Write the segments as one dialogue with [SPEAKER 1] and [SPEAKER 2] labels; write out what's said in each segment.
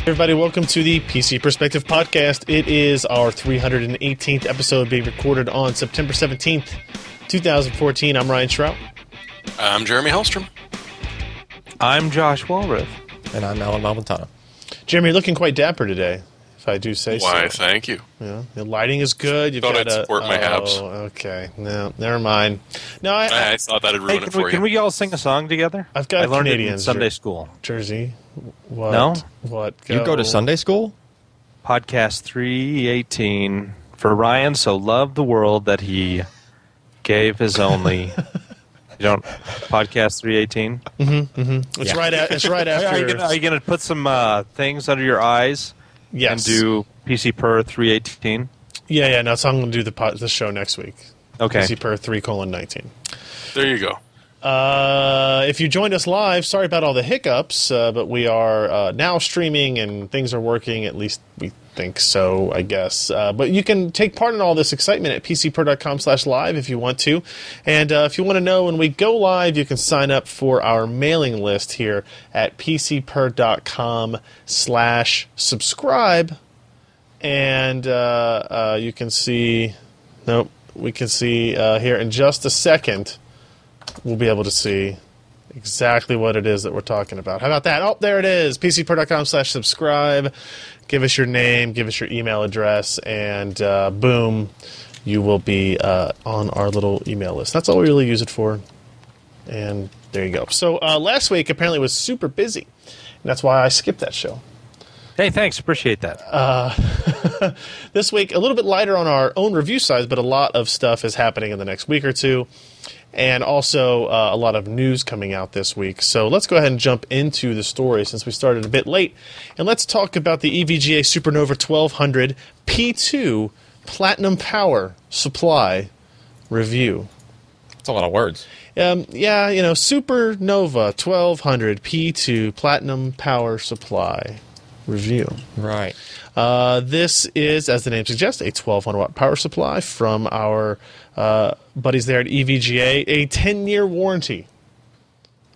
[SPEAKER 1] Everybody, welcome to the PC Perspective Podcast. It is our 318th episode being recorded on September 17th, 2014. I'm Ryan Shrout.
[SPEAKER 2] I'm Jeremy Hellstrom.
[SPEAKER 3] I'm Josh Walrath.
[SPEAKER 4] And I'm Alan Malventano.
[SPEAKER 1] Jeremy, you're looking quite dapper today, if I do say
[SPEAKER 2] Why,
[SPEAKER 1] so.
[SPEAKER 2] thank you.
[SPEAKER 1] Yeah, the lighting is good. You've
[SPEAKER 2] Thought
[SPEAKER 1] got
[SPEAKER 2] I'd
[SPEAKER 1] a-
[SPEAKER 2] support my abs.
[SPEAKER 1] Oh, okay. No, never mind. No, I,
[SPEAKER 2] I,
[SPEAKER 1] I
[SPEAKER 2] I thought that'd
[SPEAKER 3] Hey,
[SPEAKER 2] ruin
[SPEAKER 3] can,
[SPEAKER 2] it for
[SPEAKER 3] we,
[SPEAKER 2] you.
[SPEAKER 3] can we all sing a song together?
[SPEAKER 1] I've got
[SPEAKER 3] I learned it in
[SPEAKER 1] Canadians
[SPEAKER 3] Sunday
[SPEAKER 1] here.
[SPEAKER 3] school.
[SPEAKER 1] Jersey. What?
[SPEAKER 3] No?
[SPEAKER 1] What?
[SPEAKER 4] You go to Sunday school?
[SPEAKER 3] Podcast 318 for Ryan so loved the world that he gave his only. you don't podcast 318?
[SPEAKER 1] It's
[SPEAKER 4] Yeah.
[SPEAKER 1] right. A, it's right
[SPEAKER 3] Are you
[SPEAKER 1] after.
[SPEAKER 3] gonna- are you going to put some uh, things under your eyes
[SPEAKER 1] yes.
[SPEAKER 3] and do PC per 318?
[SPEAKER 1] Yeah, yeah. No, so I'm going to do the pod, the show next week.
[SPEAKER 3] Okay.
[SPEAKER 1] PC per three colon nineteen.
[SPEAKER 2] There you go.
[SPEAKER 1] Uh, if you joined us live, sorry about all the hiccups, uh, but we are uh, now streaming and things are working. At least we think so, I guess. Uh, but you can take part in all this excitement at pcpro.com slash live if you want to. And uh, if you want to know when we go live, you can sign up for our mailing list here at pcpro.com slash subscribe. And uh, uh, you can see, nope, we can see uh, here in just a second we'll be able to see exactly what it is that we're talking about. How about that? Oh, there it is. PCPro.com slash subscribe. Give us your name, give us your email address, and uh, boom, you will be uh, on our little email list. That's all we really use it for. And there you go. So uh, last week apparently was super busy, and that's why I skipped that show.
[SPEAKER 3] Hey, thanks. Appreciate that.
[SPEAKER 1] this week a little bit lighter on our own review size, but a lot of stuff is happening in the next week or two, and also uh, a lot of news coming out this week. So let's go ahead and jump into the story since we started a bit late, and let's talk about the E EVGA Supernova 1200 P2 Platinum Power Supply review.
[SPEAKER 4] That's a lot of words.
[SPEAKER 1] Um, yeah, you know, Supernova 1200 P2 Platinum Power Supply review.
[SPEAKER 4] Right.
[SPEAKER 1] Uh, this is, as the name suggests, a 1200 watt power supply from our uh, buddies there at EVGA. A 10 year warranty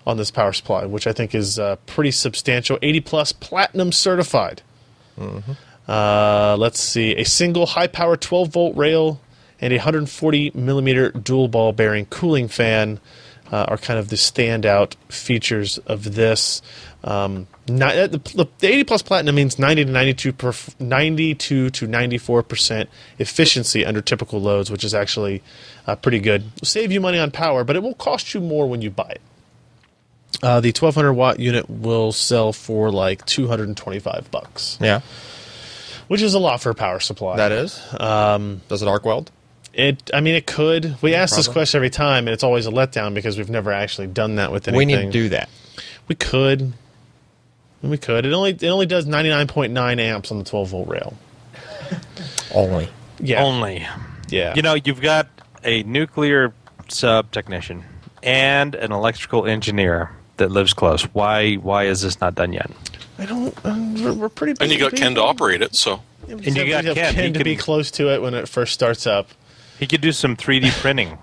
[SPEAKER 1] on this power supply, which I think is uh, pretty substantial. 80 plus platinum certified. Uh, let's see. A single high power 12 volt rail and a 140 millimeter dual ball bearing cooling fan uh, are kind of the standout features of this. Um, not, uh, the, the 80 plus platinum means 90 to 92, perf- 92 to 94 percent efficiency under typical loads, which is actually uh, pretty good. It'll save you money on power, but it will cost you more when you buy it. Uh, the 1200 watt unit will sell for like 225 bucks
[SPEAKER 4] Yeah.
[SPEAKER 1] which is a lot for a power supply.
[SPEAKER 4] That is. Um, Does it arc weld?
[SPEAKER 1] It. I mean, it could. We ask this
[SPEAKER 4] problem.
[SPEAKER 1] question every time, and it's always a letdown because we've never actually done that with anything.
[SPEAKER 4] We need to do that.
[SPEAKER 1] We could. We could. It only. It only does ninety nine point nine amps on the twelve volt rail.
[SPEAKER 4] Only.
[SPEAKER 1] Yeah.
[SPEAKER 3] Only.
[SPEAKER 1] yeah.
[SPEAKER 3] You know, you've got a nuclear sub technician and an electrical engineer that lives close. Why why is this not done yet?
[SPEAKER 1] I don't. Um, we're, we're pretty.
[SPEAKER 2] And you got
[SPEAKER 1] busy.
[SPEAKER 2] Ken to operate it, so
[SPEAKER 1] Yeah, we
[SPEAKER 3] and you
[SPEAKER 1] have-
[SPEAKER 3] got
[SPEAKER 1] we have
[SPEAKER 3] Ken. He
[SPEAKER 1] to
[SPEAKER 3] can-
[SPEAKER 1] be close to it when it first starts up.
[SPEAKER 3] He could do some 3D printing.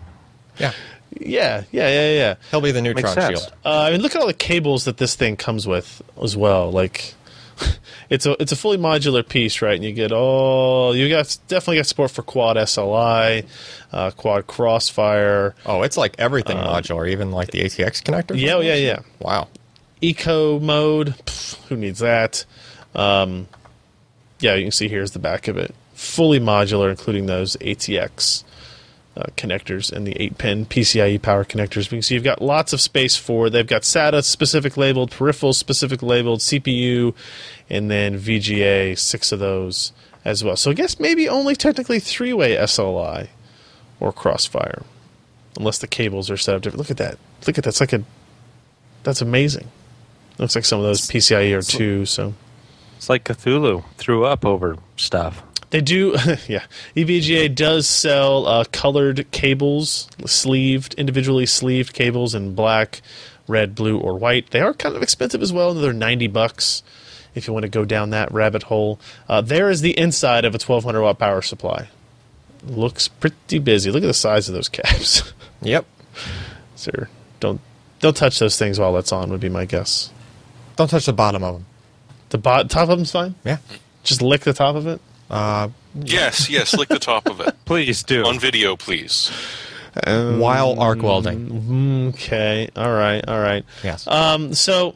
[SPEAKER 4] Yeah.
[SPEAKER 1] Yeah. Yeah. Yeah. Yeah.
[SPEAKER 4] He'll be the neutron
[SPEAKER 3] sense.
[SPEAKER 4] shield.
[SPEAKER 1] Uh, I mean, look at all the cables that this thing comes with as well. Like, it's a it's a fully modular piece, right? And you get all you got definitely got support for quad SLI, uh, quad Crossfire.
[SPEAKER 4] Oh, it's like everything modular, even like the ATX connector.
[SPEAKER 1] Yeah, oh, yeah, yeah.
[SPEAKER 4] Wow.
[SPEAKER 1] Eco mode. Pff, who needs that? Um, yeah, you can see here's the back of it. Fully modular, including those ATX uh, connectors and the 8 pin PCIe E power connectors. We can see you've got lots of space for. They've got SATA specific labeled, peripheral specific labeled, CPU, and then VGA, six of those as well. So I guess maybe only technically three way SLI or Crossfire, unless the cables are set up different. Look at that. Look at that. It's like a. That's amazing. Looks like some of those PCIe E are two, so.
[SPEAKER 3] it's like Cthulhu threw up over stuff.
[SPEAKER 1] They do, yeah. E EVGA does sell uh, colored cables, sleeved, individually sleeved cables in black, red, blue, or white. They are kind of expensive as well. They're ninety bucks if you want to go down that rabbit hole. Uh, there is the inside of a twelve hundred watt power supply. Looks pretty busy. Look at the size of those caps.
[SPEAKER 4] Yep.
[SPEAKER 1] Sir, don't don't touch those things while that's on. Would be my guess.
[SPEAKER 4] Don't touch the bottom of them.
[SPEAKER 1] The bot top of them's fine.
[SPEAKER 4] Yeah.
[SPEAKER 1] Just lick the top of it.
[SPEAKER 2] Yes, yes, lick the top of it.
[SPEAKER 3] Please do.
[SPEAKER 2] On video, please.
[SPEAKER 4] While arc welding.
[SPEAKER 1] Okay. All right. All right.
[SPEAKER 4] Yes.
[SPEAKER 1] Um, so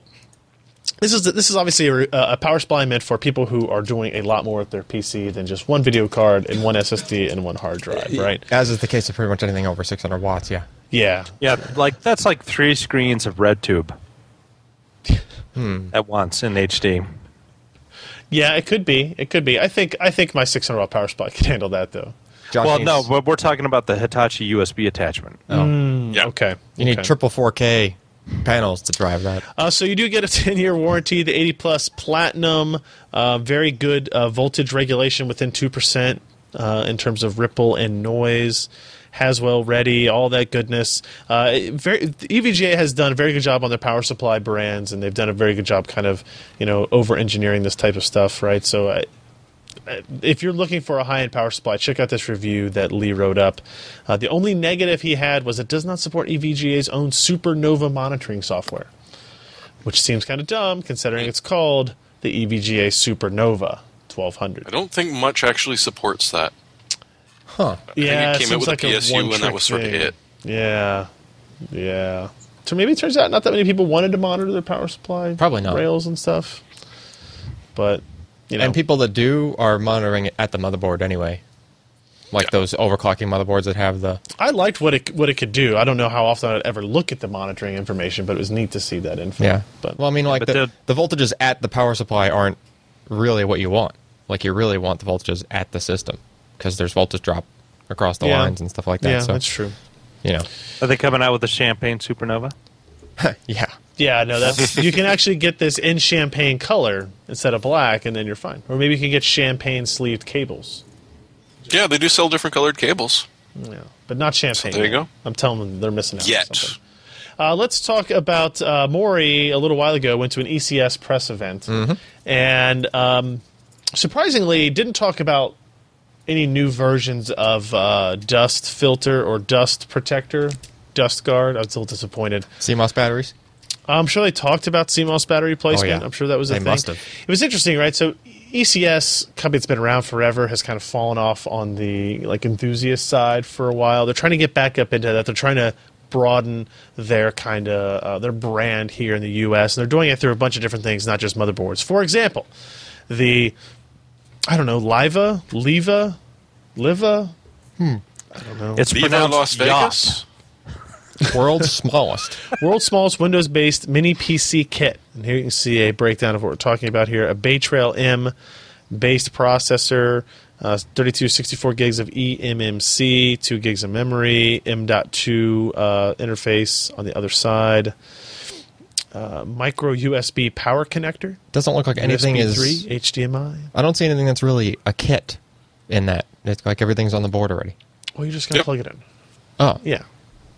[SPEAKER 1] this is this is obviously a, a power supply meant for people who are doing a lot more with their PC than just one video card and one SSD and one hard drive, right?
[SPEAKER 4] As is the case of pretty much anything over 600 watts, yeah.
[SPEAKER 1] Yeah.
[SPEAKER 3] Yeah, like that's like three screens of RedTube
[SPEAKER 4] Hmm.
[SPEAKER 3] at once in HD.
[SPEAKER 1] Yeah. It could be. It could be. I think I think my 600 watt power supply can handle that though.
[SPEAKER 4] Josh
[SPEAKER 3] Well,
[SPEAKER 4] needs-
[SPEAKER 3] no, but we're talking about the Hitachi USB attachment.
[SPEAKER 4] Oh.
[SPEAKER 2] Yeah.
[SPEAKER 1] Okay.
[SPEAKER 4] You need
[SPEAKER 1] okay.
[SPEAKER 4] triple 4K panels to drive that.
[SPEAKER 1] Uh, so you do get a 10-year warranty, the 80 plus platinum, uh, very good uh, voltage regulation within 2% uh, in terms of ripple and noise, Haswell ready, all that goodness. Uh, it- very, EVGA has done a very good job on their power supply brands, and they've done a very good job kind of, you know, over-engineering this type of stuff, right? So uh, if you're looking for a high-end power supply, check out this review that Lee wrote up. Uh, the only negative he had was it does not support E EVGA's own supernova monitoring software, which seems kind of dumb considering it's called the E EVGA Supernova
[SPEAKER 2] I
[SPEAKER 1] 1200.
[SPEAKER 2] don't think much actually supports that.
[SPEAKER 4] Huh.
[SPEAKER 2] I
[SPEAKER 1] Yeah,
[SPEAKER 2] think it came out
[SPEAKER 1] seems
[SPEAKER 2] with
[SPEAKER 1] like
[SPEAKER 2] a
[SPEAKER 1] a
[SPEAKER 2] PSU and that
[SPEAKER 1] one-trick
[SPEAKER 2] was sort of
[SPEAKER 1] thing.
[SPEAKER 2] it.
[SPEAKER 1] Yeah, yeah. So maybe it turns out not that many people wanted to monitor their power supply,
[SPEAKER 4] Probably not.
[SPEAKER 1] rails and stuff. But you know,
[SPEAKER 4] And people that do are monitoring it at the motherboard anyway. Like
[SPEAKER 2] Yeah.
[SPEAKER 4] those overclocking motherboards that have the.
[SPEAKER 1] I liked what it what it could do. I don't know how often I'd ever look at the monitoring information, but it was neat to see that info.
[SPEAKER 4] Yeah.
[SPEAKER 1] But
[SPEAKER 4] well, I mean, like
[SPEAKER 3] but
[SPEAKER 4] the,
[SPEAKER 3] the-
[SPEAKER 4] the voltages at the power supply aren't really what you want. Like you really want the voltages at the system because there's voltage drop across the
[SPEAKER 1] Yeah.
[SPEAKER 4] lines and stuff like that.
[SPEAKER 1] yeah,
[SPEAKER 4] so
[SPEAKER 1] that's true.
[SPEAKER 4] you know,
[SPEAKER 3] Are they coming out with a champagne supernova?
[SPEAKER 4] yeah,
[SPEAKER 1] Yeah, no, that's you can actually get this in champagne color instead of black, and then you're fine. Or maybe you can get champagne sleeved cables.
[SPEAKER 2] Yeah, they do sell different colored cables.
[SPEAKER 1] Yeah, but not champagne.
[SPEAKER 2] there you go.
[SPEAKER 1] I'm telling them they're missing out. on
[SPEAKER 2] Yet.
[SPEAKER 1] something. Uh, let's talk about uh, Maury. A little while ago, went to an ECS press event,
[SPEAKER 2] Mm-hmm.
[SPEAKER 1] and um, surprisingly, didn't talk about any new versions of uh, dust filter or dust protector, dust guard. I'm still disappointed.
[SPEAKER 4] CMOS batteries.
[SPEAKER 1] I'm sure they talked about CMOS battery placement.
[SPEAKER 4] Oh, yeah.
[SPEAKER 1] I'm sure that was a
[SPEAKER 4] They
[SPEAKER 1] thing.
[SPEAKER 4] must have.
[SPEAKER 1] It was interesting, right? So E ECS company that's been around forever has kind of fallen off on the like enthusiast side for a while. They're trying to get back up into that. They're trying to broaden their kind of uh, their brand here in the U.S. and they're doing it through a bunch of different things, not just motherboards. For example, the I don't know, Liva, Leva, Liva.
[SPEAKER 3] It's
[SPEAKER 2] Leave out Las
[SPEAKER 3] pronounced Yop.
[SPEAKER 2] Vegas.
[SPEAKER 4] World's smallest.
[SPEAKER 1] world's smallest Windows-based mini PC kit. And here you can see a breakdown of what we're talking about here: a Bay Trail M based processor, uh, 32, 64 gigs of E eMMC, two gigs of memory, M.2 uh, interface on the other side, uh, micro USB power connector,
[SPEAKER 4] Doesn't look like anything
[SPEAKER 1] USB
[SPEAKER 4] is.
[SPEAKER 1] three HDMI.
[SPEAKER 4] I don't see anything that's really a kit in that. It's like everything's on the board already.
[SPEAKER 1] Well, you're just gonna
[SPEAKER 2] Yep.
[SPEAKER 1] plug it in.
[SPEAKER 4] Oh,
[SPEAKER 1] Yeah.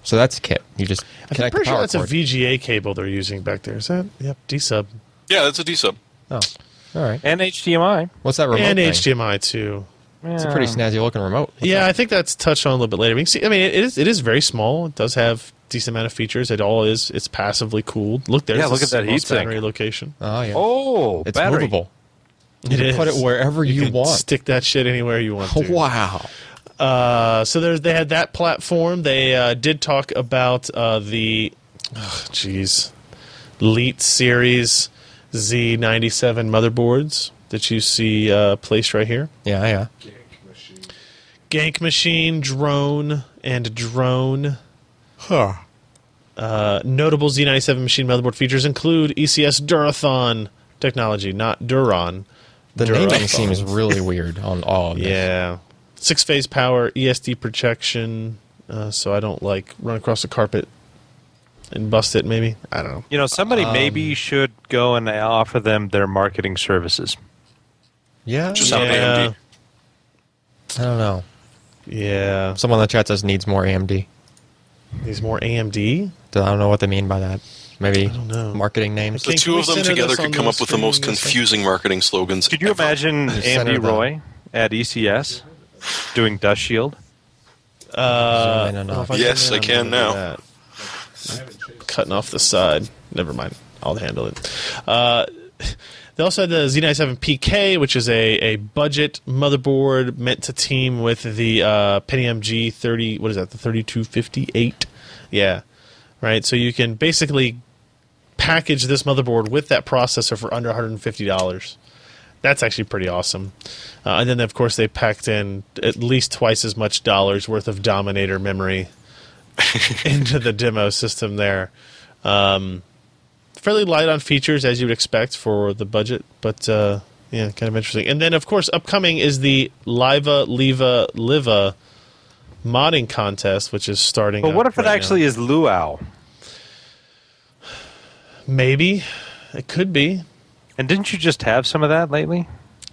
[SPEAKER 4] So that's a kit. You just
[SPEAKER 1] I'm
[SPEAKER 4] connect
[SPEAKER 1] pretty
[SPEAKER 4] the
[SPEAKER 1] sure
[SPEAKER 4] power
[SPEAKER 1] that's a
[SPEAKER 4] cord.
[SPEAKER 1] VGA cable they're using back there. Is that? Yep, D sub.
[SPEAKER 2] Yeah, that's a D sub.
[SPEAKER 4] Oh, all right.
[SPEAKER 3] And HDMI.
[SPEAKER 4] What's that remote?
[SPEAKER 1] And
[SPEAKER 4] thing?
[SPEAKER 1] HDMI too.
[SPEAKER 4] It's a pretty
[SPEAKER 3] Oh.
[SPEAKER 4] snazzy looking remote. What's
[SPEAKER 1] yeah,
[SPEAKER 4] that?
[SPEAKER 1] I think that's touched on a little bit later. We can see, I mean, it is it is very small. It does have decent amount of features. It all is it's passively cooled. Look there's
[SPEAKER 3] Yeah, look
[SPEAKER 1] the
[SPEAKER 3] at that
[SPEAKER 1] smallest
[SPEAKER 3] heat sink.
[SPEAKER 1] battery location.
[SPEAKER 4] Oh yeah.
[SPEAKER 3] Oh,
[SPEAKER 4] it's
[SPEAKER 3] battery.
[SPEAKER 4] movable.
[SPEAKER 1] It
[SPEAKER 4] can
[SPEAKER 1] is.
[SPEAKER 4] put it wherever you
[SPEAKER 1] can
[SPEAKER 4] want. Oh,
[SPEAKER 1] Stick that shit anywhere you want. to.
[SPEAKER 4] Wow.
[SPEAKER 1] Uh, so there's they had that platform. They uh, did talk about uh, the, ugh, jeez, Leet Series Z97 motherboards that you see uh, placed right here.
[SPEAKER 4] Yeah, yeah.
[SPEAKER 1] Gank Machine, Drone, and Drone.
[SPEAKER 4] Huh.
[SPEAKER 1] Uh, notable Z97 machine motherboard features include ECS Durathon technology, not Duron.
[SPEAKER 4] The
[SPEAKER 1] Durathon.
[SPEAKER 4] naming seems really weird on all of this.
[SPEAKER 1] Yeah. Six phase power, ESD projection, uh, so I don't like run across the carpet and bust it, maybe. I don't know.
[SPEAKER 3] You know, somebody
[SPEAKER 1] Um,
[SPEAKER 3] maybe should go and offer them their marketing services.
[SPEAKER 4] Yeah.
[SPEAKER 2] Just
[SPEAKER 1] Yeah.
[SPEAKER 2] on AMD.
[SPEAKER 4] I don't know.
[SPEAKER 1] Yeah.
[SPEAKER 4] Someone in the chat says needs more AMD.
[SPEAKER 1] Needs more AMD?
[SPEAKER 4] I don't know what they mean by that. Maybe
[SPEAKER 1] don't know.
[SPEAKER 4] marketing names.
[SPEAKER 2] The
[SPEAKER 1] Can
[SPEAKER 2] two
[SPEAKER 1] we
[SPEAKER 2] of them
[SPEAKER 1] center
[SPEAKER 2] together
[SPEAKER 1] this on
[SPEAKER 2] could come
[SPEAKER 1] the
[SPEAKER 2] up with the most
[SPEAKER 1] streaming and stuff?
[SPEAKER 2] confusing marketing slogans.
[SPEAKER 3] Could you imagine
[SPEAKER 4] center
[SPEAKER 3] Andy
[SPEAKER 1] uh,
[SPEAKER 4] of the-
[SPEAKER 3] Roy at ECS doing Dust Shield?
[SPEAKER 4] Zoom in
[SPEAKER 1] Uh, I
[SPEAKER 4] and
[SPEAKER 1] don't know
[SPEAKER 4] out.
[SPEAKER 1] if I
[SPEAKER 2] Yes, I
[SPEAKER 1] I'm gonna do
[SPEAKER 2] can now.
[SPEAKER 1] that. Cutting off the side. Never mind. I'll handle it. Uh, They also had the Z97 PK, which is a, a budget motherboard meant to team with the uh, PentiumG 30. What is that? The 3258. Yeah, right. So you can basically package this motherboard with that processor for under 150 dollars. That's actually pretty awesome. Uh, and then of course they packed in at least twice as much dollars worth of Dominator memory into the demo system there. Um, fairly light on features as you would expect for the budget, but uh, yeah, kind of interesting. And then, of course, upcoming is the Liva Leva Liva modding contest, which is starting.
[SPEAKER 3] But what
[SPEAKER 1] up
[SPEAKER 3] if it
[SPEAKER 1] right
[SPEAKER 3] actually
[SPEAKER 1] now.
[SPEAKER 3] is luau?
[SPEAKER 1] Maybe it could be
[SPEAKER 3] And didn't you just have some of that lately?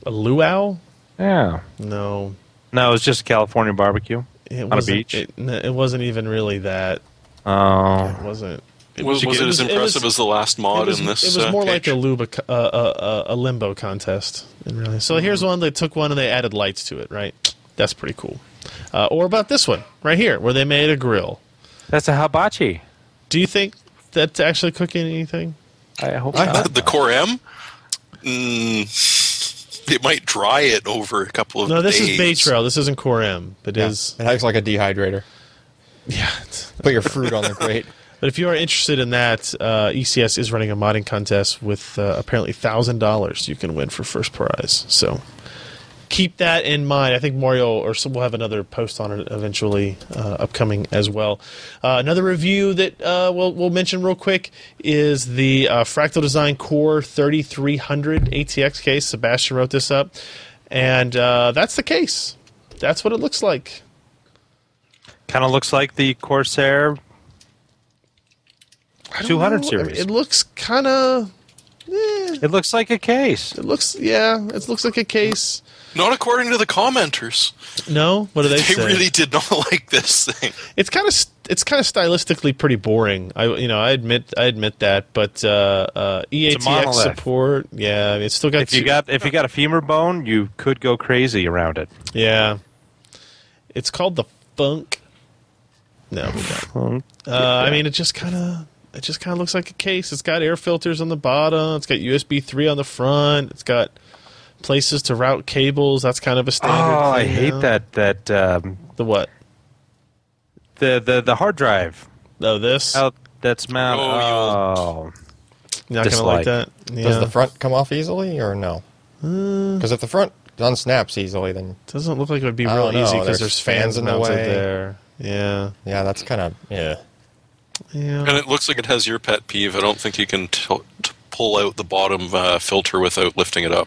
[SPEAKER 1] a luau.
[SPEAKER 3] Yeah.
[SPEAKER 1] No,
[SPEAKER 3] No, it was just California barbecue
[SPEAKER 1] it
[SPEAKER 3] on a
[SPEAKER 1] wasn't.
[SPEAKER 3] beach.
[SPEAKER 1] It, no, it wasn't even really that.
[SPEAKER 3] oh,
[SPEAKER 1] It wasn't.
[SPEAKER 2] Was, was it, as impressive
[SPEAKER 1] was-
[SPEAKER 2] as the last mod
[SPEAKER 1] it was,
[SPEAKER 2] in this?
[SPEAKER 1] it was
[SPEAKER 2] uh,
[SPEAKER 1] more like
[SPEAKER 2] page?
[SPEAKER 1] a, luba, uh, uh, uh, a limbo contest. in Really.
[SPEAKER 2] Mm-hmm.
[SPEAKER 1] So here's one. They took one and they added lights to it, right? That's pretty cool. Uh, or about this one right here, where they made a grill.
[SPEAKER 3] that's a hibachi.
[SPEAKER 1] Do you think that's actually cooking anything?
[SPEAKER 3] I hope
[SPEAKER 4] I
[SPEAKER 3] not.
[SPEAKER 4] hope-
[SPEAKER 2] the Core M. Mm, it might dry it over a couple of
[SPEAKER 1] No, this
[SPEAKER 2] days.
[SPEAKER 1] is Bay Trail. This isn't Core M. But it is.
[SPEAKER 4] It acts like a dehydrator.
[SPEAKER 1] Yeah. it's-
[SPEAKER 4] Put your fruit on the grate.
[SPEAKER 1] But if you are interested in that, uh, ECS is running a modding contest with uh, apparently thousand dollars you can win for first prize. So keep that in mind. I think Mario or some will have another post on it eventually, uh, upcoming as well. Uh, another review that uh, we'll, we'll mention real quick is the uh, Fractal Design Core 3300 ATX case. Sebastian wrote this up, and uh, that's the case. That's what it looks like.
[SPEAKER 3] Kind of looks like the Corsair
[SPEAKER 1] I don't
[SPEAKER 3] 200
[SPEAKER 1] know.
[SPEAKER 3] series.
[SPEAKER 1] It looks kind of.
[SPEAKER 3] It looks like a case.
[SPEAKER 1] It looks, yeah, it looks like a case.
[SPEAKER 2] Not according to the commenters.
[SPEAKER 1] No, what do they,
[SPEAKER 2] They
[SPEAKER 1] say?
[SPEAKER 2] really did not like this thing.
[SPEAKER 1] it's kind of it's kind of stylistically pretty boring. I you know I admit I admit that, but uh, uh, EATX
[SPEAKER 3] monolith.
[SPEAKER 1] support, yeah, I mean, it's still got
[SPEAKER 3] If you
[SPEAKER 1] two-
[SPEAKER 3] got if you got a femur bone, you could go crazy around it.
[SPEAKER 1] yeah. It's called the Funk. No, we don't. Uh, I mean, it just kind of it just kind of looks like a case. It's got air filters on the bottom. It's got USB three on the front. It's got places to route cables. That's kind of a
[SPEAKER 3] Oh,
[SPEAKER 1] standard.
[SPEAKER 3] I
[SPEAKER 1] thing
[SPEAKER 3] hate
[SPEAKER 1] now.
[SPEAKER 3] that that um,
[SPEAKER 1] The what?
[SPEAKER 3] the the the hard drive
[SPEAKER 1] Oh, this.
[SPEAKER 3] out that's mounted.
[SPEAKER 2] Oh, you
[SPEAKER 3] Oh,
[SPEAKER 1] You're not gonna like that.
[SPEAKER 3] dislike.
[SPEAKER 1] Yeah. Uh.
[SPEAKER 4] Does the front come off easily or no? Because if the front unsnaps easily, then
[SPEAKER 1] Doesn't look like it would be
[SPEAKER 4] I
[SPEAKER 1] real
[SPEAKER 4] don't know.
[SPEAKER 1] easy because
[SPEAKER 4] There's
[SPEAKER 1] there's
[SPEAKER 4] fans
[SPEAKER 1] fans
[SPEAKER 4] in the
[SPEAKER 1] mounted
[SPEAKER 4] way.
[SPEAKER 1] there. Yeah,
[SPEAKER 4] yeah, that's kind of yeah.
[SPEAKER 2] And
[SPEAKER 1] yeah.
[SPEAKER 2] it looks like it has your pet peeve. I don't think you can t- t- pull out the bottom uh, filter without lifting it up.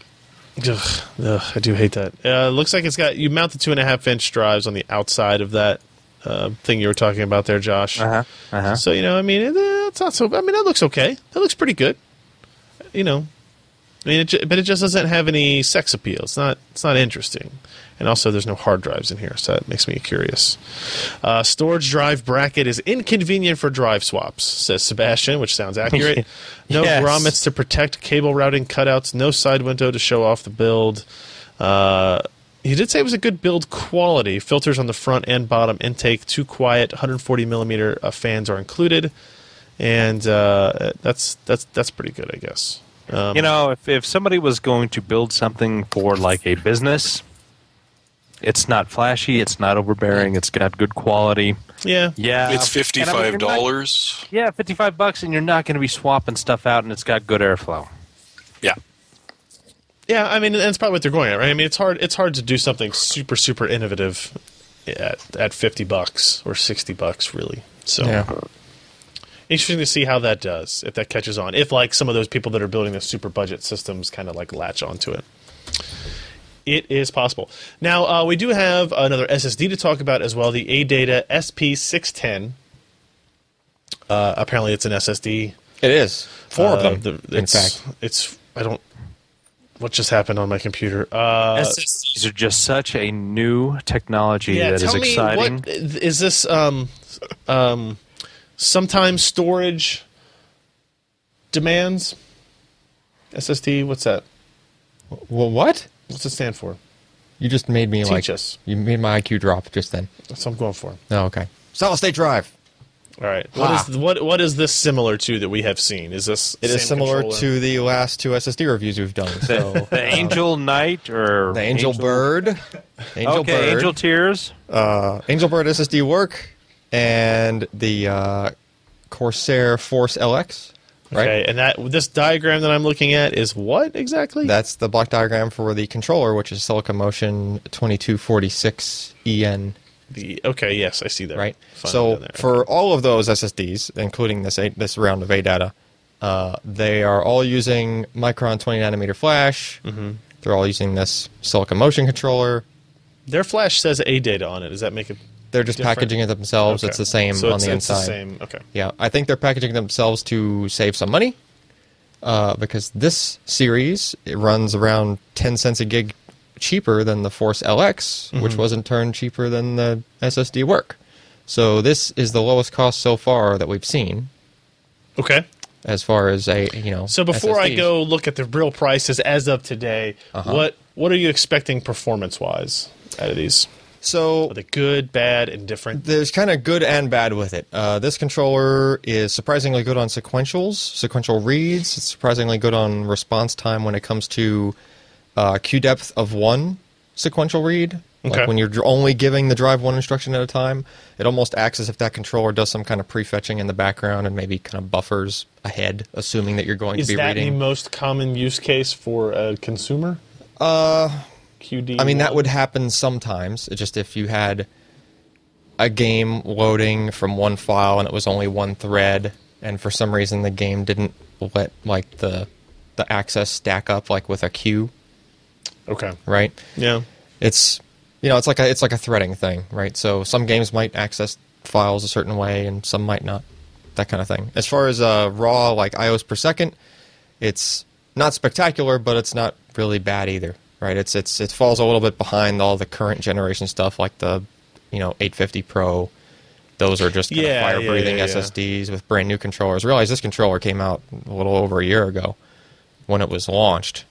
[SPEAKER 1] Ugh, ugh, I do hate that. Uh, it looks like it's got you mount the two and a half inch drives on the outside of that uh, thing you were talking about there, Josh.
[SPEAKER 4] Uh-huh.
[SPEAKER 3] uh huh, uh huh.
[SPEAKER 1] So you know, I mean, it, uh, it's not so. I mean, that looks okay. That looks pretty good. You know, I mean, it, ju- but it just doesn't have any sex appeal. It's not. It's not interesting. And also, there's no hard drives in here, so that makes me curious. Uh, storage drive bracket is inconvenient for drive swaps, says Sebastian, which sounds accurate. No
[SPEAKER 4] Yes.
[SPEAKER 1] grommets to protect cable routing cutouts. No side window to show off the build. Uh, he did say it was a good build quality. Filters on the front and bottom intake, too quiet. 140 millimeter uh, fans are included, and uh, that's that's that's pretty good, I guess. Um,
[SPEAKER 3] You know, if if somebody was going to build something for like a business, it's not flashy, it's not overbearing, it's got good quality.
[SPEAKER 1] yeah,
[SPEAKER 2] it's
[SPEAKER 3] Yeah, Uh, And I mean, you're
[SPEAKER 2] fifty-five
[SPEAKER 3] not-
[SPEAKER 2] dollars.
[SPEAKER 3] Yeah, fifty-five bucks, and you're not going to be swapping stuff out, and it's got good airflow.
[SPEAKER 2] Yeah,
[SPEAKER 1] yeah. I mean, and that's probably what they're going at, right? I mean, it's hard it's hard to do something super super innovative at at 50 bucks or 60 bucks, really. So interesting to see how that does if that catches on. If like some of those people that are building the super budget systems kind of like latch onto it. It is possible. Now, uh, we do have another SSD to talk about as well the ADATA SP610. Uh, apparently, it's an SSD.
[SPEAKER 4] it is four
[SPEAKER 1] Uh,
[SPEAKER 4] of them.
[SPEAKER 1] the-
[SPEAKER 4] in
[SPEAKER 1] it's-
[SPEAKER 4] fact,
[SPEAKER 1] It's, I don't, what just happened on my computer? Uh,
[SPEAKER 3] SSDs are just such a new technology
[SPEAKER 1] yeah,
[SPEAKER 3] that is
[SPEAKER 1] tell me,
[SPEAKER 3] exciting.
[SPEAKER 1] what is this? Um, um, sometimes storage demands SSD. What's that?
[SPEAKER 4] well, what?
[SPEAKER 1] What's it stand for?
[SPEAKER 4] You just made me
[SPEAKER 1] Teach
[SPEAKER 4] like
[SPEAKER 1] us.
[SPEAKER 4] you made my IQ drop just then.
[SPEAKER 1] That's what I'm going for.
[SPEAKER 4] Oh, okay. Solid state drive.
[SPEAKER 1] All right. What
[SPEAKER 4] Ah.
[SPEAKER 1] is what what is this similar to that we have seen? Is this
[SPEAKER 4] It is
[SPEAKER 1] same
[SPEAKER 4] similar
[SPEAKER 1] controller?
[SPEAKER 4] to the last two SSD reviews we've done. So
[SPEAKER 3] The Angel Knight or
[SPEAKER 4] the Angel, Bird, Angel
[SPEAKER 3] okay,
[SPEAKER 4] Bird,
[SPEAKER 3] Angel Tears.
[SPEAKER 4] uh, Angel Bird SSD work, and the uh, Corsair Force LX. Right.
[SPEAKER 1] Okay, and that this diagram that I'm looking at is what exactly?
[SPEAKER 4] That's the block diagram for the controller, which is Silica Motion 2246EN,
[SPEAKER 1] the okay, yes, I see that.
[SPEAKER 4] right?
[SPEAKER 1] Finally
[SPEAKER 4] so
[SPEAKER 1] down there.
[SPEAKER 4] for all of those SSDs, including this A- this round of A data, uh, they are all using Micron 20 nanometer flash. Mm-hmm. They're all using this Silica Motion controller.
[SPEAKER 1] their flash says a data on it. Does that make it?
[SPEAKER 4] They're just
[SPEAKER 1] Different.
[SPEAKER 4] packaging it themselves.
[SPEAKER 1] okay.
[SPEAKER 4] Oh, It's the same
[SPEAKER 1] So
[SPEAKER 4] on
[SPEAKER 1] it's-
[SPEAKER 4] the
[SPEAKER 1] it's
[SPEAKER 4] inside.
[SPEAKER 1] same. Okay.
[SPEAKER 4] Yeah, I think they're packaging themselves to save some money uh, because this series it runs around 10 cents a gig cheaper than the Force LX, which
[SPEAKER 1] Mm-hmm.
[SPEAKER 4] was in turn cheaper than the SSD work. So this is the lowest cost so far that we've seen
[SPEAKER 1] Okay.
[SPEAKER 4] as far as a you know.
[SPEAKER 1] So before I
[SPEAKER 4] SSDs.
[SPEAKER 1] go look at the real prices as of today,
[SPEAKER 4] Uh-huh.
[SPEAKER 1] what what are you expecting performance wise out of these?
[SPEAKER 4] so
[SPEAKER 1] Are they good, bad, and different?
[SPEAKER 4] there's kind of good and bad with it. Uh, this controller is surprisingly good on sequentials, sequential reads. It's surprisingly good on response time when it comes to uh, queue depth of one sequential read.
[SPEAKER 1] Okay.
[SPEAKER 4] Like when you're dr- only giving the drive one instruction at a time, it almost acts as if that controller does some kind of prefetching in the background and maybe kind of buffers ahead, assuming that you're going
[SPEAKER 1] Is
[SPEAKER 4] to be
[SPEAKER 1] that
[SPEAKER 4] reading.
[SPEAKER 1] the most common use case for a consumer? Uh, QD.
[SPEAKER 4] I mean, that would happen sometimes. It just if you had a game loading from one file and it was only one thread, and for some reason the game didn't let like the the access stack up like with a queue,
[SPEAKER 1] Okay.
[SPEAKER 4] right?
[SPEAKER 1] Yeah.
[SPEAKER 4] It's you know it's like a it's like a threading thing, right? So some games might access files a certain way and some might not, that kind of thing. As far as uh, raw like IOs per second, it's not spectacular, but it's not really bad either, right? It's it's it falls a little bit behind all the current generation stuff like the you know 850 Pro. Those are just kind
[SPEAKER 1] Yeah,
[SPEAKER 4] of fire breathing
[SPEAKER 1] yeah, yeah, yeah.
[SPEAKER 4] SSDs with brand new controllers. Realize this controller came out a little over a year ago when it was launched,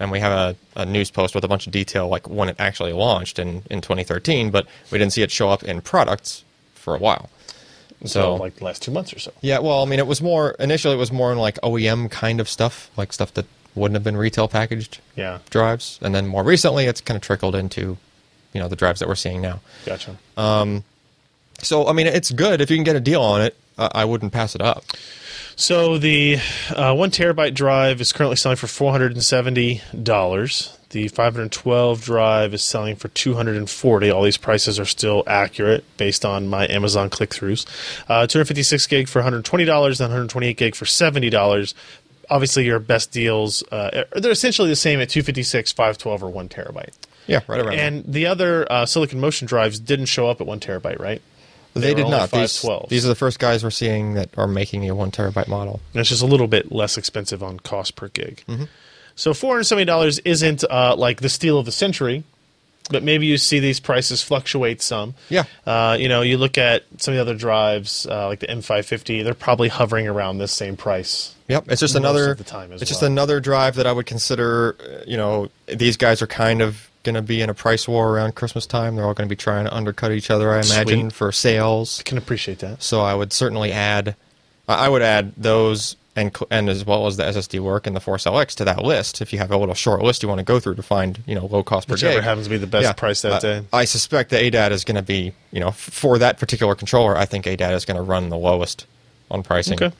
[SPEAKER 4] and we have a, a news post with a bunch of detail like when it actually launched in in 2013, but we didn't see it show up in products for a while.
[SPEAKER 1] So like the last two months or so.
[SPEAKER 4] Yeah, well, I mean, it was more initially. It was more in like OEM kind of stuff, like stuff that wouldn't have been retail packaged
[SPEAKER 1] Yeah.
[SPEAKER 4] drives, and then more recently, it's kind of trickled into, you know, the drives that we're seeing now.
[SPEAKER 1] Gotcha.
[SPEAKER 4] So, I mean, it's good if you can get a deal on it. Uh, I wouldn't pass it up.
[SPEAKER 1] So the uh, one terabyte drive is currently selling for four hundred and seventy dollars. The five hundred twelve drive is selling for two hundred and forty. All these prices are still accurate based on my Amazon click throughs. Uh, two hundred fifty six gig for one hundred twenty dollars, then one hundred twenty eight gig for seventy dollars. Obviously, your best deals uh, they're essentially the same at two fifty six, five twelve, or one terabyte.
[SPEAKER 4] Yeah, right around.
[SPEAKER 1] And the other uh, Silicon Motion drives didn't show up at one terabyte, right?
[SPEAKER 4] there. they,
[SPEAKER 1] were
[SPEAKER 4] did
[SPEAKER 1] only
[SPEAKER 4] not. These,
[SPEAKER 1] 512s.
[SPEAKER 4] these are the first guys we're seeing that are making a one terabyte model.
[SPEAKER 1] And it's just a little bit less expensive on cost per gig.
[SPEAKER 4] Mm-hmm.
[SPEAKER 1] So four hundred seventy dollars isn't uh, like the steal of the century, but maybe you see these prices fluctuate some.
[SPEAKER 4] Yeah.
[SPEAKER 1] Uh, you know, you look at some of the other drives uh, like the M five fifty; they're probably hovering around this same price.
[SPEAKER 4] Yep, it's just
[SPEAKER 1] most
[SPEAKER 4] another.
[SPEAKER 1] of the time as
[SPEAKER 4] it's just
[SPEAKER 1] well.
[SPEAKER 4] another drive that I would consider. uh, You know, these guys are kind of going to be in a price war around Christmas time. They're all going to be trying to undercut each other, I imagine,
[SPEAKER 1] Sweet.
[SPEAKER 4] for sales.
[SPEAKER 1] Can appreciate that.
[SPEAKER 4] So I would certainly add. I I would add those and cl- and as well as the SSD work and the Force LX to that list. If you have a little short list you want to go through to find you know low cost per
[SPEAKER 1] Whichever
[SPEAKER 4] gig.
[SPEAKER 1] happens to be the best price that
[SPEAKER 4] I-
[SPEAKER 1] day.
[SPEAKER 4] I suspect the ADAT is going to be you know f- for that particular controller. I think ADAT is going to run the lowest on pricing.
[SPEAKER 1] Okay.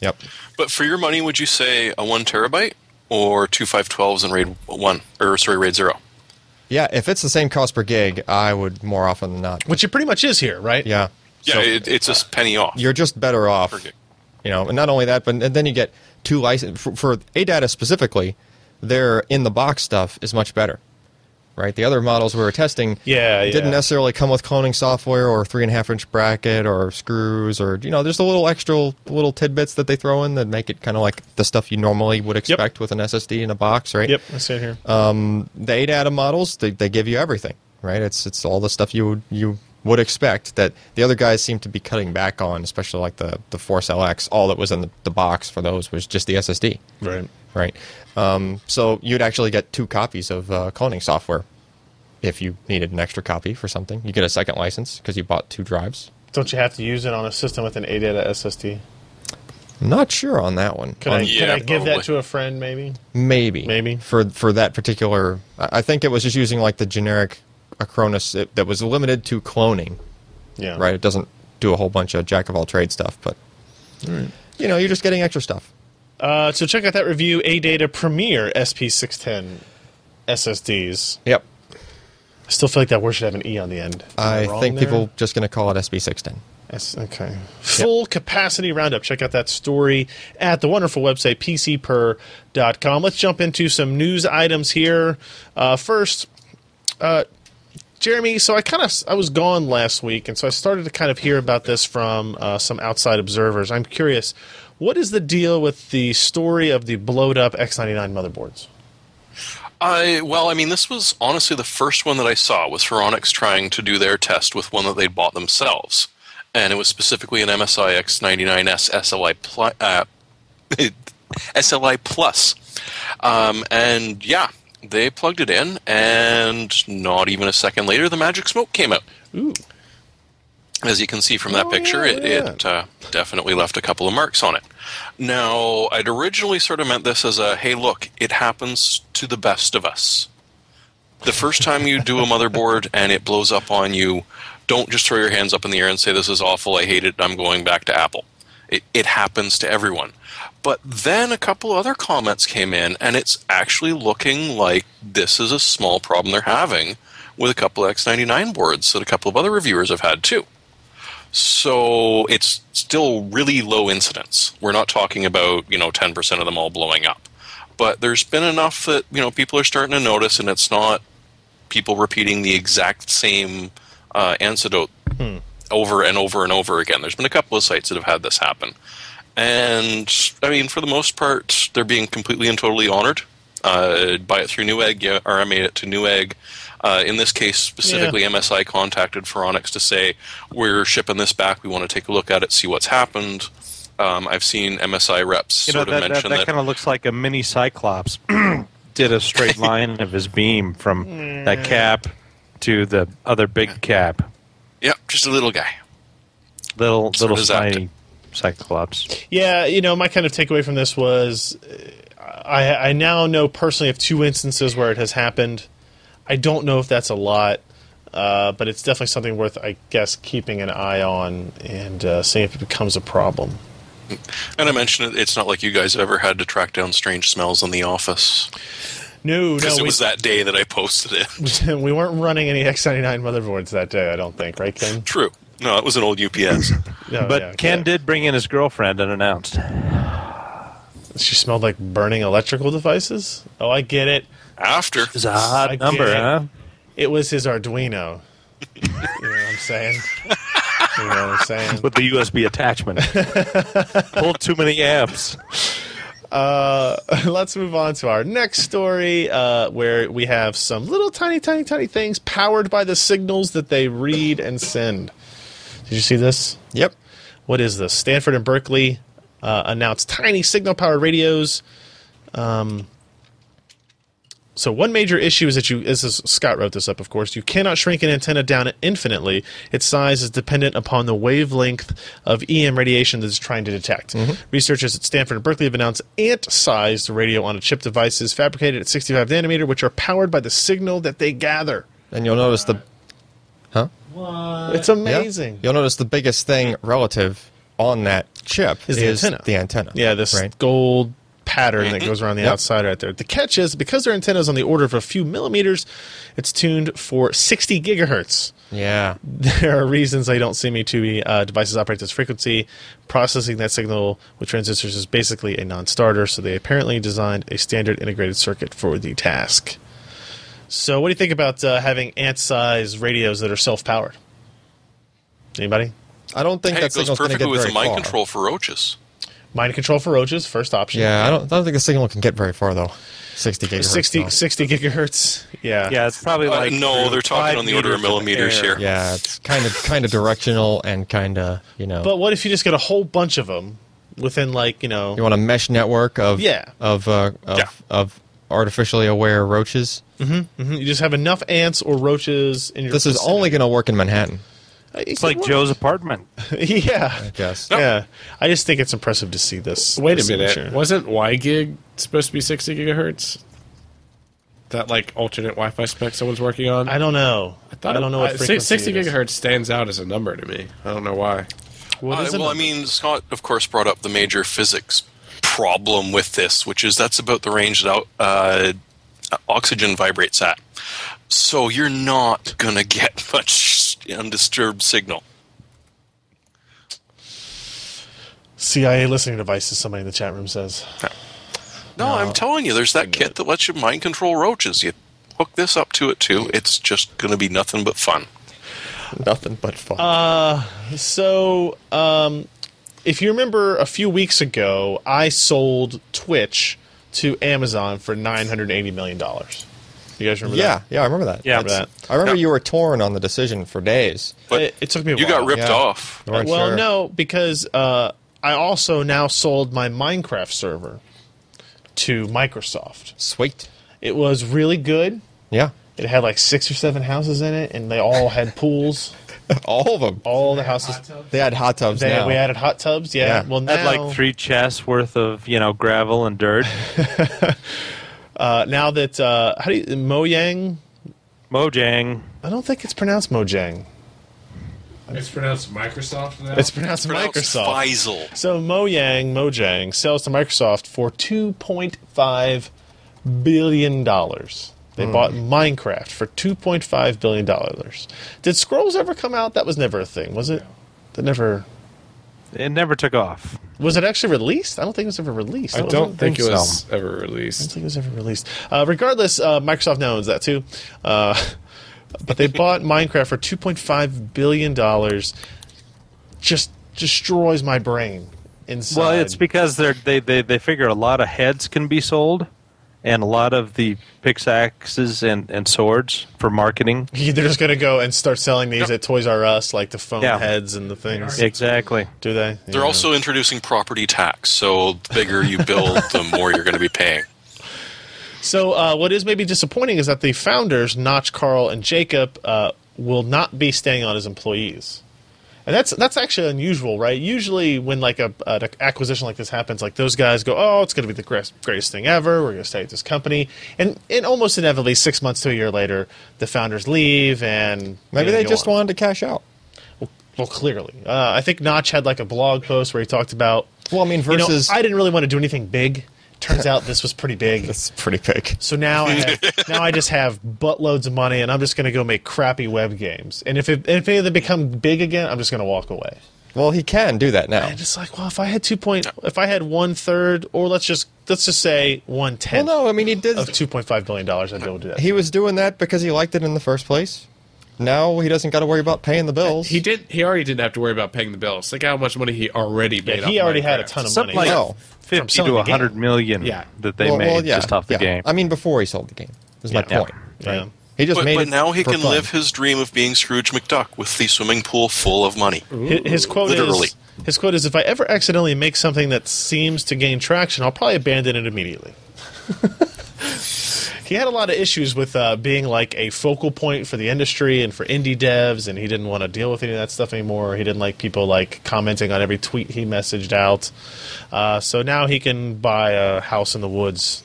[SPEAKER 4] Yep.
[SPEAKER 2] But for your money, would you say a one terabyte or two five twelves in RAID one or sorry RAID zero?
[SPEAKER 4] Yeah, if it's the same cost per gig, I would more often than not.
[SPEAKER 1] Which it pretty much is here, right?
[SPEAKER 4] Yeah.
[SPEAKER 2] Yeah,
[SPEAKER 4] So
[SPEAKER 2] it, it's
[SPEAKER 1] uh,
[SPEAKER 2] just penny off.
[SPEAKER 4] you're just better off.
[SPEAKER 2] gig.
[SPEAKER 4] You know, and not only that, but and then you get two license for, for ADATA specifically. Their in the box stuff is much better, right? The other models we were testing,
[SPEAKER 1] Yeah,
[SPEAKER 4] didn't
[SPEAKER 1] yeah.
[SPEAKER 4] necessarily come with cloning software or three and a half inch bracket or screws or you know, there's the little extra little tidbits that they throw in that make it kind of like the stuff you normally would expect with an SSD in a box, right?
[SPEAKER 1] Yep. I see it here.
[SPEAKER 4] Uh, the eight atom models they, they give you everything right it's it's all the stuff you would- you would expect that the other guys seem to be cutting back on especially like the the force lx all that was in the, the box for those was just the ssd
[SPEAKER 1] right.
[SPEAKER 4] right um, so you'd actually get two copies of uh, cloning software if you needed an extra copy for something you get a second license because you bought two drives
[SPEAKER 1] Don't you have to use it on a system with an A data SSD?
[SPEAKER 4] I'm not sure on that one.
[SPEAKER 1] Can
[SPEAKER 4] On-
[SPEAKER 1] I, can
[SPEAKER 2] Yeah,
[SPEAKER 1] I give that
[SPEAKER 2] probably.
[SPEAKER 1] to a friend, maybe?
[SPEAKER 4] Maybe.
[SPEAKER 1] Maybe.
[SPEAKER 4] For for that particular I I think it was just using like the generic Acronis that- that was limited to cloning,
[SPEAKER 1] Yeah.
[SPEAKER 4] right? It doesn't do a whole bunch of jack of all trade stuff, but you know, you're just getting extra stuff.
[SPEAKER 1] Uh, so check out that review A data Premier SP610 SSDs.
[SPEAKER 4] Yep.
[SPEAKER 1] I still feel like that word should have an E on the end. Am
[SPEAKER 4] I
[SPEAKER 1] wrong
[SPEAKER 4] think
[SPEAKER 1] there?
[SPEAKER 4] people just going to call it SB610.
[SPEAKER 1] That's- okay. Full capacity roundup. Check out that story at the wonderful website pcper.com. Let's jump into some news items here. Uh, first, uh, Jeremy, so I kind of I was gone last week, and so I started to kind of hear about this from uh, some outside observers. I'm curious, what is the deal with the story of the blowed up X99 motherboards?
[SPEAKER 2] I well, I mean, this was honestly the first one that I saw was Phoronix trying to do their test with one that they'd bought themselves, and it was specifically an MSI X99S SLI pl- uh, SLI Plus, um, and yeah, they plugged it in, and not even a second later, the magic smoke came out.
[SPEAKER 1] Ooh,
[SPEAKER 2] as you can see from that
[SPEAKER 1] Oh,
[SPEAKER 2] picture,
[SPEAKER 1] yeah,
[SPEAKER 2] it,
[SPEAKER 1] look at
[SPEAKER 2] it uh, definitely left a couple of marks on it. Now, I'd originally sort of meant this as a hey, look, it happens to the best of us. The first time you do a motherboard and it blows up on you, don't just throw your hands up in the air and say, this is awful, I hate it, I'm going back to Apple. It, it happens to everyone. But then a couple other comments came in, and it's actually looking like this is a small problem they're having with a couple of X99 boards that a couple of other reviewers have had too. So it's still really low incidence. We're not talking about, you know, 10% of them all blowing up. But there's been enough that, you know, people are starting to notice and it's not people repeating the exact same uh, antidote
[SPEAKER 3] Hmm.
[SPEAKER 2] over and over and over again. There's been a couple of sites that have had this happen. And, I mean, for the most part, they're being completely and totally honored. Uh, buy it through Newegg, yeah, or I made it to Newegg. Uh, in this case, specifically, MSI contacted Phoronix to say, we're shipping this back. We want to take a look at it, see what's happened. Um, I've seen MSI reps
[SPEAKER 3] You know,
[SPEAKER 2] sort of
[SPEAKER 3] that, that,
[SPEAKER 2] mention
[SPEAKER 3] that kind of looks like a mini Cyclops did a straight line of his beam from
[SPEAKER 1] Mm.
[SPEAKER 3] that cap to the other big cap.
[SPEAKER 2] yeah, just a little guy.
[SPEAKER 3] Little,
[SPEAKER 2] Sort
[SPEAKER 3] little
[SPEAKER 2] of zapped
[SPEAKER 3] tiny Cyclops.
[SPEAKER 1] Yeah, you know, my kind of takeaway from this was uh, I, I now know personally of two instances where it has happened. I don't know if that's a lot, uh, but it's definitely something worth, I guess, keeping an eye on and uh, seeing if it becomes a problem.
[SPEAKER 2] And I mentioned it, it's not like you guys ever had to track down strange smells in the office.
[SPEAKER 1] No, no,
[SPEAKER 2] Because it
[SPEAKER 1] we,
[SPEAKER 2] was that day that I posted it.
[SPEAKER 1] we weren't running any X99 motherboards that day, I don't think, right, Ken?
[SPEAKER 2] True. No, it was an old UPS.
[SPEAKER 1] No,
[SPEAKER 3] But
[SPEAKER 1] Oh, yeah,
[SPEAKER 3] Ken
[SPEAKER 1] yeah.
[SPEAKER 3] did bring in his girlfriend unannounced.
[SPEAKER 1] She smelled like burning electrical devices? Oh, I get it.
[SPEAKER 2] After.
[SPEAKER 3] It's a odd
[SPEAKER 1] I
[SPEAKER 3] number,
[SPEAKER 1] get it.
[SPEAKER 3] huh?
[SPEAKER 1] It was his Arduino. you know what I'm saying? You know what I'm saying?
[SPEAKER 3] With the USB attachment. Pulled too many amps.
[SPEAKER 1] let's move on to our next story uh, where we have some little tiny, tiny, tiny things powered by the signals that they read and send. Did you see this?
[SPEAKER 4] Yep.
[SPEAKER 1] What is this? Stanford and Berkeley uh, announced tiny signal powered radios. Um, so one major issue is that you, this is Scott wrote this up, of course, you cannot shrink an antenna down infinitely. Its size is dependent upon the wavelength of EM radiation that it's trying to detect. Researchers at Stanford and Berkeley have announced ant-sized radio on a chip devices fabricated at 65 nanometer, which are powered by the signal that they gather.
[SPEAKER 4] And you'll notice the Huh?
[SPEAKER 1] It's amazing.
[SPEAKER 4] You'll notice the biggest thing relative on that chip
[SPEAKER 1] Is the antenna. Yeah, this
[SPEAKER 4] right?
[SPEAKER 1] gold pattern that goes around the
[SPEAKER 4] Yep.
[SPEAKER 1] outside right there. The catch is because their antenna is on the order of a few millimeters, it's tuned for 60 gigahertz.
[SPEAKER 4] Yeah.
[SPEAKER 1] There are reasons they don't see me to uh, devices operate this frequency. Processing that signal with transistors is basically a non starter, so they apparently designed a standard integrated circuit for the task. So, what do you think about uh, having ant sized radios that are self powered? Anybody?
[SPEAKER 4] I don't think
[SPEAKER 2] Hey,
[SPEAKER 4] that
[SPEAKER 2] it goes
[SPEAKER 4] signal's going to
[SPEAKER 2] perfectly
[SPEAKER 4] get
[SPEAKER 2] with
[SPEAKER 4] very
[SPEAKER 2] the mind
[SPEAKER 4] far.
[SPEAKER 2] control for roaches.
[SPEAKER 1] Mind control for roaches, first option.
[SPEAKER 4] Yeah, I don't, I don't think the signal can get very far though. 60 gigahertz.
[SPEAKER 1] 60,
[SPEAKER 4] though.
[SPEAKER 1] 60 gigahertz. Yeah.
[SPEAKER 3] Yeah, it's probably
[SPEAKER 2] Uh,
[SPEAKER 3] like.
[SPEAKER 2] no, they're talking
[SPEAKER 3] five
[SPEAKER 2] on the order of millimeters
[SPEAKER 3] in the air.
[SPEAKER 2] here.
[SPEAKER 4] Yeah, it's kind of kind of directional and kind of you know.
[SPEAKER 1] But what if you just get a whole bunch of them within, like, you know.
[SPEAKER 4] you want a mesh network of
[SPEAKER 1] Yeah.
[SPEAKER 4] of uh, of,
[SPEAKER 2] Yeah.
[SPEAKER 4] of artificially aware roaches.
[SPEAKER 1] mhm, you just have enough ants or roaches in your.
[SPEAKER 4] This is
[SPEAKER 1] vicinity.
[SPEAKER 4] only going to work in Manhattan.
[SPEAKER 3] It's like Joe's apartment.
[SPEAKER 1] yeah,
[SPEAKER 4] I guess.
[SPEAKER 1] yeah. I just think it's impressive to see this.
[SPEAKER 5] Wait a
[SPEAKER 1] this
[SPEAKER 5] minute.
[SPEAKER 1] solution.
[SPEAKER 5] Wasn't Y gig supposed to be 60 gigahertz? That like alternate Wi-Fi spec someone's working on.
[SPEAKER 1] I don't know. I,
[SPEAKER 5] thought
[SPEAKER 1] don't know what
[SPEAKER 5] I- si-
[SPEAKER 1] frequency.
[SPEAKER 5] 60
[SPEAKER 1] it is.
[SPEAKER 5] gigahertz stands out as a number to me. I don't know why.
[SPEAKER 1] What
[SPEAKER 2] Uh,
[SPEAKER 1] is it?
[SPEAKER 2] well, I mean, Scott, of course, brought up the major physics problem with this, which is that's about the range that uh, oxygen vibrates at. So you're not going to get much undisturbed signal.
[SPEAKER 1] CIA listening devices. Somebody in the chat room says.
[SPEAKER 2] No, I'm telling you, there's that kit that lets you mind control roaches. You hook this up to it, too. It's just going to be nothing but fun.
[SPEAKER 4] Nothing but fun.
[SPEAKER 1] Uh, So, um, if you remember a few weeks ago, I sold Twitch to Amazon for nine hundred eighty million dollars. You guys remember
[SPEAKER 4] yeah,
[SPEAKER 1] that?
[SPEAKER 4] yeah, I remember that.
[SPEAKER 3] Yeah.
[SPEAKER 4] That's-
[SPEAKER 1] Remember
[SPEAKER 4] I remember
[SPEAKER 2] Yeah.
[SPEAKER 4] you were torn on the decision for days.
[SPEAKER 2] But
[SPEAKER 1] it, it took me. A
[SPEAKER 2] you
[SPEAKER 1] while.
[SPEAKER 2] got ripped
[SPEAKER 4] yeah.
[SPEAKER 2] off.
[SPEAKER 4] You weren't
[SPEAKER 1] well,
[SPEAKER 4] sure.
[SPEAKER 1] no, because uh, I also now sold my Minecraft server to Microsoft.
[SPEAKER 4] Sweet.
[SPEAKER 1] It was really good.
[SPEAKER 4] Yeah.
[SPEAKER 1] It had like six or seven houses in it, and they all had pools.
[SPEAKER 4] All of them.
[SPEAKER 1] All the houses.
[SPEAKER 4] They had hot tubs
[SPEAKER 1] They,
[SPEAKER 4] now.
[SPEAKER 1] We added hot tubs. Yeah.
[SPEAKER 4] Yeah.
[SPEAKER 1] Well, now
[SPEAKER 3] Had like three chests worth of you know gravel and dirt.
[SPEAKER 1] uh, now that uh, how do you Mojang?
[SPEAKER 3] Mojang.
[SPEAKER 1] I don't think it's pronounced Mojang.
[SPEAKER 5] It's pronounced Microsoft now.
[SPEAKER 1] It's pronounced,
[SPEAKER 2] Pronounced
[SPEAKER 1] Microsoft.
[SPEAKER 2] Faisal.
[SPEAKER 1] So Mojang, Mojang sells to Microsoft for two point five billion dollars. They bought
[SPEAKER 5] Hmm.
[SPEAKER 1] Minecraft for two point five billion dollars. Did Scrolls ever come out? That was never a thing, was it? That never
[SPEAKER 3] It never took off.
[SPEAKER 1] was it actually released? I don't think it was ever released.
[SPEAKER 5] I
[SPEAKER 1] was
[SPEAKER 5] don't think it
[SPEAKER 3] think
[SPEAKER 5] was ever
[SPEAKER 1] I don't
[SPEAKER 5] released.
[SPEAKER 1] think it was ever released. Uh, regardless, uh, Microsoft now owns that too. Uh, but they bought Minecraft for two point five billion dollars. Just destroys my brain. Inside.
[SPEAKER 3] Well, it's because they're, they they they figure a lot of heads can be sold, and a lot of the pickaxes and and swords for marketing.
[SPEAKER 1] They're just gonna go and start selling these at Toys R Us, like the phone
[SPEAKER 3] Yeah.
[SPEAKER 1] heads and the things.
[SPEAKER 3] Exactly.
[SPEAKER 1] Do they?
[SPEAKER 2] They're also introducing property tax, so the bigger you build, the more you're going to be paying.
[SPEAKER 1] So, uh, what is maybe disappointing is that the founders, Notch, Carl, and Jacob, uh, will not be staying on as employees, and that's that's actually unusual, right? Usually, when like a an acquisition like this happens, like those guys go, "Oh, it's going to be the greatest, greatest thing ever. We're going to stay at this company," and and almost inevitably, six months to a year later, the founders leave, and
[SPEAKER 4] Maybe
[SPEAKER 1] you know,
[SPEAKER 4] they
[SPEAKER 1] you
[SPEAKER 4] just
[SPEAKER 1] want-
[SPEAKER 4] wanted to cash out.
[SPEAKER 1] Well, clearly, uh, I think Notch had like a blog post where he talked about.
[SPEAKER 4] Well, I mean,
[SPEAKER 1] You know,
[SPEAKER 4] versus
[SPEAKER 1] I didn't really want to do anything big. Turns out this was pretty big.
[SPEAKER 4] it's pretty big.
[SPEAKER 1] So now I have, now I just have buttloads of money, and I'm just going to go make crappy web games. And if it, if any of them become big again, I'm just going to walk away.
[SPEAKER 4] Well, he can do that now.
[SPEAKER 1] And it's like, well, if I had two point, if I had one third, or let's just let's just say one
[SPEAKER 4] Well,
[SPEAKER 1] tenth
[SPEAKER 4] no, I mean he did.
[SPEAKER 1] of two point five billion dollars, I'd be able to do that.
[SPEAKER 4] He was doing that because he liked it in the first place. Now he doesn't got to worry about paying the bills.
[SPEAKER 5] He did. He already didn't have to worry about paying the bills. Think how much money he already made.
[SPEAKER 1] Yeah, he
[SPEAKER 5] off
[SPEAKER 1] already had a
[SPEAKER 5] Minecraft.
[SPEAKER 1] ton of
[SPEAKER 3] Something
[SPEAKER 1] money.
[SPEAKER 3] like
[SPEAKER 4] No.
[SPEAKER 1] From
[SPEAKER 3] fifty
[SPEAKER 1] selling
[SPEAKER 3] to
[SPEAKER 1] the game.
[SPEAKER 3] hundred million
[SPEAKER 5] Yeah.
[SPEAKER 3] that they
[SPEAKER 4] Well,
[SPEAKER 3] made
[SPEAKER 4] well, yeah,
[SPEAKER 3] just off the
[SPEAKER 4] yeah.
[SPEAKER 3] game.
[SPEAKER 4] I mean, before he sold the game is my
[SPEAKER 1] Yeah.
[SPEAKER 4] point.
[SPEAKER 1] Yeah.
[SPEAKER 4] Right? He just
[SPEAKER 2] But,
[SPEAKER 4] made
[SPEAKER 2] but
[SPEAKER 4] it.
[SPEAKER 2] now he
[SPEAKER 4] for
[SPEAKER 2] can
[SPEAKER 4] fun.
[SPEAKER 2] live his dream of being Scrooge McDuck with the swimming pool full of money.
[SPEAKER 1] Hi- His quote
[SPEAKER 2] Literally.
[SPEAKER 1] is his quote is if I ever accidentally make something that seems to gain traction, I'll probably abandon it immediately. he had a lot of issues with uh, being like a focal point for the industry and for indie devs, and he didn't want to deal with any of that stuff anymore. He didn't like people like commenting on every tweet he messaged out. Uh, so now he can buy a house in the woods,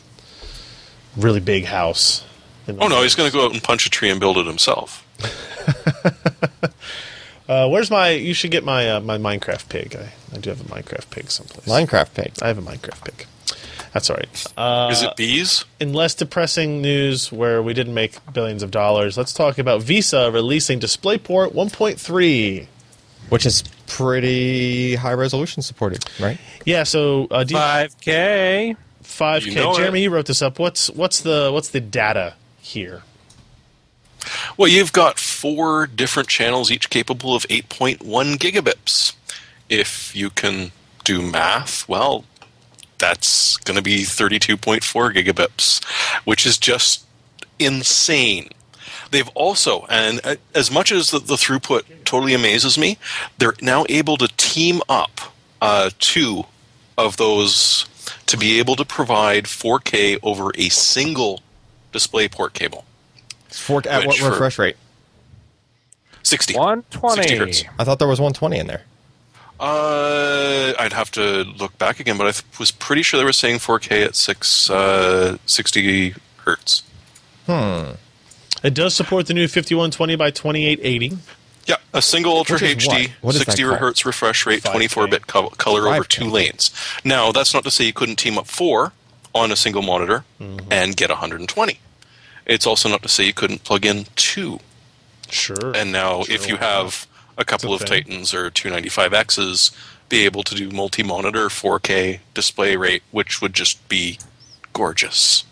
[SPEAKER 1] really big house. in the
[SPEAKER 2] Oh no, he's
[SPEAKER 1] woods.
[SPEAKER 2] going to go out and punch a tree and build it himself.
[SPEAKER 1] Uh, where's my? You should get my uh, my Minecraft pig. I, I do have a Minecraft pig someplace.
[SPEAKER 4] Minecraft pig.
[SPEAKER 1] I have a Minecraft pick. That's all right. Uh,
[SPEAKER 2] is it bees?
[SPEAKER 1] in less depressing news, where we didn't make billions of dollars, let's talk about Visa releasing DisplayPort 1.3.
[SPEAKER 4] which is pretty high resolution supported, right?
[SPEAKER 1] Yeah, so uh, D-
[SPEAKER 3] Five K.
[SPEAKER 1] 5K.
[SPEAKER 2] You know it.
[SPEAKER 1] Jeremy, you wrote this up. What's what's the what's the data here?
[SPEAKER 2] Well, you've got four different channels, each capable of 8.1 gigabits. If you can do math, well, that's going to be 32.4 gigabits, which is just insane. They've also, and uh, as much as the, the throughput totally amazes me, they're now able to team up uh, two of those to be able to provide 4K over a single DisplayPort cable.
[SPEAKER 4] It's fork at
[SPEAKER 2] Which
[SPEAKER 4] what
[SPEAKER 2] for-
[SPEAKER 4] refresh rate?
[SPEAKER 2] 60. 60 hertz.
[SPEAKER 3] 120.
[SPEAKER 4] I thought there was 120 in there.
[SPEAKER 2] Uh, I'd have to look back again, but I th- was pretty sure they were saying 4K at six, uh, 60 hertz.
[SPEAKER 1] It does support the new 5120 by 2880.
[SPEAKER 2] Yeah, a single Ultra
[SPEAKER 4] Which
[SPEAKER 2] HD,
[SPEAKER 4] is what? What is that
[SPEAKER 2] 60
[SPEAKER 4] called?
[SPEAKER 2] hertz refresh rate,
[SPEAKER 1] 5K.
[SPEAKER 2] 24 bit co- color over
[SPEAKER 4] 5K.
[SPEAKER 2] two lanes. Now, that's not to say you couldn't team up four on a single monitor
[SPEAKER 4] Mm-hmm.
[SPEAKER 2] and get 120. It's also not to say you couldn't plug in two.
[SPEAKER 1] Sure.
[SPEAKER 2] And now,
[SPEAKER 1] Sure,
[SPEAKER 2] if you
[SPEAKER 1] why not?
[SPEAKER 2] have a couple
[SPEAKER 1] It's
[SPEAKER 2] of
[SPEAKER 1] a thing.
[SPEAKER 2] Titans or 295Xs, be able to do multi monitor 4K display rate, which would just be gorgeous.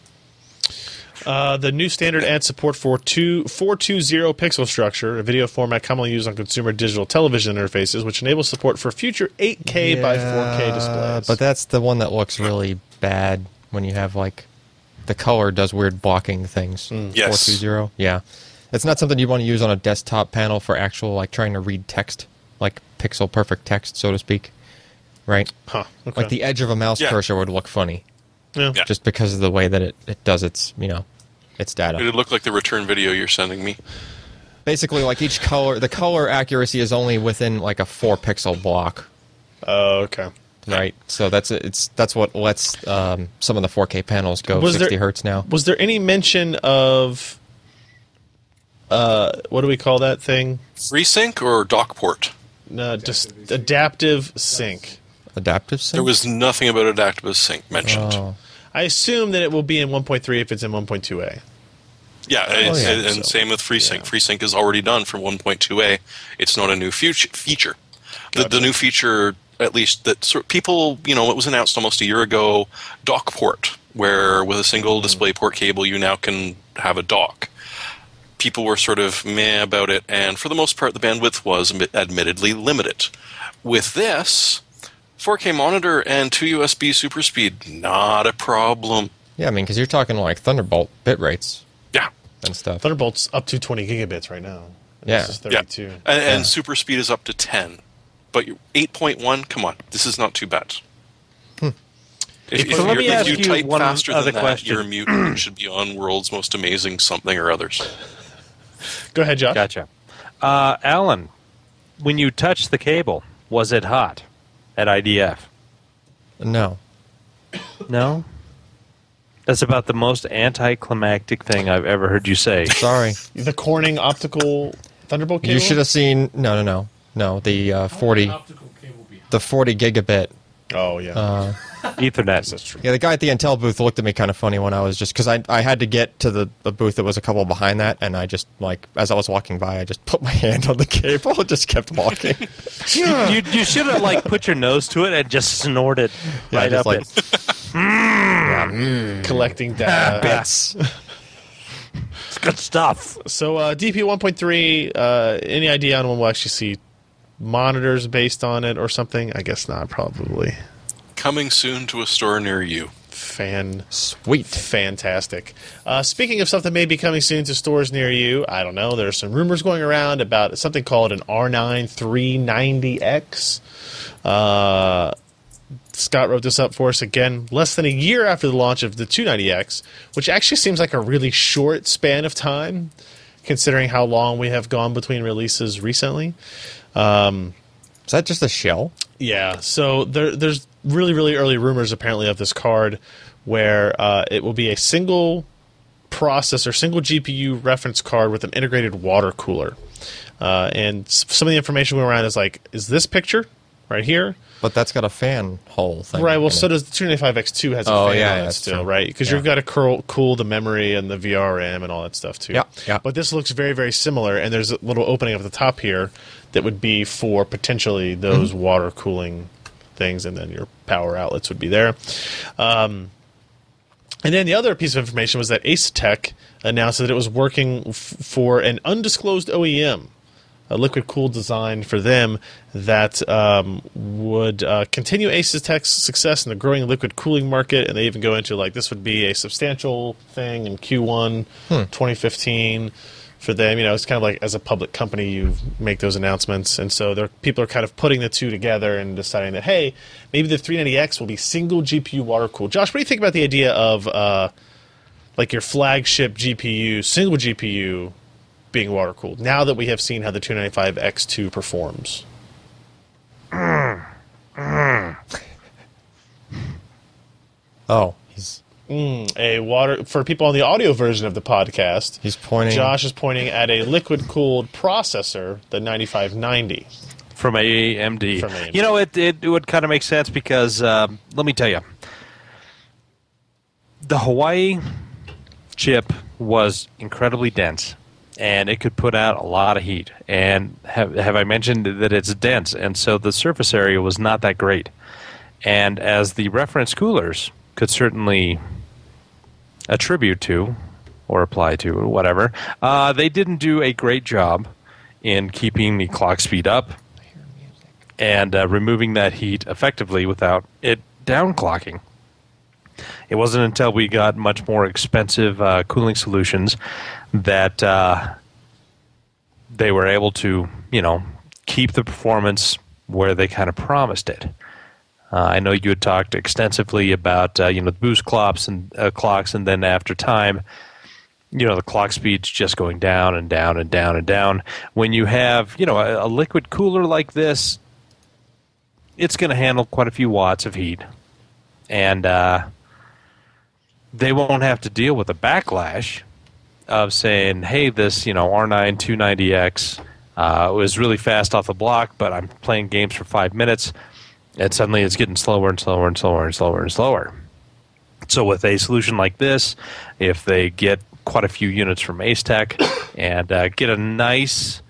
[SPEAKER 1] Uh, the new standard adds support for two, 420 pixel structure, a video format commonly used on consumer digital television interfaces, which enables support for future 8K by 4K
[SPEAKER 4] Uh,
[SPEAKER 1] displays.
[SPEAKER 4] But that's the one that looks really bad when you have like the color does weird blocking things.
[SPEAKER 2] Yes.
[SPEAKER 4] 420. Yeah. It's not something you want to use on a desktop panel for actual like trying to read text, like pixel perfect text, so to speak. Right?
[SPEAKER 1] huh, okay.
[SPEAKER 4] Like the edge of a mouse
[SPEAKER 2] Yeah.
[SPEAKER 4] cursor would look funny
[SPEAKER 1] Yeah.
[SPEAKER 2] Yeah.
[SPEAKER 4] just because of the way that it, it does its, you know, its data
[SPEAKER 2] It would look like the return video you're sending me.
[SPEAKER 4] basically like each color the color accuracy is only within like a four pixel block
[SPEAKER 1] Oh, okay.
[SPEAKER 4] right so that's it's that's what lets um, some of the 4k panels go
[SPEAKER 1] Was
[SPEAKER 4] 60
[SPEAKER 1] there-
[SPEAKER 4] hertz now
[SPEAKER 1] Was there any mention of uh, what do we call that thing?
[SPEAKER 2] FreeSync or DocPort?
[SPEAKER 1] Uh, just adaptive sync.
[SPEAKER 4] adaptive sync
[SPEAKER 2] There was nothing about Adaptive Sync mentioned.
[SPEAKER 4] oh.
[SPEAKER 1] I assume that it will be in 1.3 if it's in 1.2a.
[SPEAKER 2] Yeah, it's-
[SPEAKER 4] yeah.
[SPEAKER 2] and and
[SPEAKER 1] So,
[SPEAKER 2] same with FreeSync. FreeSync is already done from 1.2a. It's not a new future, feature. The, the new feature, at least that sort people, you know, it was announced almost a year ago, dock port, where with a single display port cable, you now can have a dock. People were sort of meh about it, and for the most part, the bandwidth was admi- admittedly limited. With this, 4K monitor and two USB super speed, not a problem.
[SPEAKER 4] yeah i mean because you're talking like thunderbolt bit rates
[SPEAKER 2] Yeah,
[SPEAKER 4] and stuff
[SPEAKER 1] Thunderbolt's up to 20 gigabits right now. And
[SPEAKER 4] Yeah.
[SPEAKER 1] This is 32.
[SPEAKER 2] And, and super speed is up to 10. But you- 8.1, come on, this is not too bad. If, if,
[SPEAKER 3] So let
[SPEAKER 2] you're-
[SPEAKER 3] me
[SPEAKER 2] if
[SPEAKER 3] ask
[SPEAKER 2] you
[SPEAKER 3] you
[SPEAKER 2] type
[SPEAKER 3] one
[SPEAKER 2] faster
[SPEAKER 3] other
[SPEAKER 2] than that,
[SPEAKER 3] question.
[SPEAKER 2] you're a mutant and should be on World's Most Amazing something or others.
[SPEAKER 1] Go ahead, Josh.
[SPEAKER 3] Gotcha. Uh, Alan, when you touched the cable, was it hot at IDF?
[SPEAKER 4] no
[SPEAKER 3] No? That's about the most anticlimactic thing I've ever heard you say.
[SPEAKER 4] sorry
[SPEAKER 1] The Corning optical Thunderbolt cable.
[SPEAKER 4] you should have seen no no no no the uh, 40 the 40 gigabit
[SPEAKER 1] Oh yeah.
[SPEAKER 4] uh,
[SPEAKER 3] Ethernet.
[SPEAKER 1] that's true.
[SPEAKER 4] Yeah, the guy at the Intel booth looked at me kind of funny when I was just because I I had to get to the, the booth that was a couple behind that, and I just like as I was walking by, I just put my hand on the cable and just kept walking.
[SPEAKER 3] you, you should have like put your nose to it and just snorted
[SPEAKER 4] Yeah,
[SPEAKER 3] right
[SPEAKER 4] just
[SPEAKER 3] up
[SPEAKER 4] like-
[SPEAKER 3] it.
[SPEAKER 1] Collecting data.
[SPEAKER 4] Bits.
[SPEAKER 3] It's good stuff.
[SPEAKER 1] so uh, DP 1.3. Uh, any idea on when we'll actually see monitors based on it or something? I guess not. Probably.
[SPEAKER 2] Coming soon to a store near you.
[SPEAKER 1] Fan.
[SPEAKER 4] Sweet.
[SPEAKER 1] Fantastic. Uh, speaking of stuff that may be coming soon to stores near you, I don't know. There's some rumors going around about something called an R9 390X. Uh, Scott wrote this up for us again, less than a year after the launch of the 290X, which actually seems like a really short span of time, considering how long we have gone between releases recently.
[SPEAKER 4] Is that just a shell?
[SPEAKER 1] Yeah. So there, there's really, really early rumors apparently of this card where uh, it will be a single processor, single GPU reference card with an integrated water cooler. Uh, and s- some of the information going around is like, is this picture right here?
[SPEAKER 4] But that's got a fan hole thing.
[SPEAKER 1] Right. Well,
[SPEAKER 4] in
[SPEAKER 1] so
[SPEAKER 4] it.
[SPEAKER 1] does the 295X2 has a
[SPEAKER 4] Oh,
[SPEAKER 1] fan
[SPEAKER 4] yeah,
[SPEAKER 1] on it
[SPEAKER 4] that's
[SPEAKER 1] still,
[SPEAKER 4] true.
[SPEAKER 1] right? Because you've got
[SPEAKER 4] Yeah.
[SPEAKER 1] to curl, cool the memory and the VRM and all that stuff too.
[SPEAKER 4] Yeah, yeah.
[SPEAKER 1] But this looks very, very similar, and there's a little opening up at the top here that would be for potentially those
[SPEAKER 4] Mm-hmm.
[SPEAKER 1] water cooling things, and then your power outlets would be there. Um, and then the other piece of information was that Acetec announced that it was working f- for an undisclosed OEM a liquid cool design for them that um, would uh, continue Asus Tech's success in the growing liquid cooling market. And they even go into like this would be a substantial thing in Q1 2015 for them. You know, it's kind of like as a public company, you make those announcements. And so they're, people are kind of putting the two together and deciding that, hey, maybe the 390X will be single GPU water cooled. Josh, what do you think about the idea of uh, like your flagship GPU, single GPU? being water cooled. Now that we have seen how the 295X2 performs,
[SPEAKER 4] Oh, he's
[SPEAKER 1] a water for people on the audio version of the podcast,
[SPEAKER 4] he's pointing.
[SPEAKER 1] Josh is pointing at a liquid cooled processor, the 9590.
[SPEAKER 3] from AMD.
[SPEAKER 1] From AMD.
[SPEAKER 3] You know, it, it, would kind of make sense because um, let me tell you, the Hawaii chip was incredibly dense, and it could put out a lot of heat. And have have I mentioned that it's dense, and so the surface area was not that great. And as the reference coolers could certainly attribute to or apply to or whatever. Uh, they didn't do a great job in keeping the clock speed up and uh, removing that heat effectively without it downclocking. It wasn't until we got much more expensive uh, cooling solutions that uh, they were able to, you know, keep the performance where they kind of promised it. Uh, I know you had talked extensively about uh, you know the boost clocks and uh, clocks, and then after time, you know the clock speed's just going down and down and down and down. When you have you know a, a liquid cooler like this, it's going to handle quite a few watts of heat, and uh, they won't have to deal with the backlash of saying, "Hey, this you know R9 290X uh, was really fast off the block, but I'm playing games for five minutes, and suddenly it's getting slower and slower and slower and slower and slower." So with a solution like this, if they get quite a few units from Acetech and uh, get a nice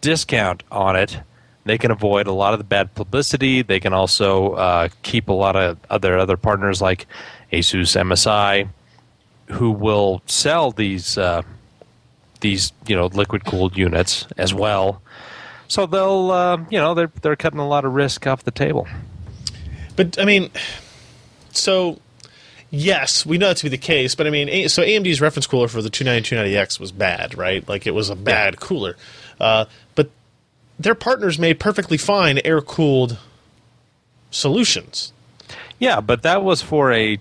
[SPEAKER 3] discount on it, they can avoid a lot of the bad publicity. They can also uh, keep a lot of other other partners like ASUS, MSI, who will sell these uh, these you know liquid cooled units as well. So they'll uh, you know they're they're cutting a lot of risk off the table.
[SPEAKER 1] But I mean, so yes, we know that to be the case. But I mean, A- so AMD's reference cooler for the 290-290X was bad, right? Like it was a bad cooler. Uh, but their partners made perfectly fine air cooled solutions.
[SPEAKER 3] Yeah, but that was for a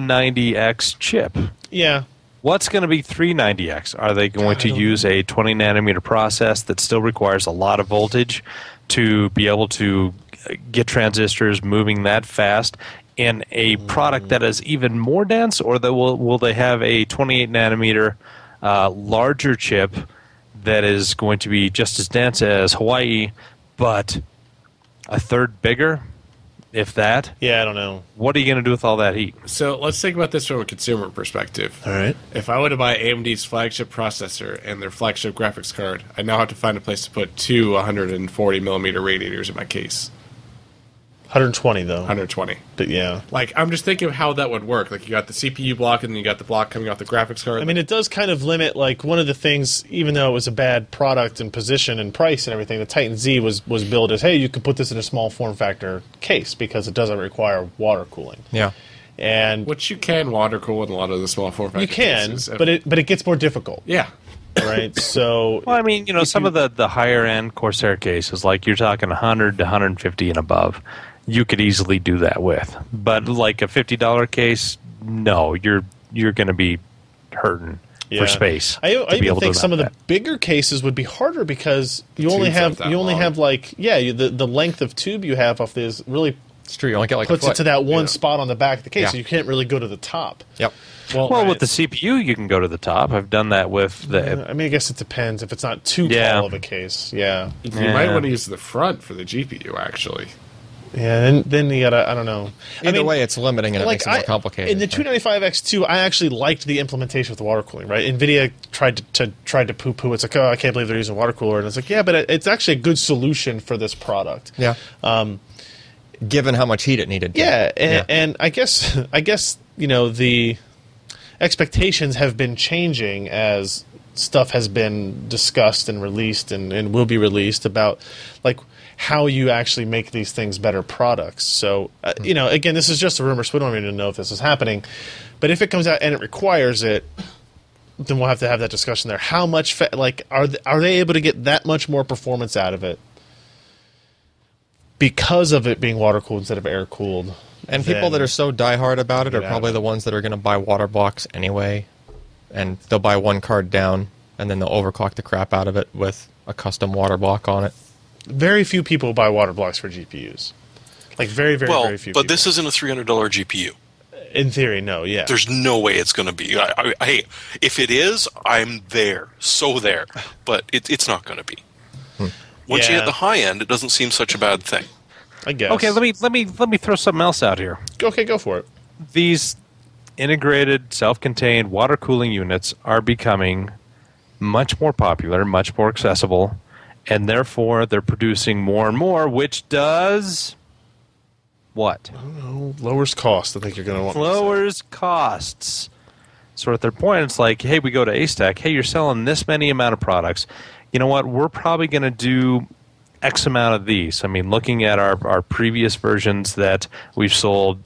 [SPEAKER 3] 290x chip.
[SPEAKER 1] Yeah,
[SPEAKER 3] What's going to be 390x? Are they going to use a 20 nanometer process that still requires a lot of voltage to be able to uh, get transistors moving that fast in a product that is even more dense, or they will will they have a 28 nanometer uh, larger chip that is going to be just as dense as Hawaii, but a third bigger, if that?
[SPEAKER 1] yeah, I don't know.
[SPEAKER 3] What are you going to do with all that heat?
[SPEAKER 5] So let's think about this from a consumer perspective.
[SPEAKER 1] All right.
[SPEAKER 5] If I were to buy AMD's flagship processor and their flagship graphics card, I now have to find a place to put two 140 millimeter radiators in my case.
[SPEAKER 1] 120 though.
[SPEAKER 5] 120.
[SPEAKER 1] But yeah.
[SPEAKER 5] Like I'm just thinking of how that would work. Like you got the CPU block and then you got the block coming off the graphics card.
[SPEAKER 1] I mean, it does kind of limit, like, one of the things, even though it was a bad product and position and price and everything, the Titan Z was, was billed as, hey, you could put this in a small form factor case because it doesn't require water cooling.
[SPEAKER 4] yeah.
[SPEAKER 1] And
[SPEAKER 5] which you can water cool in a lot of the small form factor.
[SPEAKER 1] you can,
[SPEAKER 3] uh,
[SPEAKER 5] cases.
[SPEAKER 1] but it, but it gets more difficult,
[SPEAKER 5] yeah,
[SPEAKER 1] right? So,
[SPEAKER 3] Well, I mean, you know, some of the, the higher end Corsair cases, like you're talking 100 to 150 and above, you could easily do that with. But like a $50 case, no, you're you're going to be hurting
[SPEAKER 1] yeah.
[SPEAKER 3] for space.
[SPEAKER 1] I,
[SPEAKER 3] to
[SPEAKER 1] I
[SPEAKER 3] be
[SPEAKER 1] even
[SPEAKER 3] able to
[SPEAKER 1] think
[SPEAKER 3] mount
[SPEAKER 1] some of the
[SPEAKER 3] that.
[SPEAKER 1] bigger cases would be harder because you only
[SPEAKER 5] tube's not
[SPEAKER 1] have
[SPEAKER 5] that
[SPEAKER 1] you only
[SPEAKER 5] long.
[SPEAKER 1] have like yeah you, the the length of tube you have off this really
[SPEAKER 4] It's true. You only get like a
[SPEAKER 1] puts it
[SPEAKER 4] foot.
[SPEAKER 1] to that one spot on the back of the case,
[SPEAKER 4] Yeah.
[SPEAKER 1] so you can't really go to the top.
[SPEAKER 4] Yep.
[SPEAKER 3] Well,
[SPEAKER 1] right.
[SPEAKER 3] with the CPU, you can go to the top. I've done that with the.
[SPEAKER 1] I mean, I guess it depends if it's not too
[SPEAKER 3] Yeah.
[SPEAKER 1] tall of a case. Yeah,
[SPEAKER 5] you
[SPEAKER 3] Yeah.
[SPEAKER 5] might want to use the front for the GPU actually.
[SPEAKER 1] yeah. Then, then you gotta. I don't know.
[SPEAKER 4] Either
[SPEAKER 1] I mean,
[SPEAKER 4] way, it's limiting and it makes it more
[SPEAKER 1] I-
[SPEAKER 4] complicated.
[SPEAKER 1] In the
[SPEAKER 4] right?
[SPEAKER 1] 295X2, I actually liked the implementation with the water cooling, right? NVIDIA tried to, to tried to poo poo. It's like, oh, I can't believe they're using water cooler, and it's like, yeah, but it, it's actually a good solution for this product.
[SPEAKER 4] Yeah. Um, Given how much heat it needed. to-
[SPEAKER 1] Yeah, and,
[SPEAKER 4] Yeah.
[SPEAKER 1] and I guess I guess you know the expectations have been changing as stuff has been discussed and released and, and will be released about like how you actually make these things better products. So uh, you know, again, this is just a rumor, so we don't even know if this is happening. But if it comes out and it requires it, then we'll have to have that discussion there. How much fa- like are th- are they able to get that much more performance out of it? Because of it being water cooled instead of air cooled,
[SPEAKER 4] And people that are so diehard about it are
[SPEAKER 1] Yeah.
[SPEAKER 4] probably the ones that are going to buy water blocks anyway, and they'll buy one card down and then they'll overclock the crap out of it with a custom water block on it.
[SPEAKER 1] Very few people buy water blocks for GPUs. Like very, very,
[SPEAKER 2] well,
[SPEAKER 1] very few.
[SPEAKER 2] but
[SPEAKER 1] people.
[SPEAKER 2] this isn't a three hundred dollar GPU.
[SPEAKER 1] in theory, no, yeah.
[SPEAKER 2] There's no way it's going to be. I, I, I- hey, if it is, I'm there, so there. But it, it's not going to be. Once you
[SPEAKER 1] Yeah.
[SPEAKER 2] hit the high end, it doesn't seem such a bad thing.
[SPEAKER 1] I guess.
[SPEAKER 3] Okay, let me let me let me throw something else out here.
[SPEAKER 1] Okay, go for it.
[SPEAKER 3] These integrated, self-contained water cooling units are becoming much more popular, much more accessible, and therefore they're producing more and more, which does what?
[SPEAKER 1] Lowers cost. I think you're going to want.
[SPEAKER 3] lowers costs. So at their point, it's like, hey, we go to ASTAC. Hey, you're selling this many amount of products. You know what? We're probably going to do X amount of these. I mean, looking at our, our previous versions that we've sold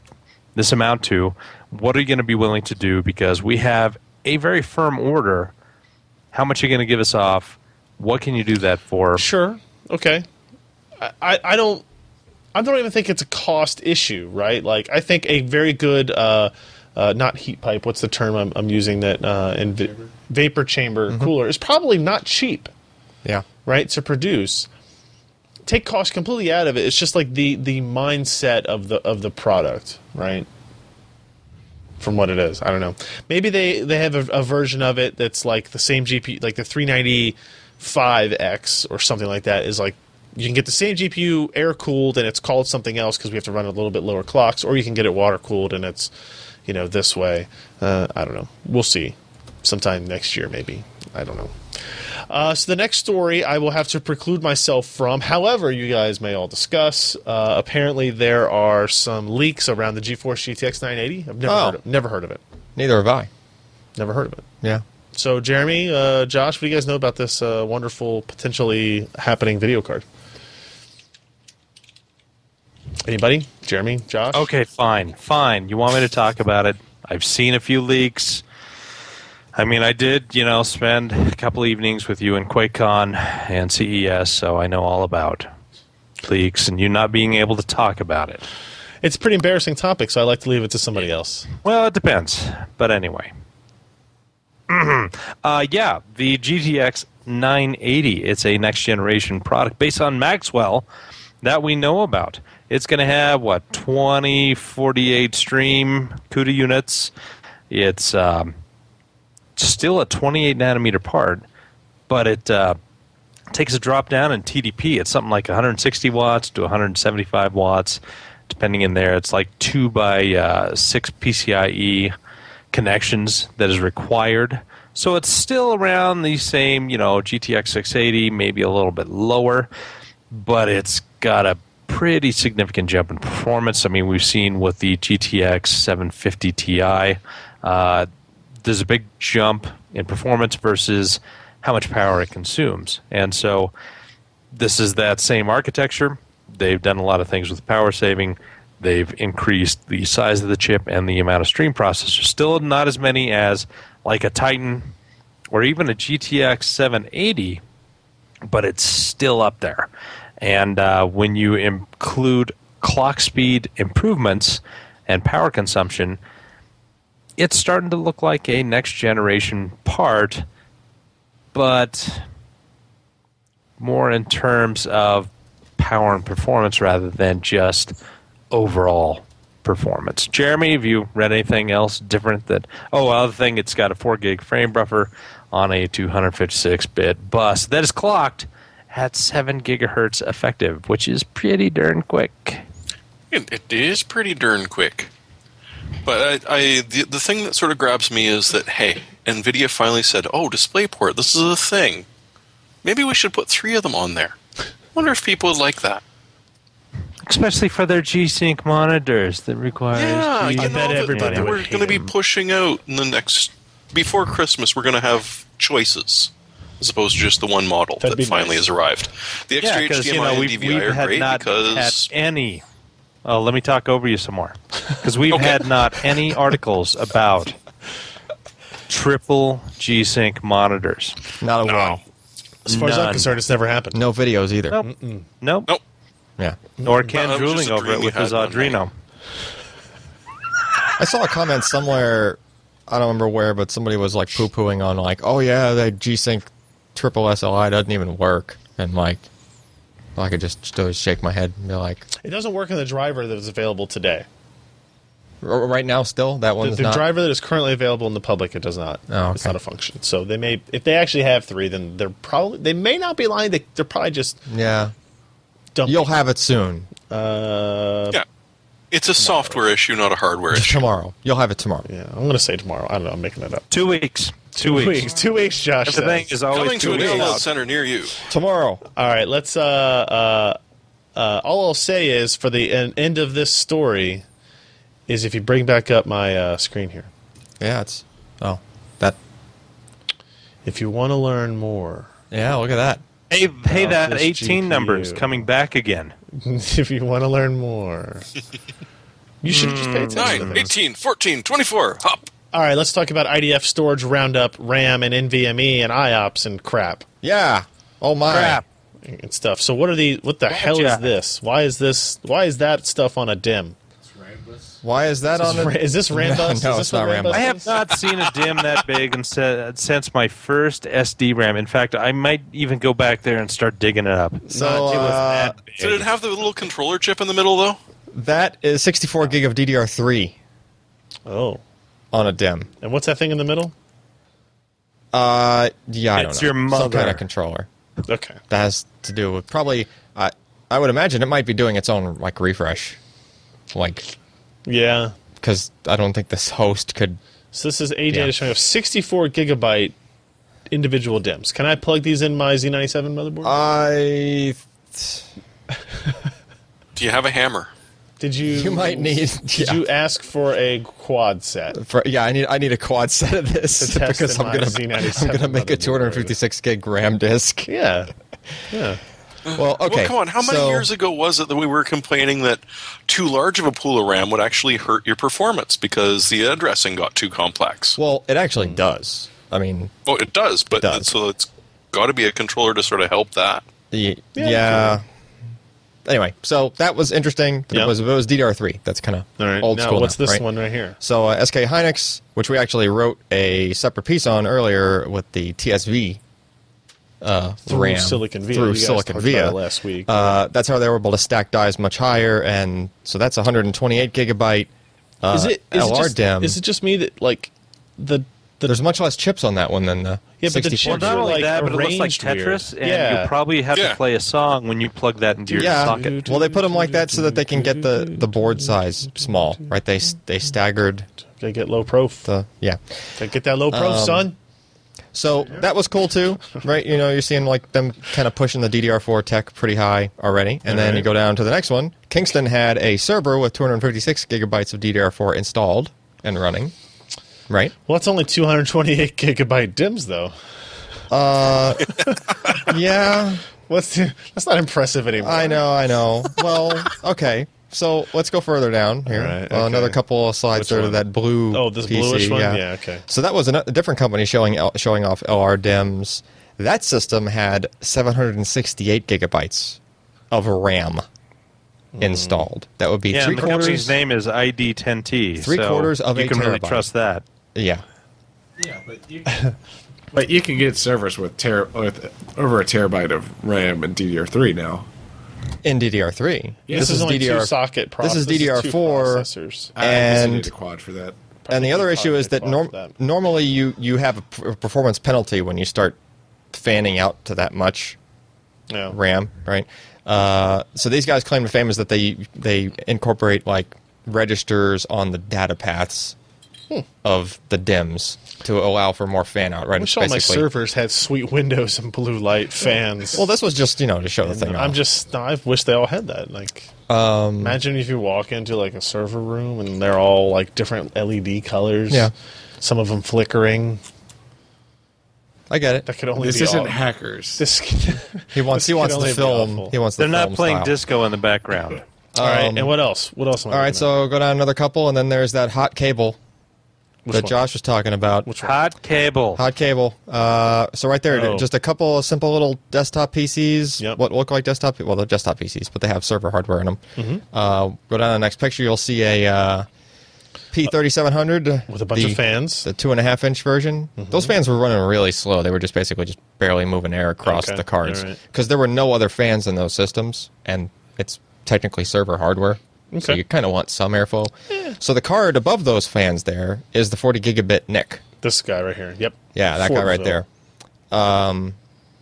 [SPEAKER 3] this amount to, what are you going to be willing to do? Because we have a very firm order. How much are you going to give us off? What can you do that for?
[SPEAKER 1] Sure. Okay. I, I, I don't. I don't even think it's a cost issue, right? Like, I think a very good, uh, uh, not heat pipe. What's the term I'm, I'm using? That uh, in va- vapor chamber
[SPEAKER 2] Mm-hmm.
[SPEAKER 1] cooler is probably not cheap,
[SPEAKER 4] Yeah.
[SPEAKER 1] right? To produce, take cost completely out of it. It's just like the the mindset of the of the product, right? From what it is, I don't know. Maybe they they have a, a version of it that's like the same GPU, like the 395X or something like that. Is like you can get the same GPU air cooled and it's called something else because we have to run a little bit lower clocks, or you can get it water cooled and it's you know this way. Uh, I don't know. We'll see. Sometime next year, maybe. I don't know. Uh, so the next story I will have to preclude myself from. However, you guys may all discuss. Uh, apparently, there are some leaks around the GeForce GTX 980. I've never,
[SPEAKER 4] Oh.
[SPEAKER 1] heard, of, never heard of it.
[SPEAKER 4] Neither have I.
[SPEAKER 1] Never heard of it.
[SPEAKER 4] Yeah.
[SPEAKER 1] So, Jeremy, uh, Josh, what do you guys know about this uh, wonderful, potentially happening video card? Anybody? Jeremy? Josh?
[SPEAKER 3] Okay, fine, fine. You want me to talk about it? I've seen a few leaks. I mean, I did, you know, spend a couple evenings with you in QuakeCon and CES, so I know all about leaks and you not being able to talk about it.
[SPEAKER 1] It's a pretty embarrassing topic, so I like to leave it to somebody else.
[SPEAKER 3] Well, it depends. But anyway. uh, yeah, the GTX 980. It's a next generation product based on Maxwell that we know about. It's going to have, what, 20, 48 stream CUDA units. It's um, still a 28 nanometer part, but it. Uh, takes a drop down in TDP. It's something like 160 watts to 175 watts, depending in there. It's like two by uh, six PCIe E connections that is required. So it's still around the same, you know, GTX 680, maybe a little bit lower, but it's got a pretty significant jump in performance. I mean, we've seen with the GTX 750 Ti. Uh, there's a big jump in performance versus how much power it consumes. And so this is that same architecture. They've done a lot of things with power saving. They've increased the size of the chip and the amount of stream processors. Still not as many as like a Titan or even a GTX 780, but it's still up there. And uh, when you include clock speed improvements and power consumption, it's starting to look like a next generation part, but more in terms of power and performance rather than just overall performance. Jeremy, have you read anything else different that oh other thing it's got a four gig frame buffer on a two hundred fifty six bit bus that is clocked at seven gigahertz effective, which is pretty darn quick.
[SPEAKER 2] It, it is pretty darn quick. But I, I the, the thing that sort of grabs me is that hey, Nvidia finally said, "Oh, DisplayPort, this is a thing. Maybe we should put three of them on there." Wonder if people would like that.
[SPEAKER 3] Especially for their G Sync monitors that requires
[SPEAKER 2] Yeah,
[SPEAKER 3] huge-
[SPEAKER 2] you
[SPEAKER 1] I
[SPEAKER 2] know,
[SPEAKER 1] bet
[SPEAKER 2] that-
[SPEAKER 1] everybody
[SPEAKER 2] that
[SPEAKER 1] would
[SPEAKER 2] we're
[SPEAKER 1] hate
[SPEAKER 2] going to be
[SPEAKER 1] him.
[SPEAKER 2] pushing out in the next before Christmas. We're going to have choices as opposed to just the one model
[SPEAKER 1] That'd be
[SPEAKER 2] that finally
[SPEAKER 1] nice.
[SPEAKER 2] has arrived. The extra
[SPEAKER 3] Yeah, because
[SPEAKER 2] HDMI
[SPEAKER 3] you know
[SPEAKER 2] and
[SPEAKER 3] we've,
[SPEAKER 2] DVI
[SPEAKER 3] we've
[SPEAKER 2] are
[SPEAKER 3] had
[SPEAKER 2] great
[SPEAKER 3] not
[SPEAKER 2] because
[SPEAKER 3] had any. Oh, let me talk over you some more because we've
[SPEAKER 2] Okay.
[SPEAKER 3] had not any articles about triple G Sync monitors.
[SPEAKER 4] Not a one.
[SPEAKER 1] As far as I'm
[SPEAKER 3] None.
[SPEAKER 1] concerned, it's never happened.
[SPEAKER 4] No videos either.
[SPEAKER 3] Nope, nope,
[SPEAKER 2] nope.
[SPEAKER 4] Yeah.
[SPEAKER 3] Nor Ken
[SPEAKER 2] No, it was just
[SPEAKER 3] drooling
[SPEAKER 2] a
[SPEAKER 3] over
[SPEAKER 2] dream
[SPEAKER 3] it
[SPEAKER 2] you
[SPEAKER 3] with his
[SPEAKER 2] had one
[SPEAKER 3] Arduino.
[SPEAKER 4] I saw a comment somewhere I don't remember where, but somebody was like poo pooing on like, oh yeah, that G Sync triple SLI doesn't even work, and like, I could just still shake my head and be like,
[SPEAKER 1] It doesn't work in the driver that is available today.
[SPEAKER 4] R- right now still that
[SPEAKER 1] The,
[SPEAKER 4] one's
[SPEAKER 1] the
[SPEAKER 4] not.
[SPEAKER 1] driver that is currently available in the public, it does not.
[SPEAKER 4] Oh,
[SPEAKER 1] It's
[SPEAKER 4] okay.
[SPEAKER 1] not a function. So they may, if they actually have three, then they're probably they may not be lying. They, they're probably just
[SPEAKER 4] yeah,
[SPEAKER 1] dumping.
[SPEAKER 4] you'll have it soon
[SPEAKER 1] uh,
[SPEAKER 2] Yeah. It's a software issue, not a hardware issue.
[SPEAKER 4] tomorrow. You'll have it tomorrow.
[SPEAKER 1] yeah, I'm gonna say tomorrow. I don't know. I'm making that up.
[SPEAKER 3] Two weeks. Two, weeks.
[SPEAKER 1] Two weeks. Josh.
[SPEAKER 3] Everything
[SPEAKER 1] says.
[SPEAKER 3] is
[SPEAKER 2] Coming
[SPEAKER 3] always
[SPEAKER 2] to
[SPEAKER 3] two
[SPEAKER 2] a download
[SPEAKER 3] weeks.
[SPEAKER 2] center near you.
[SPEAKER 4] Tomorrow.
[SPEAKER 1] All right, let's. Uh, uh, uh, all I'll say is for the en- end of this story, is if you bring back up my uh, screen here,
[SPEAKER 4] Yeah, it's oh that.
[SPEAKER 1] if you want to learn more,
[SPEAKER 4] Yeah, look at that.
[SPEAKER 3] Hey, hey,
[SPEAKER 2] Oh,
[SPEAKER 3] that
[SPEAKER 1] this
[SPEAKER 3] 18
[SPEAKER 1] GPU.
[SPEAKER 3] numbers coming back again.
[SPEAKER 1] if you want to learn more, you should just
[SPEAKER 3] Hmm.
[SPEAKER 1] pay attention. to
[SPEAKER 2] 9,
[SPEAKER 1] things.
[SPEAKER 2] 18, 14, 24, hop.
[SPEAKER 1] All right, let's talk about IDF storage roundup, RAM, and NVMe and IOPS and crap
[SPEAKER 4] Yeah. Oh my.
[SPEAKER 3] Crap.
[SPEAKER 1] and stuff. So what are the? What the hell is
[SPEAKER 3] yeah.
[SPEAKER 1] this? Why is this? Why is that stuff on a dim?
[SPEAKER 4] Why is that
[SPEAKER 1] Is,
[SPEAKER 4] on?
[SPEAKER 1] ra-
[SPEAKER 4] The,
[SPEAKER 1] is this RAM
[SPEAKER 4] No,
[SPEAKER 1] bus?
[SPEAKER 4] no,
[SPEAKER 1] is this
[SPEAKER 4] it's not
[SPEAKER 1] what
[SPEAKER 4] RAM
[SPEAKER 1] bus
[SPEAKER 4] bus.
[SPEAKER 3] I
[SPEAKER 1] is?
[SPEAKER 3] have not seen a dim that big and se- since my first SD RAM. In fact, I might even go back there and start digging it up.
[SPEAKER 4] so
[SPEAKER 3] It was
[SPEAKER 4] uh,
[SPEAKER 3] that big.
[SPEAKER 2] Did it have the little controller chip in the middle, though?
[SPEAKER 4] that is 64 gig of DDR3
[SPEAKER 1] Oh,
[SPEAKER 4] on a DIM.
[SPEAKER 1] and what's that thing in the middle?
[SPEAKER 4] Uh, yeah, I don't
[SPEAKER 3] It's
[SPEAKER 4] know.
[SPEAKER 3] your
[SPEAKER 4] Some kind
[SPEAKER 3] mother.
[SPEAKER 4] of controller
[SPEAKER 1] Okay.
[SPEAKER 4] that has to do with probably. I I would imagine it might be doing its own like refresh, like
[SPEAKER 1] Yeah.
[SPEAKER 4] because I don't think this host could.
[SPEAKER 1] So this is AJ
[SPEAKER 4] Yeah.
[SPEAKER 1] is showing off 64 gigabyte individual DIMMs. Can I plug these in my Z97 motherboard?
[SPEAKER 4] Uh, I
[SPEAKER 2] Do you have a hammer?
[SPEAKER 1] did you?
[SPEAKER 4] you might need.
[SPEAKER 1] Did
[SPEAKER 4] Yeah,
[SPEAKER 1] you ask for a quad set?
[SPEAKER 4] for, yeah, I need I need a quad set of this
[SPEAKER 1] To test
[SPEAKER 4] because
[SPEAKER 1] in
[SPEAKER 4] I'm
[SPEAKER 1] my
[SPEAKER 4] gonna
[SPEAKER 1] Z97
[SPEAKER 4] I'm gonna make a
[SPEAKER 1] motherboard.
[SPEAKER 4] 256 gig RAM disk.
[SPEAKER 1] Yeah. Yeah.
[SPEAKER 4] Well, okay.
[SPEAKER 2] Well, come on. How many
[SPEAKER 4] so-
[SPEAKER 2] years ago was it that we were complaining that too large of a pool of RAM would actually hurt your performance because the addressing got too complex? Well,
[SPEAKER 4] Well, it actually
[SPEAKER 1] Hmm.
[SPEAKER 4] does. I mean,
[SPEAKER 2] it does, but
[SPEAKER 4] does.
[SPEAKER 2] so it's got to be a controller to sort of help that.
[SPEAKER 4] the
[SPEAKER 1] Yeah,
[SPEAKER 4] yeah. Anyway, so that was interesting.
[SPEAKER 1] Yeah.
[SPEAKER 4] It was it was DDR3. That's kind of
[SPEAKER 1] All right.
[SPEAKER 4] old
[SPEAKER 1] now,
[SPEAKER 4] school.
[SPEAKER 1] what's
[SPEAKER 4] now,
[SPEAKER 1] this
[SPEAKER 4] right?
[SPEAKER 1] one right here?
[SPEAKER 4] So uh, SK Hynix, which we actually wrote a separate piece on earlier with the TSV uh,
[SPEAKER 1] Through
[SPEAKER 4] RAM
[SPEAKER 1] Silicon Via. You
[SPEAKER 4] through
[SPEAKER 1] guys
[SPEAKER 4] Silicon
[SPEAKER 1] talked about
[SPEAKER 4] Via
[SPEAKER 1] it last week.
[SPEAKER 4] Uh, that's how they were able to stack dies much higher, and so that's 128 gigabyte uh,
[SPEAKER 1] is it is it
[SPEAKER 4] LR
[SPEAKER 1] just,
[SPEAKER 4] DIMM.
[SPEAKER 1] Is it just me that like the the
[SPEAKER 4] There's much less chips on that one than the
[SPEAKER 1] Yeah, but the
[SPEAKER 4] 64
[SPEAKER 1] chips
[SPEAKER 3] Well, not
[SPEAKER 1] were,
[SPEAKER 3] only
[SPEAKER 1] like,
[SPEAKER 3] that, but it looks like
[SPEAKER 1] arranged weird.
[SPEAKER 3] Tetris, and
[SPEAKER 1] Yeah.
[SPEAKER 3] you probably have
[SPEAKER 2] Yeah.
[SPEAKER 3] to play a song when you plug that into your
[SPEAKER 4] yeah.
[SPEAKER 3] socket.
[SPEAKER 4] Well, they put them like that so that they can get the, the board size small, right? They they staggered
[SPEAKER 1] Gotta get low prof.
[SPEAKER 4] the um, yeah.
[SPEAKER 1] Gotta get that low prof, son.
[SPEAKER 4] So that was cool too, right? You know, you're seeing like them kind of pushing the DDR4 tech pretty high already, and then
[SPEAKER 1] Alright.
[SPEAKER 4] you go down to the next one. Kingston had a server with 256 gigabytes of DDR4 installed and running, right?
[SPEAKER 1] Well, it's only 228 gigabyte DIMMs though.
[SPEAKER 4] Yeah,
[SPEAKER 1] What's the, that's not impressive anymore.
[SPEAKER 4] I know, I know. Well, okay. So let's go further down here.
[SPEAKER 1] Alright,
[SPEAKER 4] Uh,
[SPEAKER 1] okay.
[SPEAKER 4] another couple of slides
[SPEAKER 1] Which
[SPEAKER 4] there to
[SPEAKER 1] one?
[SPEAKER 4] that blue.
[SPEAKER 1] Oh, this
[SPEAKER 4] PC,
[SPEAKER 1] bluish one? Yeah, okay.
[SPEAKER 4] So that was an- a different company showing L- showing off LR DIMMs. That system had 768 gigabytes of RAM
[SPEAKER 1] Hmm.
[SPEAKER 4] installed. That would be
[SPEAKER 3] Yeah,
[SPEAKER 4] three
[SPEAKER 3] and the company's
[SPEAKER 4] quarters.
[SPEAKER 3] name is ID10T.
[SPEAKER 4] Three
[SPEAKER 3] so
[SPEAKER 4] quarters of
[SPEAKER 3] you
[SPEAKER 4] a
[SPEAKER 3] can really
[SPEAKER 4] terabyte.
[SPEAKER 3] trust that.
[SPEAKER 4] Yeah,
[SPEAKER 5] Yeah, but you. but you can get servers with ter- with over a terabyte of RAM and DDR3 now.
[SPEAKER 4] in DDR3.
[SPEAKER 5] Yeah,
[SPEAKER 1] this,
[SPEAKER 5] this
[SPEAKER 1] is,
[SPEAKER 5] is
[SPEAKER 1] only
[SPEAKER 4] DDR
[SPEAKER 1] two socket
[SPEAKER 4] This
[SPEAKER 1] processors.
[SPEAKER 4] is DDR4
[SPEAKER 1] processors.
[SPEAKER 5] I guess you
[SPEAKER 4] and
[SPEAKER 5] need a quad for that.
[SPEAKER 4] and the
[SPEAKER 1] think
[SPEAKER 4] other
[SPEAKER 1] we
[SPEAKER 4] issue is that,
[SPEAKER 1] probably
[SPEAKER 4] norm-
[SPEAKER 1] could solve that.
[SPEAKER 4] normally you, you have a p- a performance penalty when you start fanning out to that much
[SPEAKER 1] Yeah.
[SPEAKER 4] RAM, right? Uh, so these guys claim to fame is that they they incorporate like registers on the data paths
[SPEAKER 1] Hmm.
[SPEAKER 4] of the DIMMs to allow for more fan out, right?
[SPEAKER 1] I
[SPEAKER 4] It's
[SPEAKER 1] wish all my
[SPEAKER 4] basically-
[SPEAKER 1] servers had sweet windows and blue light fans.
[SPEAKER 4] Well, this was just you know Um, to show the thing.
[SPEAKER 1] I'm
[SPEAKER 4] off.
[SPEAKER 1] just. no, I wish they all had that. Like, imagine if you walk into like a server room and they're all like different LED colors.
[SPEAKER 4] Yeah.
[SPEAKER 1] Some of them flickering.
[SPEAKER 4] I get it.
[SPEAKER 1] That could only
[SPEAKER 5] This
[SPEAKER 1] be.
[SPEAKER 5] isn't
[SPEAKER 1] all-
[SPEAKER 5] hackers.
[SPEAKER 1] this.
[SPEAKER 4] He wants he
[SPEAKER 1] could
[SPEAKER 4] wants
[SPEAKER 1] only
[SPEAKER 4] the
[SPEAKER 1] be
[SPEAKER 4] film.
[SPEAKER 1] awful.
[SPEAKER 4] He wants the
[SPEAKER 3] They're not
[SPEAKER 4] film
[SPEAKER 3] playing
[SPEAKER 4] style.
[SPEAKER 3] disco in the background.
[SPEAKER 1] all right.
[SPEAKER 4] Um,
[SPEAKER 1] And what else? What else? Am I
[SPEAKER 4] All right,
[SPEAKER 1] looking at?
[SPEAKER 4] so go down another couple, and then there's that hot cable that
[SPEAKER 1] one?
[SPEAKER 4] Josh was talking about.
[SPEAKER 1] Which one?
[SPEAKER 3] Hot cable.
[SPEAKER 4] Hot cable. Uh, so right there,
[SPEAKER 1] Oh.
[SPEAKER 4] just a couple of simple little desktop PCs.
[SPEAKER 1] Yep.
[SPEAKER 4] What look like desktop? Well, they're desktop
[SPEAKER 1] Mm-hmm.
[SPEAKER 4] PCs, but they have server hardware in them. Uh, go down to the next picture. You'll see a uh, P3700
[SPEAKER 1] With a bunch
[SPEAKER 4] the-
[SPEAKER 1] of fans. Mm-hmm.
[SPEAKER 4] the two and a half inch version. Those fans were running really slow. They were just basically just barely moving air across
[SPEAKER 1] Okay,
[SPEAKER 4] the cards
[SPEAKER 1] alright.
[SPEAKER 4] because there were no other fans in those systems, and it's technically server hardware, so
[SPEAKER 1] Okay.
[SPEAKER 4] you kind of want some airflow. So the card above those fans there is the 40 gigabit NIC.
[SPEAKER 1] This guy right here. Yep.
[SPEAKER 4] Yeah, that guy right
[SPEAKER 1] Fortville.
[SPEAKER 4] there. Um,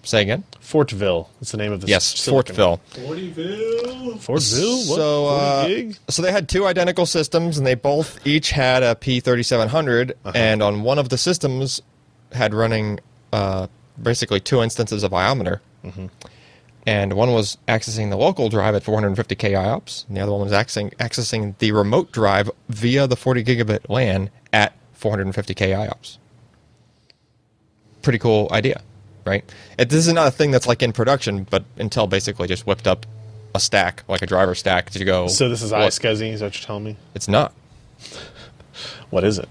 [SPEAKER 4] say again.
[SPEAKER 1] Fortville. That's the name of this.
[SPEAKER 4] Yes,
[SPEAKER 1] silicon-
[SPEAKER 4] Fortville.
[SPEAKER 5] Fortyville.
[SPEAKER 1] Fortville. What?
[SPEAKER 4] So, uh,
[SPEAKER 1] 40 gig?
[SPEAKER 4] so they had two identical systems, and they both each had a P3700,
[SPEAKER 1] Uh-huh.
[SPEAKER 4] and on one of the systems had running uh, basically two instances of Iometer. And one was accessing the local drive at 450k IOPS, and the other one was accessing, accessing the remote drive via the 40 gigabit LAN at 450k IOPS. Pretty cool idea, right? It, this is not a thing that's like in production, but Intel basically just whipped up a stack, like a driver stack, to go.
[SPEAKER 1] So this is
[SPEAKER 4] what-
[SPEAKER 1] iSCSI, is that what you're telling me?
[SPEAKER 4] It's not.
[SPEAKER 1] What is it?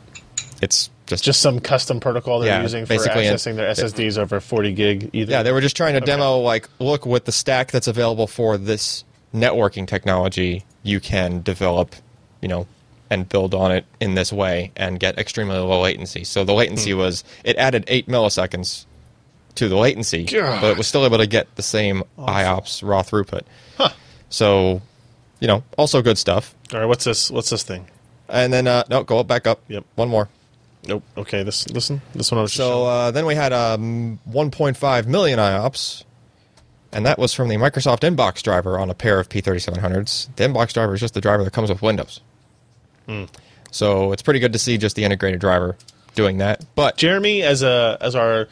[SPEAKER 4] It's just,
[SPEAKER 1] Just some custom protocol they're
[SPEAKER 4] Yeah,
[SPEAKER 1] using for
[SPEAKER 4] basically an-
[SPEAKER 1] accessing their SSDs over 40 gig either.
[SPEAKER 4] yeah. They were just trying to demo like, look, with the stack that's available for this networking technology, you can develop, you know, and build on it in this way and get extremely low latency. So the latency was it added eight milliseconds to the latency, but it was still able to get the same IOPS raw throughput. So, you know, also good stuff.
[SPEAKER 1] All right, what's this? What's this thing?
[SPEAKER 4] And then uh, no, go up, back up.
[SPEAKER 1] Yep.
[SPEAKER 4] One more.
[SPEAKER 1] Nope. Okay, this listen. This one I was just
[SPEAKER 4] So
[SPEAKER 1] showing.
[SPEAKER 4] uh, then we had um, 1.5 million IOPS, and that was from the Microsoft Inbox driver on a pair of P3700s. The Inbox driver is just the driver that comes with Windows. Hmm. So it's pretty good to see just the integrated driver doing that. But
[SPEAKER 1] Jeremy as a as our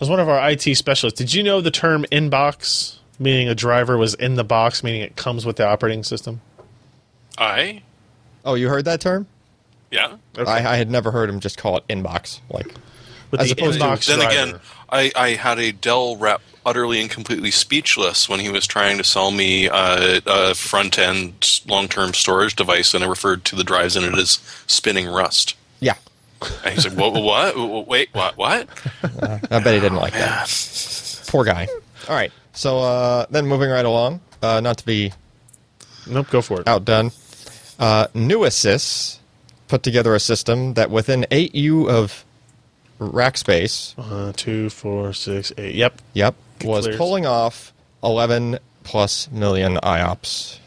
[SPEAKER 1] as one of our IT specialists, did you know the term inbox meaning a driver was in the box meaning it comes with the operating system?
[SPEAKER 2] I?
[SPEAKER 4] oh, you heard that term?
[SPEAKER 2] Yeah.
[SPEAKER 4] I, I had never heard him just call it Inbox. Like
[SPEAKER 1] With
[SPEAKER 4] As
[SPEAKER 1] the
[SPEAKER 4] opposed to-
[SPEAKER 1] inbox
[SPEAKER 2] then
[SPEAKER 1] driver.
[SPEAKER 2] again, I, I had a Dell rep utterly and completely speechless when he was trying to sell me uh, a front end long term storage device, and I referred to the drives in it as spinning rust.
[SPEAKER 4] yeah,
[SPEAKER 2] And he said, "What? What? what wait, what? What?"
[SPEAKER 4] I bet he didn't like that. Poor guy. Oh, All right. So uh, then moving right along, uh, not to be
[SPEAKER 1] nope, go for it.
[SPEAKER 4] outdone. Uh, NewAssist put together a system that within 8U of rack space,
[SPEAKER 1] Uh, two, four, six, eight. Yep.
[SPEAKER 4] yep, was
[SPEAKER 1] clears.
[SPEAKER 4] pulling off 11 plus million IOPS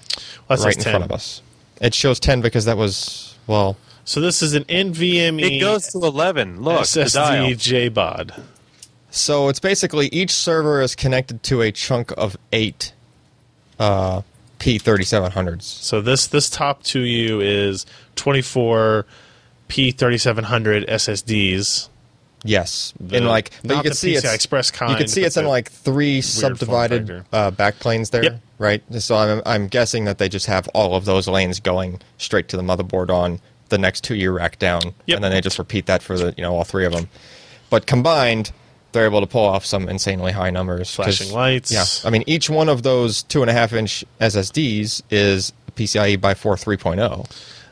[SPEAKER 1] Well, that
[SPEAKER 4] right
[SPEAKER 1] says
[SPEAKER 4] in
[SPEAKER 1] 10.
[SPEAKER 4] front of us. It shows 10 because that was, well,
[SPEAKER 1] So this is an NVMe
[SPEAKER 3] It goes to 11. Look, the dial.
[SPEAKER 1] SSD JBOD.
[SPEAKER 4] so it's basically each server is connected to a chunk of eight uh, P3700s.
[SPEAKER 1] So this this top to you is 24 P3700 SSDs.
[SPEAKER 4] Yes,
[SPEAKER 1] The-
[SPEAKER 4] and like, but
[SPEAKER 1] not
[SPEAKER 4] you can
[SPEAKER 1] the
[SPEAKER 4] see it's
[SPEAKER 1] PCI Express
[SPEAKER 4] You can
[SPEAKER 1] kind,
[SPEAKER 4] see
[SPEAKER 1] but
[SPEAKER 4] it's in
[SPEAKER 1] the
[SPEAKER 4] like three
[SPEAKER 1] form
[SPEAKER 4] subdivided
[SPEAKER 1] factor.
[SPEAKER 4] uh, backplanes there,
[SPEAKER 1] Yep.
[SPEAKER 4] right? So I'm I'm guessing that they just have all of those lanes going straight to the motherboard on the next two year rack down,
[SPEAKER 1] Yep.
[SPEAKER 4] and then they just repeat that for the you know all three of them. But combined, they're able to pull off some insanely high numbers. 'cause-
[SPEAKER 1] Flashing lights.
[SPEAKER 4] Yeah, I mean each one of those two and a half inch SSDs is PCIe E by four oh. 3.0.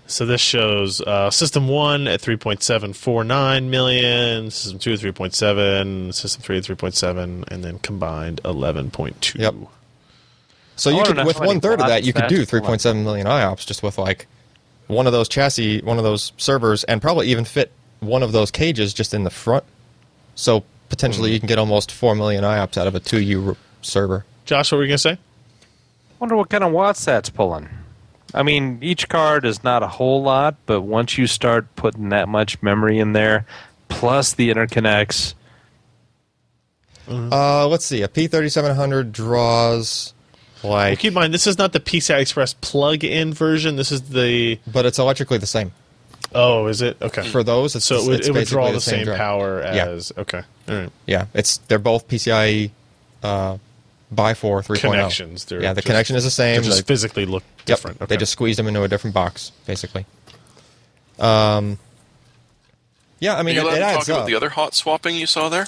[SPEAKER 1] So this shows uh, system one at 3.749 million, system two at 3.7, system three at 3.7, and then combined 11.2.
[SPEAKER 4] Yep. So
[SPEAKER 3] I
[SPEAKER 4] you
[SPEAKER 3] wanna
[SPEAKER 4] could,
[SPEAKER 3] know
[SPEAKER 4] with
[SPEAKER 3] how many
[SPEAKER 4] one third of that,
[SPEAKER 3] watts
[SPEAKER 4] you could
[SPEAKER 3] that
[SPEAKER 4] do
[SPEAKER 3] is.
[SPEAKER 4] 3.7 million IOPS just with like one of those chassis, one of those servers, and probably even fit one of those cages just in the front. So
[SPEAKER 1] Hmm.
[SPEAKER 4] potentially you can get almost 4 million IOPS out of a 2U r- server.
[SPEAKER 1] Josh, what were you gonna say?
[SPEAKER 3] wonder what kind of watts that's pulling. I mean, each card is not a whole lot, but once you start putting that much memory in there, plus the interconnects,
[SPEAKER 1] Hmm.
[SPEAKER 4] Uh, let's see. A P3700 draws like,
[SPEAKER 1] Keep in mind, this is not the PCI Express plug-in version. This is the
[SPEAKER 4] but it's electrically the same.
[SPEAKER 1] oh, is it okay
[SPEAKER 4] For those, it's,
[SPEAKER 1] So it would,
[SPEAKER 4] it's
[SPEAKER 1] it would draw the
[SPEAKER 4] basically
[SPEAKER 1] same,
[SPEAKER 4] drive.
[SPEAKER 1] power
[SPEAKER 4] Yeah.
[SPEAKER 1] as okay. All right.
[SPEAKER 4] Yeah, it's they're both PCIe uh, by 4 3.0.
[SPEAKER 1] Connections. They're
[SPEAKER 4] oh. Yeah, the
[SPEAKER 1] just-
[SPEAKER 4] connection is the
[SPEAKER 1] They
[SPEAKER 4] same.
[SPEAKER 1] just
[SPEAKER 4] the-
[SPEAKER 1] physically look
[SPEAKER 4] Yep.
[SPEAKER 1] different.
[SPEAKER 4] They
[SPEAKER 1] Okay.
[SPEAKER 4] just squeezed them into a different box, basically. Um, yeah, I
[SPEAKER 2] Are
[SPEAKER 4] mean,
[SPEAKER 2] you
[SPEAKER 4] it,
[SPEAKER 2] allowed
[SPEAKER 4] it
[SPEAKER 2] to talk
[SPEAKER 4] adds
[SPEAKER 2] about
[SPEAKER 4] up.
[SPEAKER 2] the other hot swapping you saw there?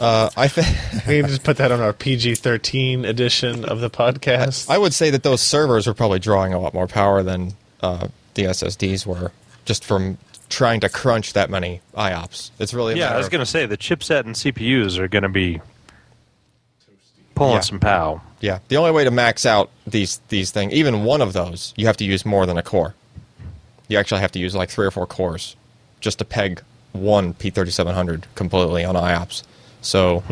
[SPEAKER 4] Uh, I think
[SPEAKER 1] we can just put that on our PG-13 edition of the podcast.
[SPEAKER 4] I would say that those servers were probably drawing a lot more power than uh, the SSDs were, just from trying to crunch that many IOPS. It's really a
[SPEAKER 3] yeah, I
[SPEAKER 4] matter
[SPEAKER 3] was
[SPEAKER 4] of-
[SPEAKER 3] going to say the chipset and CPUs are going to be pulling
[SPEAKER 4] Yeah.
[SPEAKER 3] some pow.
[SPEAKER 4] yeah. The only way to max out these these things, even one of those, you have to use more than a core. you actually have to use like three or four cores just to peg one P3700 completely on IOPS. So,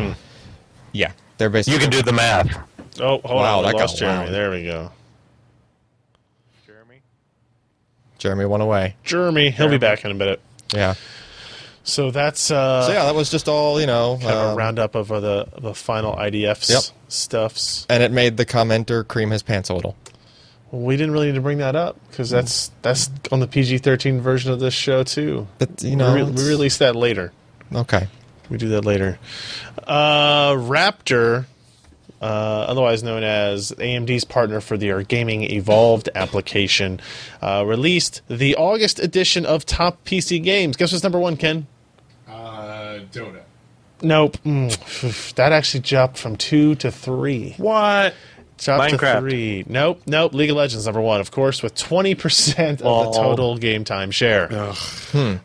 [SPEAKER 4] yeah, they're basically
[SPEAKER 3] Hmm. You can do the math.
[SPEAKER 1] Oh, hold
[SPEAKER 4] Wow,
[SPEAKER 1] on. I
[SPEAKER 4] that got
[SPEAKER 1] lost Jeremy.
[SPEAKER 4] loud.
[SPEAKER 1] There we go.
[SPEAKER 3] Jeremy?
[SPEAKER 4] Jeremy went away.
[SPEAKER 1] Jeremy, he'll be back in a minute.
[SPEAKER 4] Yeah.
[SPEAKER 1] So that's uh,
[SPEAKER 4] So yeah, that was just all you know.
[SPEAKER 1] kind of a
[SPEAKER 4] um,
[SPEAKER 1] roundup of uh, the the final IDFs
[SPEAKER 4] Yep.
[SPEAKER 1] stuffs.
[SPEAKER 4] and it made the commenter cream his pants a little.
[SPEAKER 1] Well, we didn't really need to bring that up because
[SPEAKER 4] Mm.
[SPEAKER 1] that's that's on the PG thirteen version of this show too.
[SPEAKER 4] But you know,
[SPEAKER 1] we, re-
[SPEAKER 4] it's-
[SPEAKER 1] we release that later.
[SPEAKER 4] okay.
[SPEAKER 1] We do that later. Uh, Raptor, uh, otherwise known as AMD's partner for their Gaming Evolved application, uh, released the August edition of Top PC Games. Guess what's number one, Ken?
[SPEAKER 5] Uh, Dota.
[SPEAKER 1] Nope. Mm, that actually jumped from two to three.
[SPEAKER 5] What?
[SPEAKER 1] Jumped to
[SPEAKER 3] Minecraft.
[SPEAKER 1] three. Nope. Nope. League of Legends number one, of course, with twenty percent of
[SPEAKER 3] Lol.
[SPEAKER 1] the total game time share.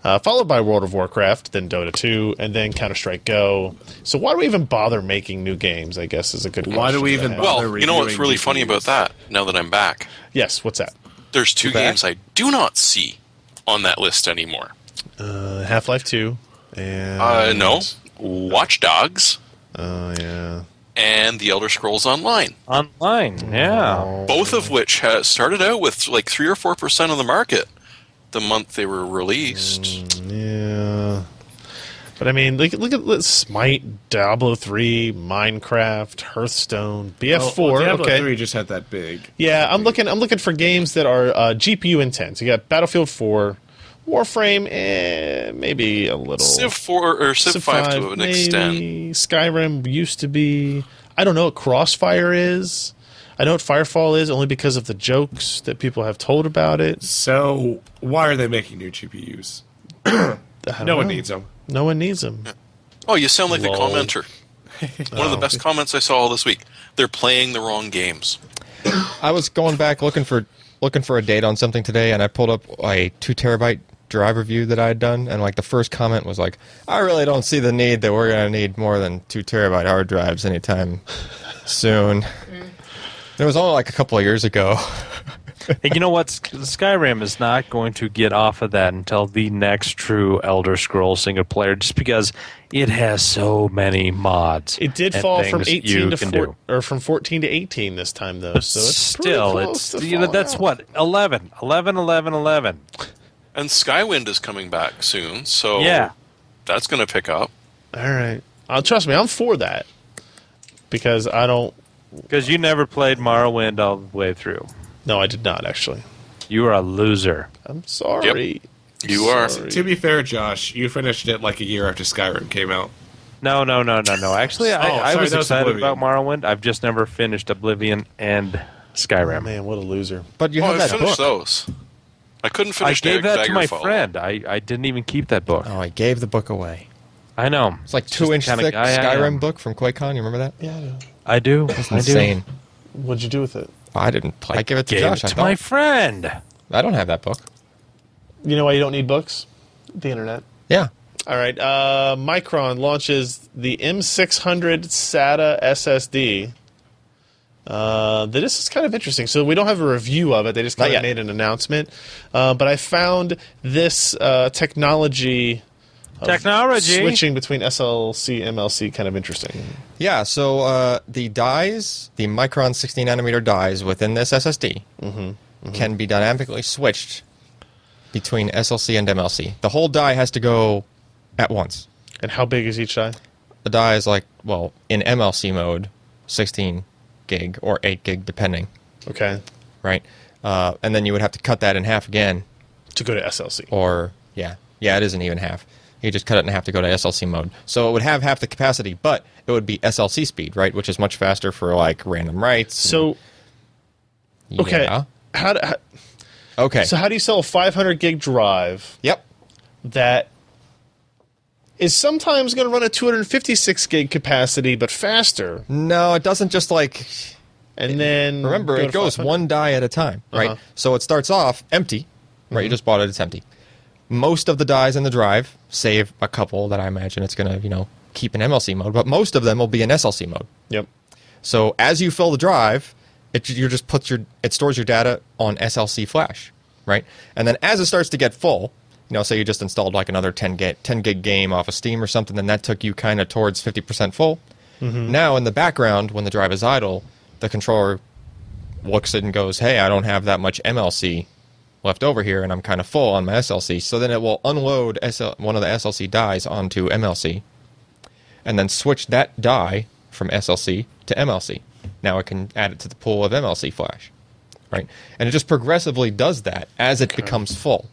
[SPEAKER 1] Uh, followed by World of Warcraft, then Dota two, and then Counter Strike Go. So why do we even bother making new games? I guess is a good.
[SPEAKER 5] Why do
[SPEAKER 1] question
[SPEAKER 5] we
[SPEAKER 1] to
[SPEAKER 5] even
[SPEAKER 1] have.
[SPEAKER 5] bother?
[SPEAKER 2] Well, you know what's
[SPEAKER 5] reviewing
[SPEAKER 2] really
[SPEAKER 5] GPUs.
[SPEAKER 2] funny about that? Now that I'm back,
[SPEAKER 1] Yes. What's that?
[SPEAKER 2] there's two
[SPEAKER 4] back?
[SPEAKER 2] games I do not see on that list anymore.
[SPEAKER 1] Uh, Half Life two. And
[SPEAKER 2] Uh, no, Watch Dogs
[SPEAKER 1] Oh yeah.
[SPEAKER 2] and The Elder Scrolls Online,
[SPEAKER 3] Online, yeah.
[SPEAKER 2] both of which ha- started out with like three or four percent of the market the month they were released.
[SPEAKER 1] Mm. Yeah. But I mean, look, look at look, Smite, Diablo 3, Minecraft, Hearthstone, BF4.
[SPEAKER 5] Well, Oh, Diablo
[SPEAKER 1] okay.
[SPEAKER 5] three just had that big.
[SPEAKER 1] Yeah, I'm looking. I'm looking for games that are uh, GPU intense. You got Battlefield 4, Warframe, eh, maybe a little.
[SPEAKER 2] Civ four or Civ,
[SPEAKER 1] Civ
[SPEAKER 2] five, to an
[SPEAKER 1] maybe.
[SPEAKER 2] extent.
[SPEAKER 1] Skyrim used to be. I don't know what Crossfire is. I know what Firefall is only because of the jokes that people have told about it.
[SPEAKER 5] So why are they making new GPUs? no one needs them.
[SPEAKER 1] No one needs them.
[SPEAKER 2] Oh, you sound like
[SPEAKER 1] Lol. Oh.
[SPEAKER 2] the commenter. One of the best comments I saw this week. They're playing the wrong games.
[SPEAKER 4] I was going back looking for looking for a date on something today, and I pulled up a two terabyte drive review that I had done, and like the first comment was like, "I really don't see the need that we're gonna need more than two terabyte hard drives anytime soon."
[SPEAKER 3] Mm.
[SPEAKER 4] It was only like a couple of years ago.
[SPEAKER 3] Hey, you know what? Sk- Skyrim is not going to get off of that until the next true Elder Scrolls single player, just because it has so many mods.
[SPEAKER 1] It did
[SPEAKER 3] and
[SPEAKER 1] fall from
[SPEAKER 3] things
[SPEAKER 1] 18
[SPEAKER 3] you
[SPEAKER 1] to
[SPEAKER 3] can
[SPEAKER 1] 4,
[SPEAKER 3] do.
[SPEAKER 1] or from 14 to 18 this time though. So it's pretty
[SPEAKER 3] Still,
[SPEAKER 1] close
[SPEAKER 3] it's
[SPEAKER 1] to
[SPEAKER 3] you know,
[SPEAKER 1] falling
[SPEAKER 3] that's
[SPEAKER 1] out.
[SPEAKER 3] what 11, 11, 11, 11.
[SPEAKER 2] And Skywind is coming back soon, so
[SPEAKER 3] Yeah.
[SPEAKER 2] that's going to pick up.
[SPEAKER 1] All right. Uh, trust me, I'm for that because I don't.
[SPEAKER 3] Because you never played Morrowind all the way through.
[SPEAKER 1] No, I did not actually.
[SPEAKER 3] You are a loser.
[SPEAKER 1] I'm sorry.
[SPEAKER 2] You are.
[SPEAKER 1] Sorry.
[SPEAKER 5] To be fair, Josh, you finished it like a year after Skyrim came out.
[SPEAKER 3] No, no, no, no, no. Actually,
[SPEAKER 5] Oh,
[SPEAKER 3] I, I
[SPEAKER 5] sorry,
[SPEAKER 3] was
[SPEAKER 5] that was
[SPEAKER 3] excited
[SPEAKER 5] Oblivion.
[SPEAKER 3] about Morrowind. I've just never finished Oblivion and Skyrim.
[SPEAKER 1] Man, what a loser.
[SPEAKER 4] But you
[SPEAKER 2] oh,
[SPEAKER 4] have
[SPEAKER 2] I
[SPEAKER 4] that
[SPEAKER 2] finished
[SPEAKER 4] book.
[SPEAKER 2] those. I couldn't
[SPEAKER 3] I
[SPEAKER 2] finish
[SPEAKER 3] gave
[SPEAKER 2] Dag-
[SPEAKER 3] that to my
[SPEAKER 2] Daggerfall.
[SPEAKER 3] friend. I, I didn't even keep that book.
[SPEAKER 4] Oh, I gave the book away.
[SPEAKER 3] I know.
[SPEAKER 4] It's like two inch
[SPEAKER 3] just the
[SPEAKER 4] thick
[SPEAKER 3] kinda guy I am.
[SPEAKER 4] Skyrim book from QuakeCon. You remember that?
[SPEAKER 1] Yeah. I know.
[SPEAKER 3] I do. I
[SPEAKER 4] Insane.
[SPEAKER 1] What'd you do with it?
[SPEAKER 4] I didn't play. I gave it
[SPEAKER 3] do.
[SPEAKER 4] to
[SPEAKER 3] Gave
[SPEAKER 4] Josh.
[SPEAKER 3] it
[SPEAKER 4] I
[SPEAKER 3] to my
[SPEAKER 4] thought.
[SPEAKER 3] friend.
[SPEAKER 4] I don't have that book.
[SPEAKER 1] You know why you don't need books? The internet.
[SPEAKER 4] Yeah.
[SPEAKER 1] All right. Uh, Micron launches the M600 SATA SSD. Uh, this is kind of interesting. So we don't have a review of it. They just kind of
[SPEAKER 4] yet.
[SPEAKER 1] made an announcement. Uh, but I found this uh, technology
[SPEAKER 3] Technology.
[SPEAKER 1] switching between SLC MLC kind of interesting.
[SPEAKER 4] Yeah, so uh, the dies, the Micron 16 nanometer dies within this SSD can be dynamically switched between SLC and MLC. The whole die has to go at once.
[SPEAKER 1] And how big is each die?
[SPEAKER 4] The die is like, well, in MLC mode, 16 gig or 8 gig, depending,
[SPEAKER 1] Okay.
[SPEAKER 4] right? Uh, and then you would have to cut that in half again,
[SPEAKER 1] To go to SLC.
[SPEAKER 4] or, yeah, yeah, it isn't even half. You just cut it in half to go to SLC mode. So it would have half the capacity, but it would be SLC speed, right? Which is much faster for like random writes. and-
[SPEAKER 1] So okay.
[SPEAKER 4] Yeah.
[SPEAKER 1] How, do, how
[SPEAKER 4] Okay.
[SPEAKER 1] so how do you sell a 500 gig drive
[SPEAKER 4] yep.
[SPEAKER 1] that is sometimes going to run at 256 gig capacity but faster
[SPEAKER 4] No, it doesn't just like
[SPEAKER 1] and then
[SPEAKER 4] remember
[SPEAKER 1] Hmm, go to
[SPEAKER 4] it goes
[SPEAKER 1] 500.
[SPEAKER 4] one die at a time, right?
[SPEAKER 1] Uh-huh. Mm-hmm.
[SPEAKER 4] So it starts off empty, right? You just bought it; it's empty. Most of the dies in the drive, save a couple that I imagine it's going to, you know, keep in MLC mode, but most of them will be in SLC mode.
[SPEAKER 1] yep
[SPEAKER 4] So as you fill the drive, it you just puts your it stores your data on SLC flash. right? And then as it starts to get full, you know, say you just installed like another 10 gig, 10 gig game off of Steam or something, then that took you kind of towards 50% full. Now in the background, when the drive is idle, the controller looks and goes, "Hey, I don't have that much MLC left over here, and I'm kind of full on my SLC." So then it will unload SL- one of the SLC dies onto MLC, and then switch that die from SLC to MLC. Now it can add it to the pool of MLC flash, right? And it just progressively does that as it becomes full,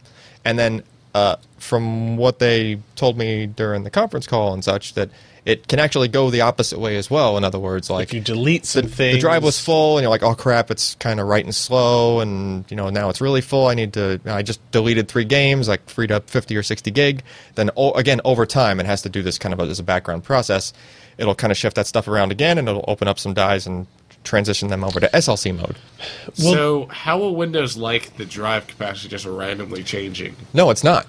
[SPEAKER 4] and then. Uh, from what they told me during the conference call and such, that it can actually go the opposite way as well. In other words, like
[SPEAKER 1] If you delete some things,
[SPEAKER 4] the drive was full, and you're like, "Oh crap, it's kind of right and slow," and you know now it's really full. I need to. I just deleted three games, like freed up fifty or sixty gig. Then o- again, over time, it has to do this kind of as a background process. It'll kind of shift that stuff around again, and it'll open up some dies and transition them over to SLC mode.
[SPEAKER 1] Well-
[SPEAKER 5] so how will Windows like the drive capacity just randomly changing?
[SPEAKER 4] No, it's not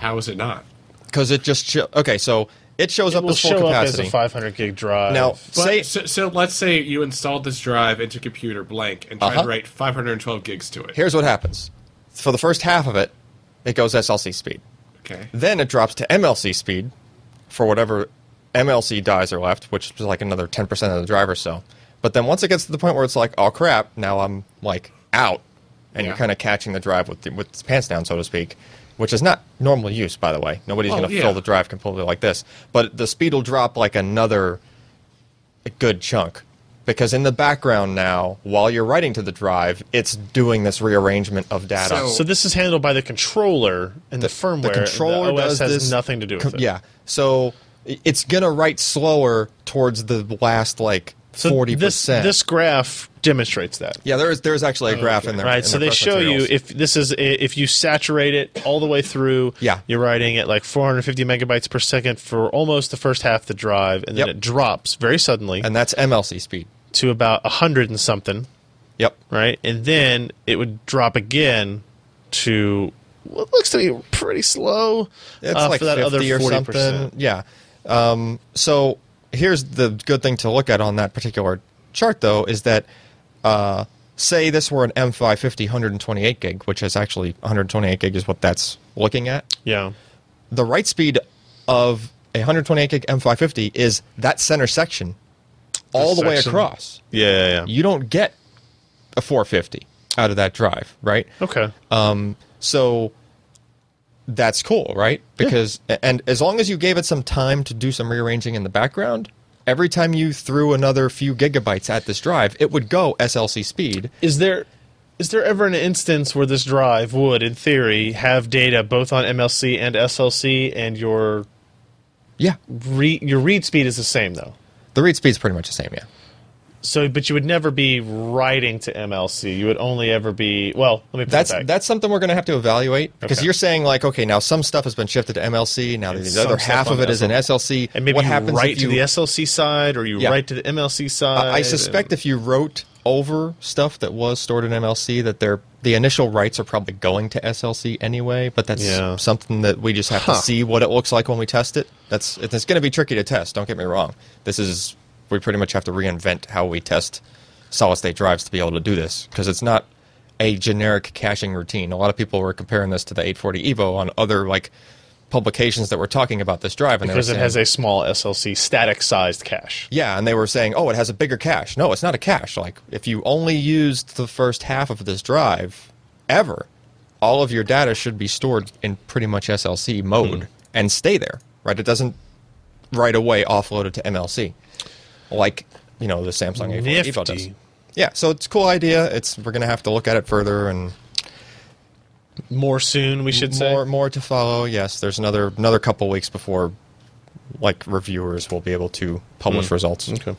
[SPEAKER 5] How is it not?
[SPEAKER 4] because it just sho- okay. So it shows
[SPEAKER 1] It
[SPEAKER 4] up
[SPEAKER 1] will
[SPEAKER 4] as full
[SPEAKER 1] show up as
[SPEAKER 4] capacity
[SPEAKER 1] a 500 gig drive.
[SPEAKER 4] now.
[SPEAKER 5] But,
[SPEAKER 4] say
[SPEAKER 5] so, so let's say you installed this drive into computer blank and tried
[SPEAKER 4] Uh-huh.
[SPEAKER 5] to write 512 gigs to it.
[SPEAKER 4] here's what happens for the first half of it, it goes SLC speed.
[SPEAKER 5] Okay.
[SPEAKER 4] Then it drops to MLC speed for whatever MLC dies are left, which is like another 10% of the drive or so. But then once it gets to the point where it's like, oh crap, now I'm like out. And you're
[SPEAKER 5] Yeah.
[SPEAKER 4] kind of catching the drive with the, with its pants down, so to speak, which is not normal use, by the way. Nobody's
[SPEAKER 5] Oh,
[SPEAKER 4] going to
[SPEAKER 5] yeah.
[SPEAKER 4] fill the drive completely like this. But the speed will drop like another good chunk. Because in the background now, while you're writing to the drive, it's doing this rearrangement of data.
[SPEAKER 5] So-
[SPEAKER 1] So this is handled by the controller and the, firmware.
[SPEAKER 4] The controller
[SPEAKER 1] and the OS
[SPEAKER 4] does
[SPEAKER 1] has
[SPEAKER 4] this,
[SPEAKER 1] nothing to do with
[SPEAKER 4] co-
[SPEAKER 1] it.
[SPEAKER 4] Yeah, so i- it's gonna write slower towards the last like
[SPEAKER 1] So
[SPEAKER 4] forty
[SPEAKER 1] this
[SPEAKER 4] percent.
[SPEAKER 1] this graph demonstrates that.
[SPEAKER 4] yeah, there is there is actually a graph in there.
[SPEAKER 1] Right,
[SPEAKER 4] in
[SPEAKER 1] so
[SPEAKER 4] the
[SPEAKER 1] they
[SPEAKER 4] press
[SPEAKER 1] show
[SPEAKER 4] materials.
[SPEAKER 1] you if this is if you saturate it all the way through.
[SPEAKER 4] Yeah.
[SPEAKER 1] you're writing at like 450 megabytes per second for almost the first half of the drive, and then
[SPEAKER 4] Yep.
[SPEAKER 1] it drops very suddenly
[SPEAKER 4] and that's MLC speed.
[SPEAKER 1] to about 100 and something,
[SPEAKER 4] Yep.
[SPEAKER 1] right? And then it would drop again to what looks to be pretty slow.
[SPEAKER 4] It's
[SPEAKER 1] uh,
[SPEAKER 4] like
[SPEAKER 1] for that
[SPEAKER 4] 50
[SPEAKER 1] other
[SPEAKER 4] or
[SPEAKER 1] 40%.
[SPEAKER 4] something. Yeah. Um, so here's the good thing to look at on that particular chart, though, is that uh, say this were an M550 128 gig, which is actually 128 gig is what that's looking at.
[SPEAKER 1] Yeah,
[SPEAKER 4] the write speed of a 128 gig M550 is that center section all the way
[SPEAKER 1] section.
[SPEAKER 4] across.
[SPEAKER 1] yeah, yeah. yeah.
[SPEAKER 4] You don't get a 450 out of that drive, right?
[SPEAKER 1] Okay.
[SPEAKER 4] So that's cool, right? Because and as long as you gave it some time to do some rearranging in the background, every time you threw another few gigabytes at this drive, it would go SLC speed.
[SPEAKER 1] is there is there ever an instance where this drive would, in theory, have data both on MLC and SLC, and your
[SPEAKER 4] Yeah.
[SPEAKER 1] re- your read speed is the same though?
[SPEAKER 4] The read speed's pretty much the same, yeah.
[SPEAKER 1] So, but you would never be writing to MLC. You would only ever be well. Let me put
[SPEAKER 4] That's
[SPEAKER 1] it back.
[SPEAKER 4] that's something we're going to have to evaluate because
[SPEAKER 1] Okay.
[SPEAKER 4] you're saying like, okay, now some stuff has been shifted to MLC. Now the
[SPEAKER 1] some
[SPEAKER 4] other
[SPEAKER 1] stuff
[SPEAKER 4] half of
[SPEAKER 1] on
[SPEAKER 4] it is in SLC.
[SPEAKER 1] and maybe
[SPEAKER 4] what
[SPEAKER 1] you
[SPEAKER 4] happens
[SPEAKER 1] write
[SPEAKER 4] if you?
[SPEAKER 1] to the SLC side or you
[SPEAKER 4] Yeah.
[SPEAKER 1] write to the MLC side.
[SPEAKER 4] I suspect
[SPEAKER 1] and-
[SPEAKER 4] if you wrote over stuff that was stored in MLC, that they're, the initial writes are probably going to SLC anyway. But that's
[SPEAKER 1] Yeah.
[SPEAKER 4] something that we just have
[SPEAKER 1] Huh.
[SPEAKER 4] to see what it looks like when we test it. That's it's going to be tricky to test. Don't get me wrong. This is we pretty much have to reinvent how we test solid state drives to be able to do this because it's not a generic caching routine. A lot of people were comparing this to the 840 Evo on other like publications that were talking about this drive and they were
[SPEAKER 1] because it
[SPEAKER 4] saying-
[SPEAKER 1] has a small SLC static sized cache.
[SPEAKER 4] yeah, and they were saying, "Oh, it has a bigger cache." No, it's not a cache. Like if you only used the first half of this drive ever, all of your data should be stored in pretty much SLC mode and stay there, right? It doesn't right away offload it to MLC. Like, you know, the Samsung A4 Evo does.
[SPEAKER 1] Nifty.
[SPEAKER 4] Yeah, so it's a cool idea. It's we're going to have to look at it further and
[SPEAKER 1] More soon, we should
[SPEAKER 4] more
[SPEAKER 1] say.
[SPEAKER 4] more to follow. Yes, there's another another couple weeks before like reviewers will be able to publish results.
[SPEAKER 1] Okay.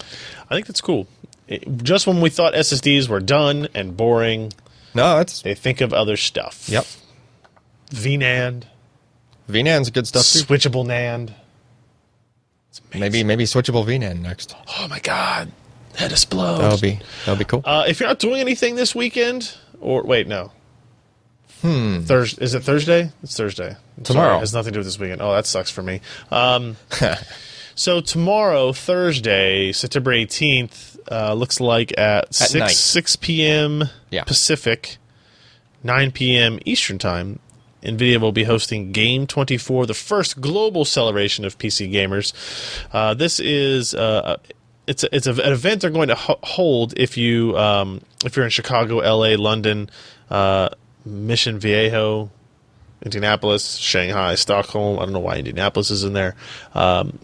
[SPEAKER 1] I think that's cool. It- just when we thought SSDs were done and boring,
[SPEAKER 4] No, it's
[SPEAKER 1] they think of other stuff.
[SPEAKER 4] yep.
[SPEAKER 1] VNAND,
[SPEAKER 4] VNAN's good stuff too.
[SPEAKER 1] switchable NAND.
[SPEAKER 4] Maybe maybe switchable VNAN next.
[SPEAKER 1] Oh my god, that explodes.
[SPEAKER 4] That'll be that'll be cool.
[SPEAKER 1] Uh, if you're not doing anything this weekend, or wait, no. Hmm. Thursday is it Thursday? It's Thursday. I'm
[SPEAKER 4] Tomorrow.
[SPEAKER 1] sorry, it has nothing to do with this weekend. Oh, that sucks for me. Um, so tomorrow, Thursday, September eighteenth, uh, looks like at, six
[SPEAKER 4] night.
[SPEAKER 1] six p.m.
[SPEAKER 4] Yeah.
[SPEAKER 1] Pacific, 9 p.m. Eastern Time, NVIDIA will be hosting Game 24, the first global celebration of PC gamers. Uh, this is uh, it's a, it's a, an event they're going to ho- hold if you um, if you're in Chicago, L.A., London, uh, Mission Viejo, Indianapolis, Shanghai, Stockholm. I don't know why Indianapolis is in there. Um,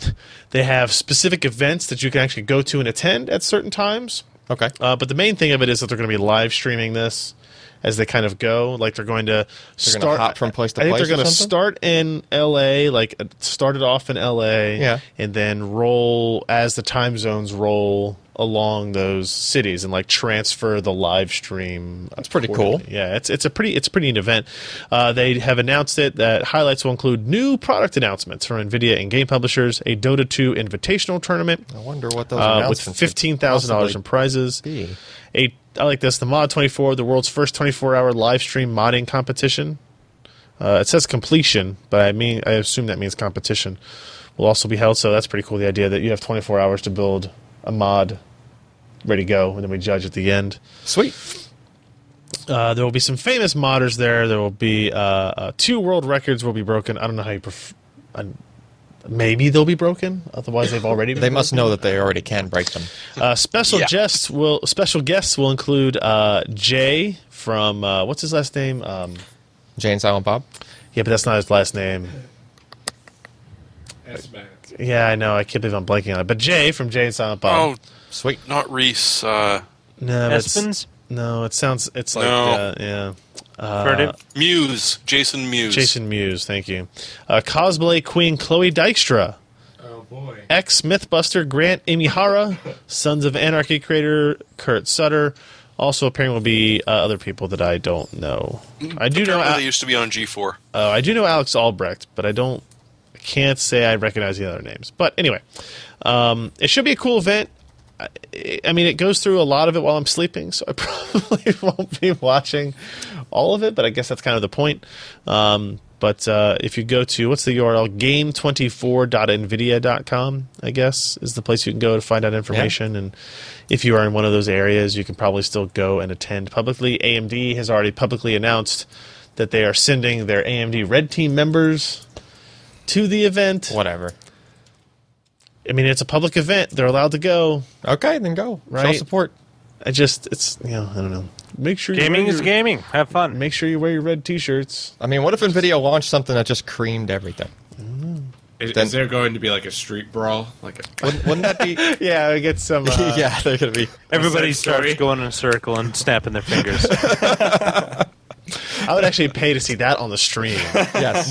[SPEAKER 1] they have specific events that you can actually go to and attend at certain times.
[SPEAKER 4] Okay.
[SPEAKER 1] Uh, but the main thing of it is that they're going to be live streaming this as they kind of go. Like they're going to start
[SPEAKER 4] hop from place to
[SPEAKER 1] I think
[SPEAKER 4] place
[SPEAKER 1] they're
[SPEAKER 4] or
[SPEAKER 1] going to
[SPEAKER 4] something?
[SPEAKER 1] start in L.A. Like uh, start it off in L.A.
[SPEAKER 4] Yeah.
[SPEAKER 1] and then roll as the time zones roll along those cities and like transfer the live stream. That's
[SPEAKER 4] pretty cool.
[SPEAKER 1] yeah, it's it's a pretty it's a pretty neat event. Uh, they have announced it that highlights will include new product announcements from NVIDIA and game publishers, a Dota 2 invitational tournament
[SPEAKER 4] I wonder what those
[SPEAKER 1] uh, with
[SPEAKER 4] announcements would
[SPEAKER 1] fifteen thousand dollars in
[SPEAKER 4] possibly
[SPEAKER 1] prizes.
[SPEAKER 4] be.
[SPEAKER 1] A I like this the Mod 24, the world's first 24-hour live stream modding competition. Uh, it says completion, but I mean I assume that means competition will also be held. So that's pretty cool. The idea that you have 24 hours to build a mod ready to go, and then we judge at the end.
[SPEAKER 4] Sweet.
[SPEAKER 1] Uh, there will be some famous modders there. There will be uh, uh, two world records will be broken. I don't know how you pref- I, maybe they'll be broken. Otherwise, they've already been
[SPEAKER 4] They must
[SPEAKER 1] broken.
[SPEAKER 4] know that they already can break them.
[SPEAKER 1] Uh, special
[SPEAKER 2] Yeah.
[SPEAKER 1] guests will special guests will include uh, Jay from uh, what's his last name? Um,
[SPEAKER 4] Jane, Silent Bob.
[SPEAKER 1] yeah, but that's not his last name. Yeah, I know. I can't believe I'm blanking on it. But Jay from Jay and Silent Bob.
[SPEAKER 2] Oh,
[SPEAKER 4] Sweet.
[SPEAKER 2] not Reese. Uh,
[SPEAKER 1] no, it's,
[SPEAKER 3] Espins?
[SPEAKER 1] no, it sounds it's like
[SPEAKER 2] No.
[SPEAKER 1] uh, yeah.
[SPEAKER 4] uh,
[SPEAKER 3] Furtive?
[SPEAKER 2] Muse. Jason Muse.
[SPEAKER 1] Jason Mewes, thank you. Uh, cosplay queen Chloe Dykstra.
[SPEAKER 5] Oh boy.
[SPEAKER 1] ex Mythbuster Grant Imihara, Sons of Anarchy creator Kurt Sutter. Also appearing will be uh, other people that I don't know. I do know
[SPEAKER 2] Apparently
[SPEAKER 1] Al-
[SPEAKER 2] they used to be on G4.
[SPEAKER 1] uh, I do know Alex Albrecht, but I don't I can't say I recognize the other names. But anyway, um, it should be a cool event. I, I mean, it goes through a lot of it while I'm sleeping, so I probably won't be watching all of it. But I guess that's kind of the point. Um, but uh, if you go to what's the URL? Game24.nvidia.com, I guess, is the place you can go to find out information. And if you are in one of those areas, you can probably still go and attend publicly. AMD has already publicly announced that they are sending their AMD Red Team members to the event.
[SPEAKER 4] Whatever.
[SPEAKER 1] I mean, it's a public event; they're allowed to go.
[SPEAKER 4] Okay, then go.
[SPEAKER 1] Right.
[SPEAKER 4] Self support.
[SPEAKER 1] I just, it's you know, I don't know. Make sure you
[SPEAKER 3] Gaming
[SPEAKER 1] wear
[SPEAKER 3] is
[SPEAKER 1] your,
[SPEAKER 3] gaming. Have fun.
[SPEAKER 1] Make sure you wear your red T-shirts.
[SPEAKER 4] I mean, what if Nvidia launched something that just creamed everything?
[SPEAKER 5] Is,
[SPEAKER 4] Then-
[SPEAKER 5] is there going to be like a street brawl? Like a
[SPEAKER 4] Wouldn't, wouldn't that be?
[SPEAKER 1] Yeah, I get some. Uh,
[SPEAKER 4] yeah, they're gonna be.
[SPEAKER 3] Everybody
[SPEAKER 5] Sorry.
[SPEAKER 3] starts going in a circle and snapping their fingers.
[SPEAKER 1] I would actually pay to see that on the stream.
[SPEAKER 4] Yes.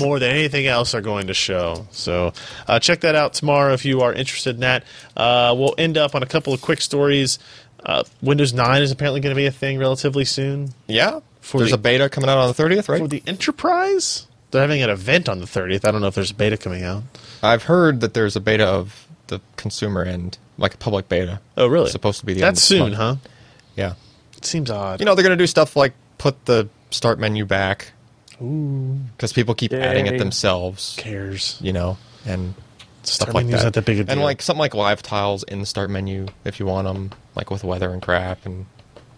[SPEAKER 1] More than anything else, are going to show. So uh, check that out tomorrow if you are interested in that. Uh, we'll end up on a couple of quick stories. Uh, Windows 9 is apparently going to be a thing relatively soon.
[SPEAKER 4] Yeah.
[SPEAKER 1] For
[SPEAKER 4] There's
[SPEAKER 1] the-
[SPEAKER 4] a beta coming out on the thirtieth, right?
[SPEAKER 1] For the Enterprise? They're having an event on the 30th. I don't know if there's a beta coming out.
[SPEAKER 4] I've heard that there's a beta of the consumer end, like a public beta.
[SPEAKER 1] Oh, really?
[SPEAKER 4] Supposed to be the end
[SPEAKER 1] That's
[SPEAKER 4] of this
[SPEAKER 1] soon,
[SPEAKER 4] month.
[SPEAKER 1] huh?
[SPEAKER 4] Yeah.
[SPEAKER 1] It seems odd.
[SPEAKER 4] You know, they're gonna do stuff like put the start menu back. Because people keep adding
[SPEAKER 3] Yay.
[SPEAKER 4] it themselves.
[SPEAKER 1] Who cares?
[SPEAKER 4] You know, and stuff
[SPEAKER 1] Start
[SPEAKER 4] like
[SPEAKER 1] menu's
[SPEAKER 4] that.
[SPEAKER 1] not that big a
[SPEAKER 4] And
[SPEAKER 1] deal.
[SPEAKER 4] like something like live tiles in the start menu if you want them, like with weather and crap. And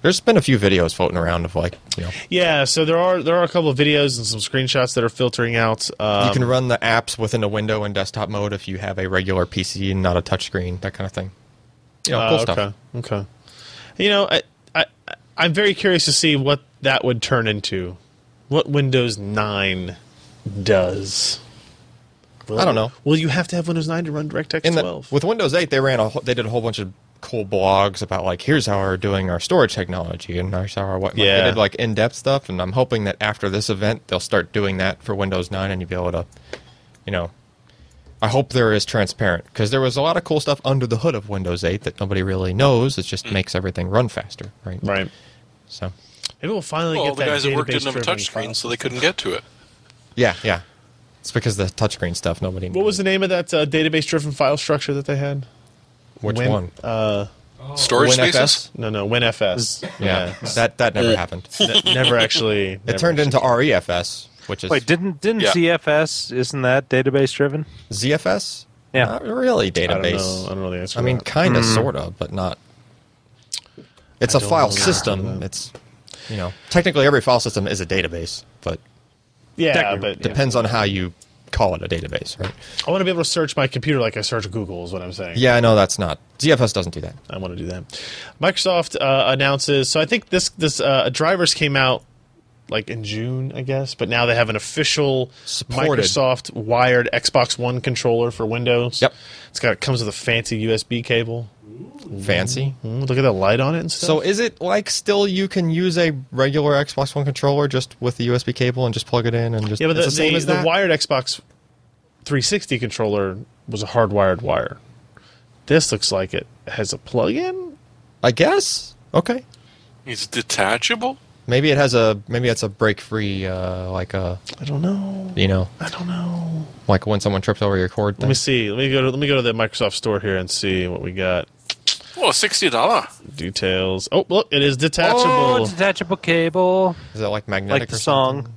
[SPEAKER 4] there's been a few videos floating around of like, you know,
[SPEAKER 1] Yeah, so there are there are a couple of videos and some screenshots that are filtering out. Um,
[SPEAKER 4] you can run the apps within a window and desktop mode if you have a regular PC and not a touchscreen, that kind of thing. You know, cool
[SPEAKER 1] Oh,
[SPEAKER 4] stuff.
[SPEAKER 1] Okay. Okay. You know, I, I I- I'm very curious to see what that would turn into. What Windows 9 does. Will-
[SPEAKER 4] I don't know.
[SPEAKER 1] Will you have to have Windows 9 to run DirectX
[SPEAKER 4] In the-
[SPEAKER 1] 12?
[SPEAKER 4] with Windows 8, they ran a whole, they did a whole bunch of cool blogs about like here's how we're doing our storage technology and here's how our what like,
[SPEAKER 1] Yeah.
[SPEAKER 4] they did like in depth stuff. And I'm hoping that after this event, they'll start doing that for Windows 9, and you'll be able to, you know, I hope there is transparent because there was a lot of cool stuff under the hood of Windows 8 that nobody really knows. It
[SPEAKER 1] Mm.
[SPEAKER 4] just makes everything run faster, right?
[SPEAKER 1] right.
[SPEAKER 4] So,
[SPEAKER 1] Maybe we'll finally
[SPEAKER 2] Well,
[SPEAKER 1] get
[SPEAKER 2] the
[SPEAKER 1] that
[SPEAKER 2] guys that worked didn't have a
[SPEAKER 1] database-driven file
[SPEAKER 2] touchscreen, so they
[SPEAKER 1] system.
[SPEAKER 2] couldn't get to it.
[SPEAKER 4] yeah, yeah. It's because the touchscreen stuff nobody.
[SPEAKER 1] What was the name of that uh, database-driven file structure that they had?
[SPEAKER 4] Which
[SPEAKER 1] Win-
[SPEAKER 4] one?
[SPEAKER 1] Uh,
[SPEAKER 2] Storage spaces?
[SPEAKER 1] no, no, WinFS.
[SPEAKER 4] Yeah, that that never happened. It
[SPEAKER 1] Ne- never actually. never
[SPEAKER 4] turned
[SPEAKER 1] actually-
[SPEAKER 4] into REFS, which is
[SPEAKER 3] Wait, didn't didn't
[SPEAKER 2] Yeah.
[SPEAKER 3] ZFS isn't that database driven?
[SPEAKER 4] ZFS.
[SPEAKER 3] Yeah.
[SPEAKER 4] not really
[SPEAKER 1] I
[SPEAKER 4] database.
[SPEAKER 1] don't know. I don't know the answer.
[SPEAKER 4] I
[SPEAKER 1] to
[SPEAKER 4] mean,
[SPEAKER 1] that.
[SPEAKER 4] kind of, sort of, but not. It's a
[SPEAKER 1] don't
[SPEAKER 4] file
[SPEAKER 1] know.
[SPEAKER 4] system. It's you know, technically every file system is a database, but
[SPEAKER 1] Yeah,
[SPEAKER 3] Technically,
[SPEAKER 1] but
[SPEAKER 4] depends on how you call it a database, right?
[SPEAKER 1] I want to be able to search my computer like I search Google. Is what I'm saying.
[SPEAKER 4] Yeah, I know that's not. ZFS doesn't do that.
[SPEAKER 1] I want to do that. Microsoft uh, announces. So I think this this uh, drivers came out like in June, I guess, but now they have an official
[SPEAKER 4] Supported.
[SPEAKER 1] Microsoft wired Xbox One controller for Windows.
[SPEAKER 4] Yep.
[SPEAKER 1] it's got it comes with a fancy USB cable.
[SPEAKER 4] Fancy.
[SPEAKER 1] Mm, look at that light on it and stuff.
[SPEAKER 4] So is it like still you can use a regular Xbox One controller just with the USB cable and just plug it in and just
[SPEAKER 1] yeah, but the,
[SPEAKER 4] it's the same
[SPEAKER 1] the,
[SPEAKER 4] as
[SPEAKER 1] the
[SPEAKER 4] that?
[SPEAKER 1] wired Xbox 360 controller was a hardwired wire. This looks like it has a plug-in.
[SPEAKER 4] I guess. Okay.
[SPEAKER 2] It's detachable.
[SPEAKER 4] Maybe it has a maybe it's a break free uh, like a
[SPEAKER 1] I don't know.
[SPEAKER 4] you know
[SPEAKER 1] I don't know.
[SPEAKER 4] like when someone trips over your cord.
[SPEAKER 1] Let
[SPEAKER 4] Thing.
[SPEAKER 1] me see. Let me go to let me go to the Microsoft store here and see what we got.
[SPEAKER 2] Well, sixty dollar.
[SPEAKER 1] Details. Oh, look, it is detachable.
[SPEAKER 3] Oh, detachable cable,
[SPEAKER 4] Is that like magnetic
[SPEAKER 3] like the
[SPEAKER 4] or
[SPEAKER 3] song.
[SPEAKER 4] something?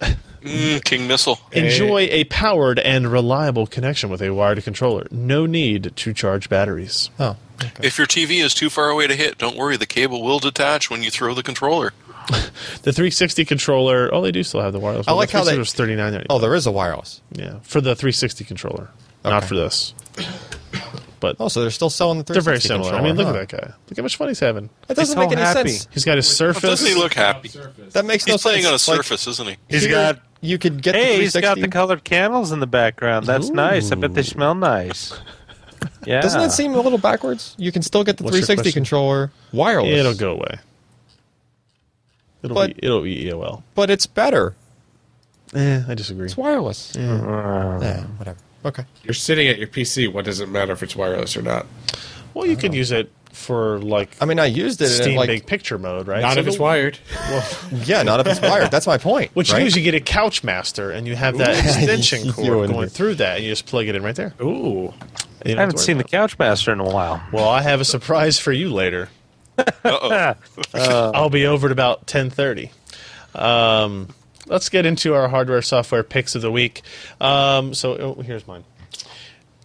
[SPEAKER 2] Mm, King Missile.
[SPEAKER 1] Enjoy a powered and reliable connection with a wired controller. No need to charge batteries.
[SPEAKER 4] Oh.
[SPEAKER 2] If your TV is too far away to hit, don't worry. The cable will detach when you throw the controller.
[SPEAKER 1] The 360 controller. Oh, they do still have the wireless.
[SPEAKER 4] I
[SPEAKER 1] one.
[SPEAKER 4] like
[SPEAKER 1] the
[SPEAKER 4] how they-
[SPEAKER 1] 360 was 39.
[SPEAKER 4] Oh, there is a wireless.
[SPEAKER 1] yeah, for the 360 controller, not
[SPEAKER 4] Okay.
[SPEAKER 1] for this. But
[SPEAKER 4] Oh, so they're still selling the
[SPEAKER 1] they're
[SPEAKER 4] 360
[SPEAKER 1] very similar. I
[SPEAKER 4] controller,
[SPEAKER 1] mean, look
[SPEAKER 4] huh?
[SPEAKER 1] at that guy. Look how much fun he's having.
[SPEAKER 4] That
[SPEAKER 3] He's
[SPEAKER 4] doesn't
[SPEAKER 3] so
[SPEAKER 4] make any
[SPEAKER 3] happy.
[SPEAKER 4] sense.
[SPEAKER 1] He's got his Surface.
[SPEAKER 2] Doesn't he look happy?
[SPEAKER 5] Surface.
[SPEAKER 4] That makes no
[SPEAKER 2] He's playing
[SPEAKER 4] sense.
[SPEAKER 2] on a
[SPEAKER 4] Like,
[SPEAKER 2] Surface, isn't he?
[SPEAKER 3] He's
[SPEAKER 4] here,
[SPEAKER 3] got-
[SPEAKER 4] You could get.
[SPEAKER 3] Hey,
[SPEAKER 4] the
[SPEAKER 3] he's got the
[SPEAKER 4] 360.
[SPEAKER 3] colored candles in the background. That's nice. I bet they smell nice. Yeah.
[SPEAKER 4] Doesn't that seem a little backwards? You can still get the
[SPEAKER 1] What's your
[SPEAKER 4] 360
[SPEAKER 1] question?
[SPEAKER 4] controller wireless.
[SPEAKER 1] It'll go away. It'll
[SPEAKER 4] But-
[SPEAKER 1] be it'll be EOL.
[SPEAKER 4] but it's better.
[SPEAKER 1] Eh, I disagree.
[SPEAKER 4] It's wireless. Yeah, whatever. Okay.
[SPEAKER 5] You're sitting at your PC. What does it matter if it's wireless or not?
[SPEAKER 1] Well, you could use it for like
[SPEAKER 4] I mean, I used it. And
[SPEAKER 1] Steam
[SPEAKER 4] it, like,
[SPEAKER 1] Big Picture mode, right?
[SPEAKER 5] Not
[SPEAKER 1] So
[SPEAKER 5] if it's
[SPEAKER 1] the-
[SPEAKER 5] wired.
[SPEAKER 4] yeah, not if it's wired. That's my point.
[SPEAKER 1] Which
[SPEAKER 4] right?
[SPEAKER 1] means you get a Couch Master, and you have that
[SPEAKER 4] Ooh.
[SPEAKER 1] extension
[SPEAKER 4] You
[SPEAKER 1] cord
[SPEAKER 4] and
[SPEAKER 1] going
[SPEAKER 4] me.
[SPEAKER 1] through that, and you just plug it in right there.
[SPEAKER 5] Ooh.
[SPEAKER 3] I haven't seen the Couch Master in a while.
[SPEAKER 1] Well, I have a surprise for you later.
[SPEAKER 2] Uh-oh.
[SPEAKER 1] I'll be over at about ten thirty. Um, let's get into our hardware software picks of the week. Um, so oh, here's mine.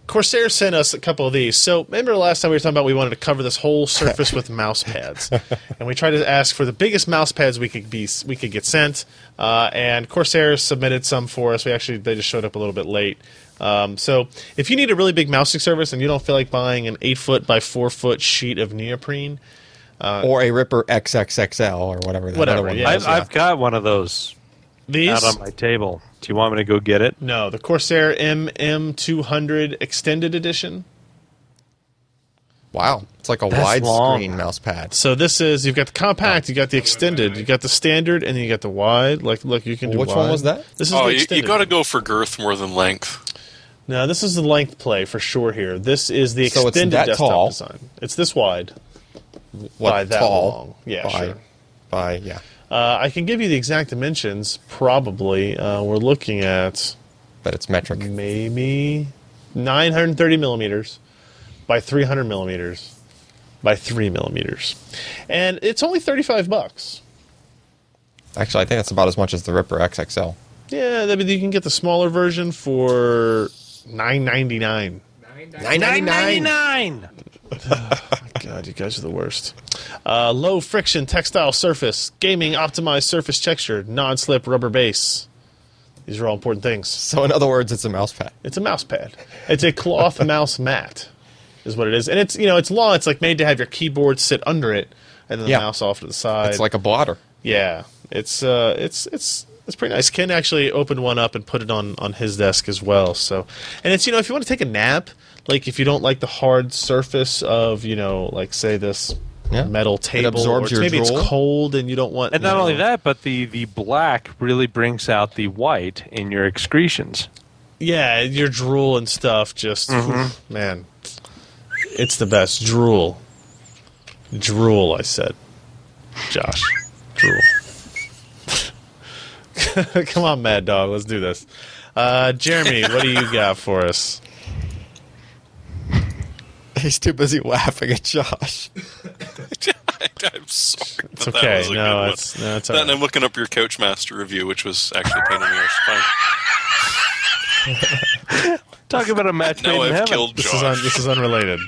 [SPEAKER 1] Corsair sent us a couple of these. So remember last time we were talking about we wanted to cover this whole surface with mouse pads, and we tried to ask for the biggest mouse pads we could be we could get sent. Uh, and Corsair submitted some for us. We actually they just showed up a little bit late. Um, so if you need a really big mousing surface and you don't feel like buying an eight foot by four foot sheet of neoprene,
[SPEAKER 4] or a Ripper XXXL or whatever. That
[SPEAKER 1] Whatever,
[SPEAKER 4] Other one
[SPEAKER 1] yeah.
[SPEAKER 4] is,
[SPEAKER 3] I've, I've got one of those
[SPEAKER 1] these
[SPEAKER 3] out on my table. Do you want me to go get it?
[SPEAKER 1] No, the Corsair MM200 Extended Edition.
[SPEAKER 4] wow, it's like a
[SPEAKER 3] That's
[SPEAKER 4] wide
[SPEAKER 3] long.
[SPEAKER 4] screen mouse pad.
[SPEAKER 1] So this is you've got the compact, you got the extended, you got the standard, and then you got the wide. Like look, you can do
[SPEAKER 4] Which one
[SPEAKER 1] wide.
[SPEAKER 4] was that?
[SPEAKER 1] This is
[SPEAKER 2] Oh,
[SPEAKER 1] the
[SPEAKER 2] you,
[SPEAKER 1] extended.
[SPEAKER 2] got to go for girth more than length.
[SPEAKER 1] No, this is the length play for sure. Here, this is the
[SPEAKER 4] So it's
[SPEAKER 1] extended
[SPEAKER 4] that
[SPEAKER 1] desktop
[SPEAKER 4] tall.
[SPEAKER 1] design. It's this wide
[SPEAKER 4] What,
[SPEAKER 1] by that
[SPEAKER 4] tall?
[SPEAKER 1] long. Yeah,
[SPEAKER 4] by,
[SPEAKER 1] sure.
[SPEAKER 4] By yeah.
[SPEAKER 1] Uh, I can give you the exact dimensions. Probably uh, we're looking at
[SPEAKER 4] But it's metric.
[SPEAKER 1] maybe 930 millimeters by 300 millimeters by 3 millimeters and it's only 35 bucks
[SPEAKER 4] Actually, I think that's about as much as the Ripper XXL.
[SPEAKER 1] yeah that, you can get the smaller version for 999
[SPEAKER 4] Nine ninety
[SPEAKER 3] nine.
[SPEAKER 1] God, you guys are the worst. Uh, low friction textile surface, gaming optimized surface texture, non slip rubber base. These are all important things.
[SPEAKER 4] So in other words, it's a mouse pad.
[SPEAKER 1] It's a mouse pad. It's a cloth mouse mat, is what it is. And it's you know it's long. It's like made to have your keyboard sit under it, and then the
[SPEAKER 4] Yeah.
[SPEAKER 1] mouse off to the side.
[SPEAKER 4] It's like a blotter.
[SPEAKER 1] yeah, it's uh, it's it's it's pretty nice. Ken actually opened one up and put it on on his desk as well. So, and it's you know if you want to take a nap, like if you don't like the hard surface of you know like say this.
[SPEAKER 4] Yeah.
[SPEAKER 1] Metal table,
[SPEAKER 4] absorbs
[SPEAKER 1] or
[SPEAKER 4] your
[SPEAKER 1] maybe
[SPEAKER 4] drool.
[SPEAKER 1] it's cold and you don't want.
[SPEAKER 3] And not
[SPEAKER 1] you know-
[SPEAKER 3] only that, but the, the black really brings out the white in your excretions.
[SPEAKER 1] yeah, your drool and stuff just oof,
[SPEAKER 2] Mm-hmm.
[SPEAKER 1] man. It's the best. Drool. Drool, I said. Josh. Drool. Come on, Mad Dog, let's do this. Uh, Jeremy, what do you got for us?
[SPEAKER 4] He's too busy laughing at Josh.
[SPEAKER 2] I'm sorry,
[SPEAKER 1] It's
[SPEAKER 2] but that
[SPEAKER 1] okay.
[SPEAKER 2] was a good
[SPEAKER 1] No,
[SPEAKER 2] one.
[SPEAKER 1] it's uh, no, it's all
[SPEAKER 2] Then
[SPEAKER 1] right.
[SPEAKER 2] I'm looking up your Coachmaster review, which was actually a pain in the ass. Fine.
[SPEAKER 3] Talk about a match
[SPEAKER 2] Now
[SPEAKER 3] made in
[SPEAKER 2] I've
[SPEAKER 3] heaven.
[SPEAKER 2] killed
[SPEAKER 1] This is
[SPEAKER 2] Josh.
[SPEAKER 1] un- this is unrelated.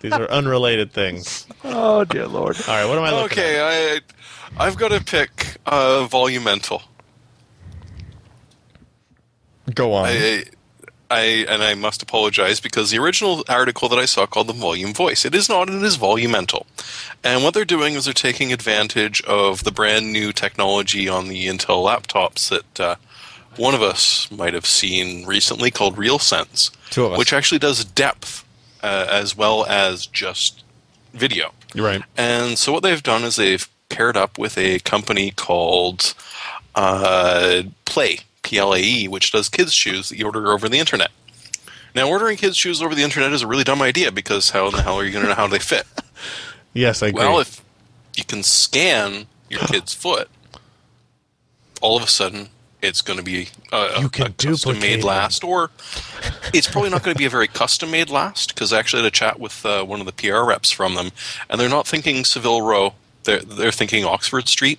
[SPEAKER 1] These are unrelated things.
[SPEAKER 3] Oh dear lord.
[SPEAKER 1] All right, what am I looking at?
[SPEAKER 2] Okay, I, I've got to pick uh, Volumental.
[SPEAKER 4] Go on.
[SPEAKER 2] I, I, and I must apologize because the original article that I saw called the Volume Voice. It is not. It is Volumental, and what they're doing is they're taking advantage of the brand new technology on the Intel laptops that uh, one of us might have seen recently called RealSense,
[SPEAKER 4] Two of us.
[SPEAKER 2] which actually does depth uh, as well as just video.
[SPEAKER 1] You're right.
[SPEAKER 2] And so what they've done is they've paired up with a company called uh, Play, P L A E, which does kids' shoes that you order over the internet. Now, ordering kids' shoes over the internet is a really dumb idea because how in the hell are you going to know how they fit?
[SPEAKER 1] Yes, I agree.
[SPEAKER 2] Well, if you can scan your kid's foot, all of a sudden it's going to be uh, a,
[SPEAKER 1] You can
[SPEAKER 2] custom
[SPEAKER 1] duplicate
[SPEAKER 2] made
[SPEAKER 1] them.
[SPEAKER 2] last, or it's probably not going to be a very custom made last because I actually had a chat with uh, one of the PR reps from them, and they're not thinking Seville Row; they're they're thinking Oxford Street,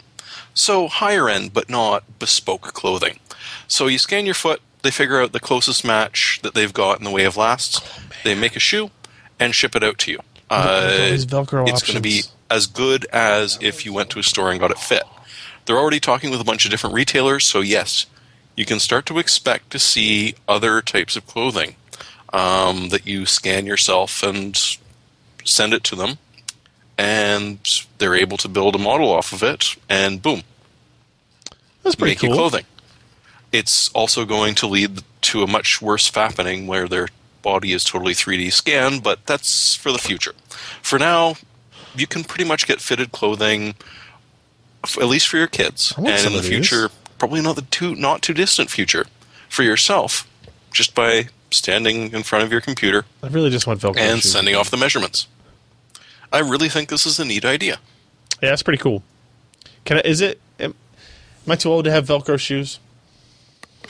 [SPEAKER 2] so higher end but not bespoke clothing. So you scan your foot, they figure out the closest match that they've got in the way of lasts, they make a shoe, and ship it out to you.
[SPEAKER 1] at all
[SPEAKER 2] Uh,
[SPEAKER 1] these Velcro
[SPEAKER 2] it's going to be
[SPEAKER 1] options.
[SPEAKER 2] as good as if you went to a store and got it fit. They're already talking with a bunch of different retailers, so yes, you can start to expect to see other types of clothing um, that you scan yourself and send it to them, and they're able to build a model off of it, and boom,
[SPEAKER 1] That's pretty
[SPEAKER 2] make you
[SPEAKER 1] cool.
[SPEAKER 2] clothing. It's also going to lead to a much worse fappening where their body is totally 3D scanned, but that's for the future. For now, you can pretty much get fitted clothing, f- at least for your kids,
[SPEAKER 1] want
[SPEAKER 2] and
[SPEAKER 1] some
[SPEAKER 2] in the
[SPEAKER 1] of these.
[SPEAKER 2] future, probably not the too not too distant future, for yourself, just by standing in front of your computer
[SPEAKER 1] I really just want Velcro
[SPEAKER 2] and
[SPEAKER 1] shoes.
[SPEAKER 2] sending off the measurements. I really think this is a neat idea.
[SPEAKER 1] Yeah, that's pretty cool. Can I? Is it? Am, am I too old to have Velcro shoes?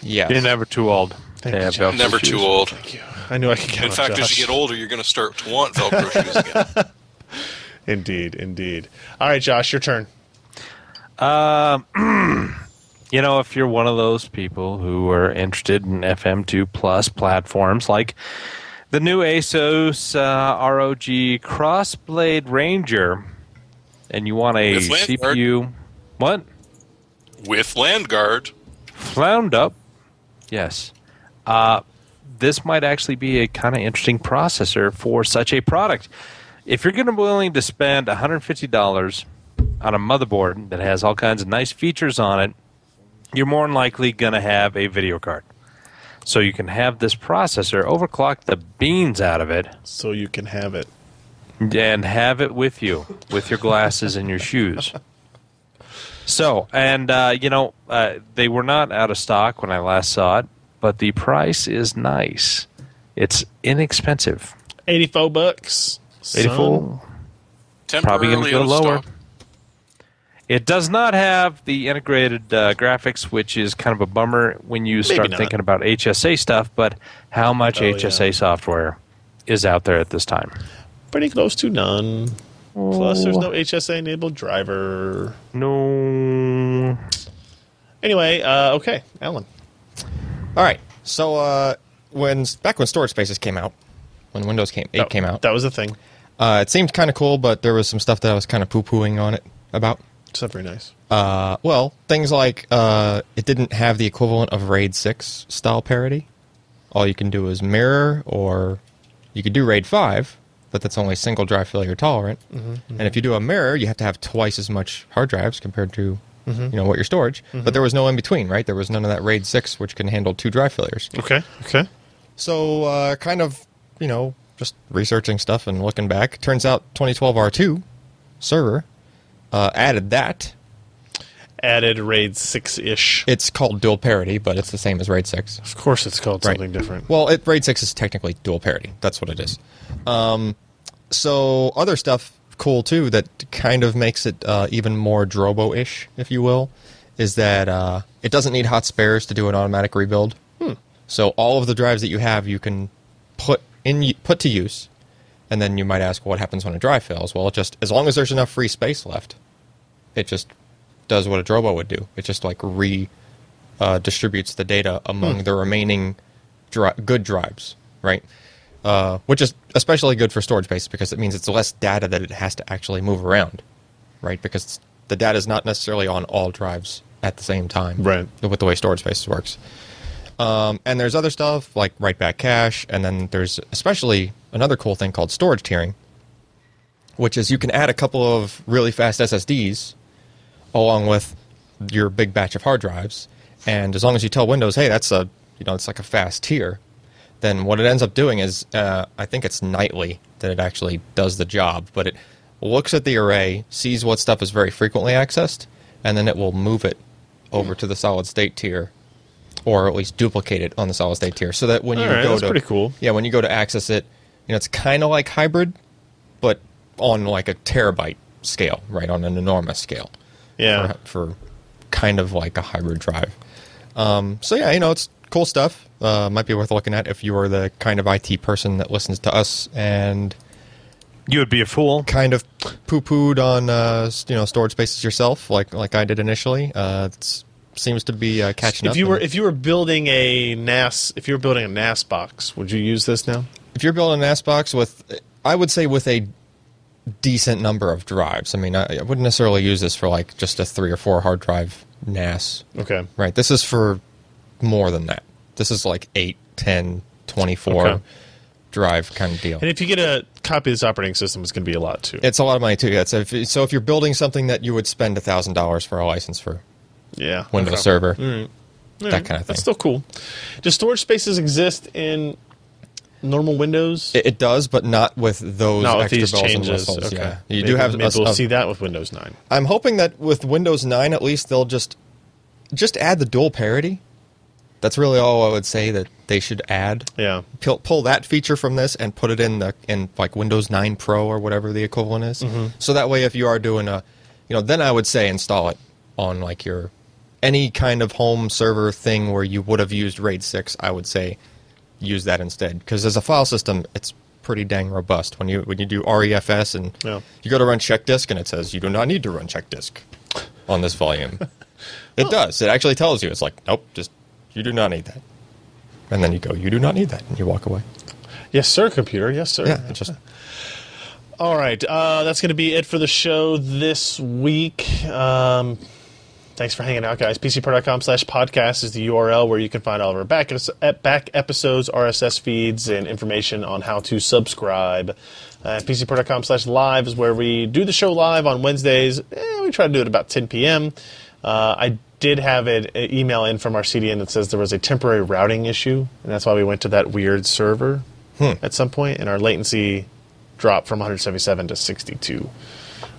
[SPEAKER 4] yeah.
[SPEAKER 3] You're never too old.
[SPEAKER 1] Thank
[SPEAKER 3] to
[SPEAKER 1] you,
[SPEAKER 3] have
[SPEAKER 1] John.
[SPEAKER 3] Velcro
[SPEAKER 2] Never
[SPEAKER 3] shoes.
[SPEAKER 2] too old.
[SPEAKER 1] I knew I could count
[SPEAKER 2] In
[SPEAKER 1] on
[SPEAKER 2] fact,
[SPEAKER 1] Josh.
[SPEAKER 2] as you get older, you're going to start to want Velcro shoes again.
[SPEAKER 1] Indeed, indeed. All right, Josh, your turn.
[SPEAKER 3] You know, if you're one of those people who are interested in FM2 Plus platforms like the new ASOS uh, ROG Crossblade Ranger, and you want a
[SPEAKER 2] With Landguard.
[SPEAKER 3] CPU, what?
[SPEAKER 2] with Landguard.
[SPEAKER 3] Flound up. Yes. Uh, this might actually be a kind of interesting processor for such a product. If you're going to be willing to spend $150 on a motherboard that has all kinds of nice features on it, you're more than likely going to have a video card. So you can have this processor overclock the beans out of it
[SPEAKER 1] So you can have it.
[SPEAKER 3] and have it with you with your glasses and your shoes so and uh, you know uh, they were not out of stock when i last saw it but the price is nice it's inexpensive
[SPEAKER 1] 84 bucks. son.
[SPEAKER 3] 84 probably
[SPEAKER 2] Temporarily
[SPEAKER 3] going to go
[SPEAKER 2] out of
[SPEAKER 3] lower
[SPEAKER 2] stock.
[SPEAKER 3] it does not have the integrated uh, graphics which is kind of a bummer when you start
[SPEAKER 1] not.
[SPEAKER 3] thinking about hsa stuff but how much
[SPEAKER 1] Oh, yeah.
[SPEAKER 3] hsa software is out there at this time
[SPEAKER 1] Pretty close to none. Plus, there's
[SPEAKER 4] Oh.
[SPEAKER 1] no HSA enabled driver.
[SPEAKER 3] no
[SPEAKER 1] Anyway, uh, okay, Alan.
[SPEAKER 4] All right. So uh, when back when storage spaces came out, when Windows came eight
[SPEAKER 1] That-
[SPEAKER 4] came out,
[SPEAKER 1] That was a thing.
[SPEAKER 4] uh, it seemed kind of cool, but there was some stuff that I was kind of poo pooing on it about.
[SPEAKER 1] It's not very nice.
[SPEAKER 4] Uh, well, things like uh, it didn't have the equivalent of RAID six style parity. All you can do is mirror, or you could do RAID five, but that's only single drive failure tolerant. And if you do a mirror, you have to have twice as much hard drives compared to you know what your storage. But there was no in between, right? There was none of that RAID six, which can handle two drive failures.
[SPEAKER 1] Okay, okay.
[SPEAKER 4] So, uh, kind of, you know, just researching stuff and looking back. Turns out 2012 R2 server uh, added that.
[SPEAKER 1] Added RAID 6 ish.
[SPEAKER 4] It's called dual parity, but it's the same as RAID 6.
[SPEAKER 1] Of course, it's called
[SPEAKER 4] Right.
[SPEAKER 1] something different.
[SPEAKER 4] Well, it, RAID 6 is technically dual parity. That's what it is. Um, so, other stuff cool too that kind of makes it uh, even more Drobo ish, if you will, is that uh, it doesn't need hot spares to do an automatic rebuild. Hmm. So, all of the drives that you have, you can put in put to use. And then you might ask, what happens when a drive fails? Well, it just as long as there's enough free space left, it just does what a Drobo would do. It just like re uh, distributes the data among the remaining dri- good drives, right? uh, which is especially good for storage space because it means it's less data that it has to actually move around, right? Because the data is not necessarily on all drives at the same time,
[SPEAKER 1] Right.
[SPEAKER 4] With the way storage space works. Um, and there's other stuff like write back cache, and then there's especially another cool thing called storage tiering, which is you can add a couple of really fast SSDs along with your big batch of hard drives. And as long as you tell Windows, hey, that's a you know it's like a fast tier, then what it ends up doing is uh, I think it's nightly that it actually does the job, but it looks at the array, sees what stuff is very frequently accessed, and then it will move it over to the solid state tier, or at least duplicate it on the solid state tier, so that when you
[SPEAKER 1] All right,
[SPEAKER 4] go
[SPEAKER 1] that's
[SPEAKER 4] to
[SPEAKER 1] pretty cool.
[SPEAKER 4] yeah when you go to access it, you know it's kind of like hybrid, but on like a terabyte scale, right on an enormous scale
[SPEAKER 1] Yeah.
[SPEAKER 4] for, for kind of like a hybrid drive. Um, so yeah, you know, it's cool stuff. Uh, might be worth looking at if you are the kind of IT person that listens to us and
[SPEAKER 3] You would be a fool.
[SPEAKER 4] kind of poo-pooed on uh, s- you know storage spaces yourself, like like I did initially. Uh, it seems to be uh, catching up.
[SPEAKER 1] If you were
[SPEAKER 4] and-
[SPEAKER 1] if you were building a NAS if you were building a NAS box, would you use this now?
[SPEAKER 4] if you're building an NAS box with, I would say with a decent number of drives. I mean, I, I wouldn't necessarily use this for like just a three or four hard drive NAS.
[SPEAKER 1] Okay.
[SPEAKER 4] Right. This is for more than that. This is like 8, 10, 24
[SPEAKER 1] Okay.
[SPEAKER 4] drive kind of deal.
[SPEAKER 1] And if you get a copy of this operating system, it's going to be a lot too.
[SPEAKER 4] It's a lot of money too. Yeah. So if, so if you're building something that you would spend $1,000 for a license for
[SPEAKER 1] yeah.
[SPEAKER 4] Windows
[SPEAKER 1] Okay.
[SPEAKER 4] Server, that
[SPEAKER 1] Alright,
[SPEAKER 4] kind of thing.
[SPEAKER 1] That's still cool. Does storage spaces exist in normal Windows?
[SPEAKER 4] it, it does, but not with those
[SPEAKER 1] Not with
[SPEAKER 4] extra
[SPEAKER 1] these
[SPEAKER 4] bells and
[SPEAKER 1] changes.
[SPEAKER 4] whistles.
[SPEAKER 1] Okay.
[SPEAKER 4] Yeah. You
[SPEAKER 1] Maybe-
[SPEAKER 4] do have
[SPEAKER 1] Maybe
[SPEAKER 4] a-
[SPEAKER 1] we'll
[SPEAKER 4] a-
[SPEAKER 1] see that with Windows 9.
[SPEAKER 4] I'm hoping that with Windows 9, at least they'll just just add the dual parity. That's really all I would say that they should add.
[SPEAKER 1] Yeah.
[SPEAKER 4] Pull, pull that feature from this and put it in the in like Windows 9 Pro or whatever the equivalent is. So that way, if you are doing a, you know, then I would say install it on like your any kind of home server thing where you would have used RAID 6. I would say use that instead because as a file system, it's pretty dang robust. When you when you do REFS and
[SPEAKER 1] Yeah.
[SPEAKER 4] you go to run check disk and it says you do not need to run check disk on this volume. it does. It actually tells you. It's like nope, just you do not need that. And then you go, you do not need that, and you walk away.
[SPEAKER 1] Yes, sir, computer. Yes, sir.
[SPEAKER 4] Yeah, it just
[SPEAKER 1] All right. Uh, that's going to be it for the show this week. Um, thanks for hanging out, guys. PCPro.com slash podcast is the URL where you can find all of our back, back episodes, RSS feeds, and information on how to subscribe. Uh, PCPro.com slash live is where we do the show live on Wednesdays. Eh, we try to do it about 10 p.m. Uh, I did have an an email in from our CDN that says there was a temporary routing issue, and that's why we went to that weird server at some point, and our latency dropped from 177 to 62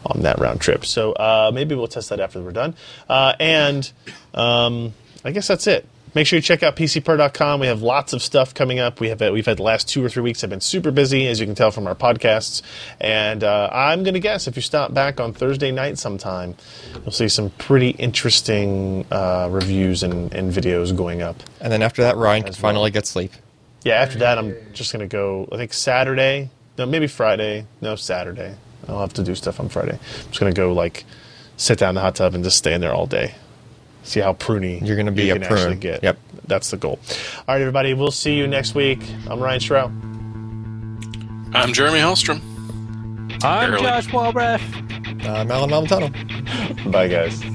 [SPEAKER 1] on that round trip. So uh, maybe we'll test that after we're done. Uh, and um, I guess that's it. Make sure you check out pcpro.com. We have lots of stuff coming up. We have we've had the last two or three weeks have been super busy, as you can tell from our podcasts. And uh, I'm gonna guess if you stop back on Thursday night sometime, you'll see some pretty interesting uh, reviews and, and videos going up.
[SPEAKER 4] and then after that, Ryan can finally get sleep.
[SPEAKER 1] Yeah, after that, I'm just going to go, I think Saturday. No, maybe Friday. No, Saturday. I'll have to do stuff on Friday. I'm just going to go, like, sit down in the hot tub and just stay in there all day. See how pruny
[SPEAKER 4] You're gonna be
[SPEAKER 1] you
[SPEAKER 4] a
[SPEAKER 1] can actually
[SPEAKER 4] prune.
[SPEAKER 1] get.
[SPEAKER 4] Yep.
[SPEAKER 1] That's the goal. All right, everybody. We'll see you next week. I'm Ryan Schrout.
[SPEAKER 2] I'm Jeremy Hellstrom.
[SPEAKER 3] I'm
[SPEAKER 2] Barely.
[SPEAKER 3] Josh Walrath.
[SPEAKER 4] Uh, Malin Malin Tunnel.
[SPEAKER 1] Bye, guys.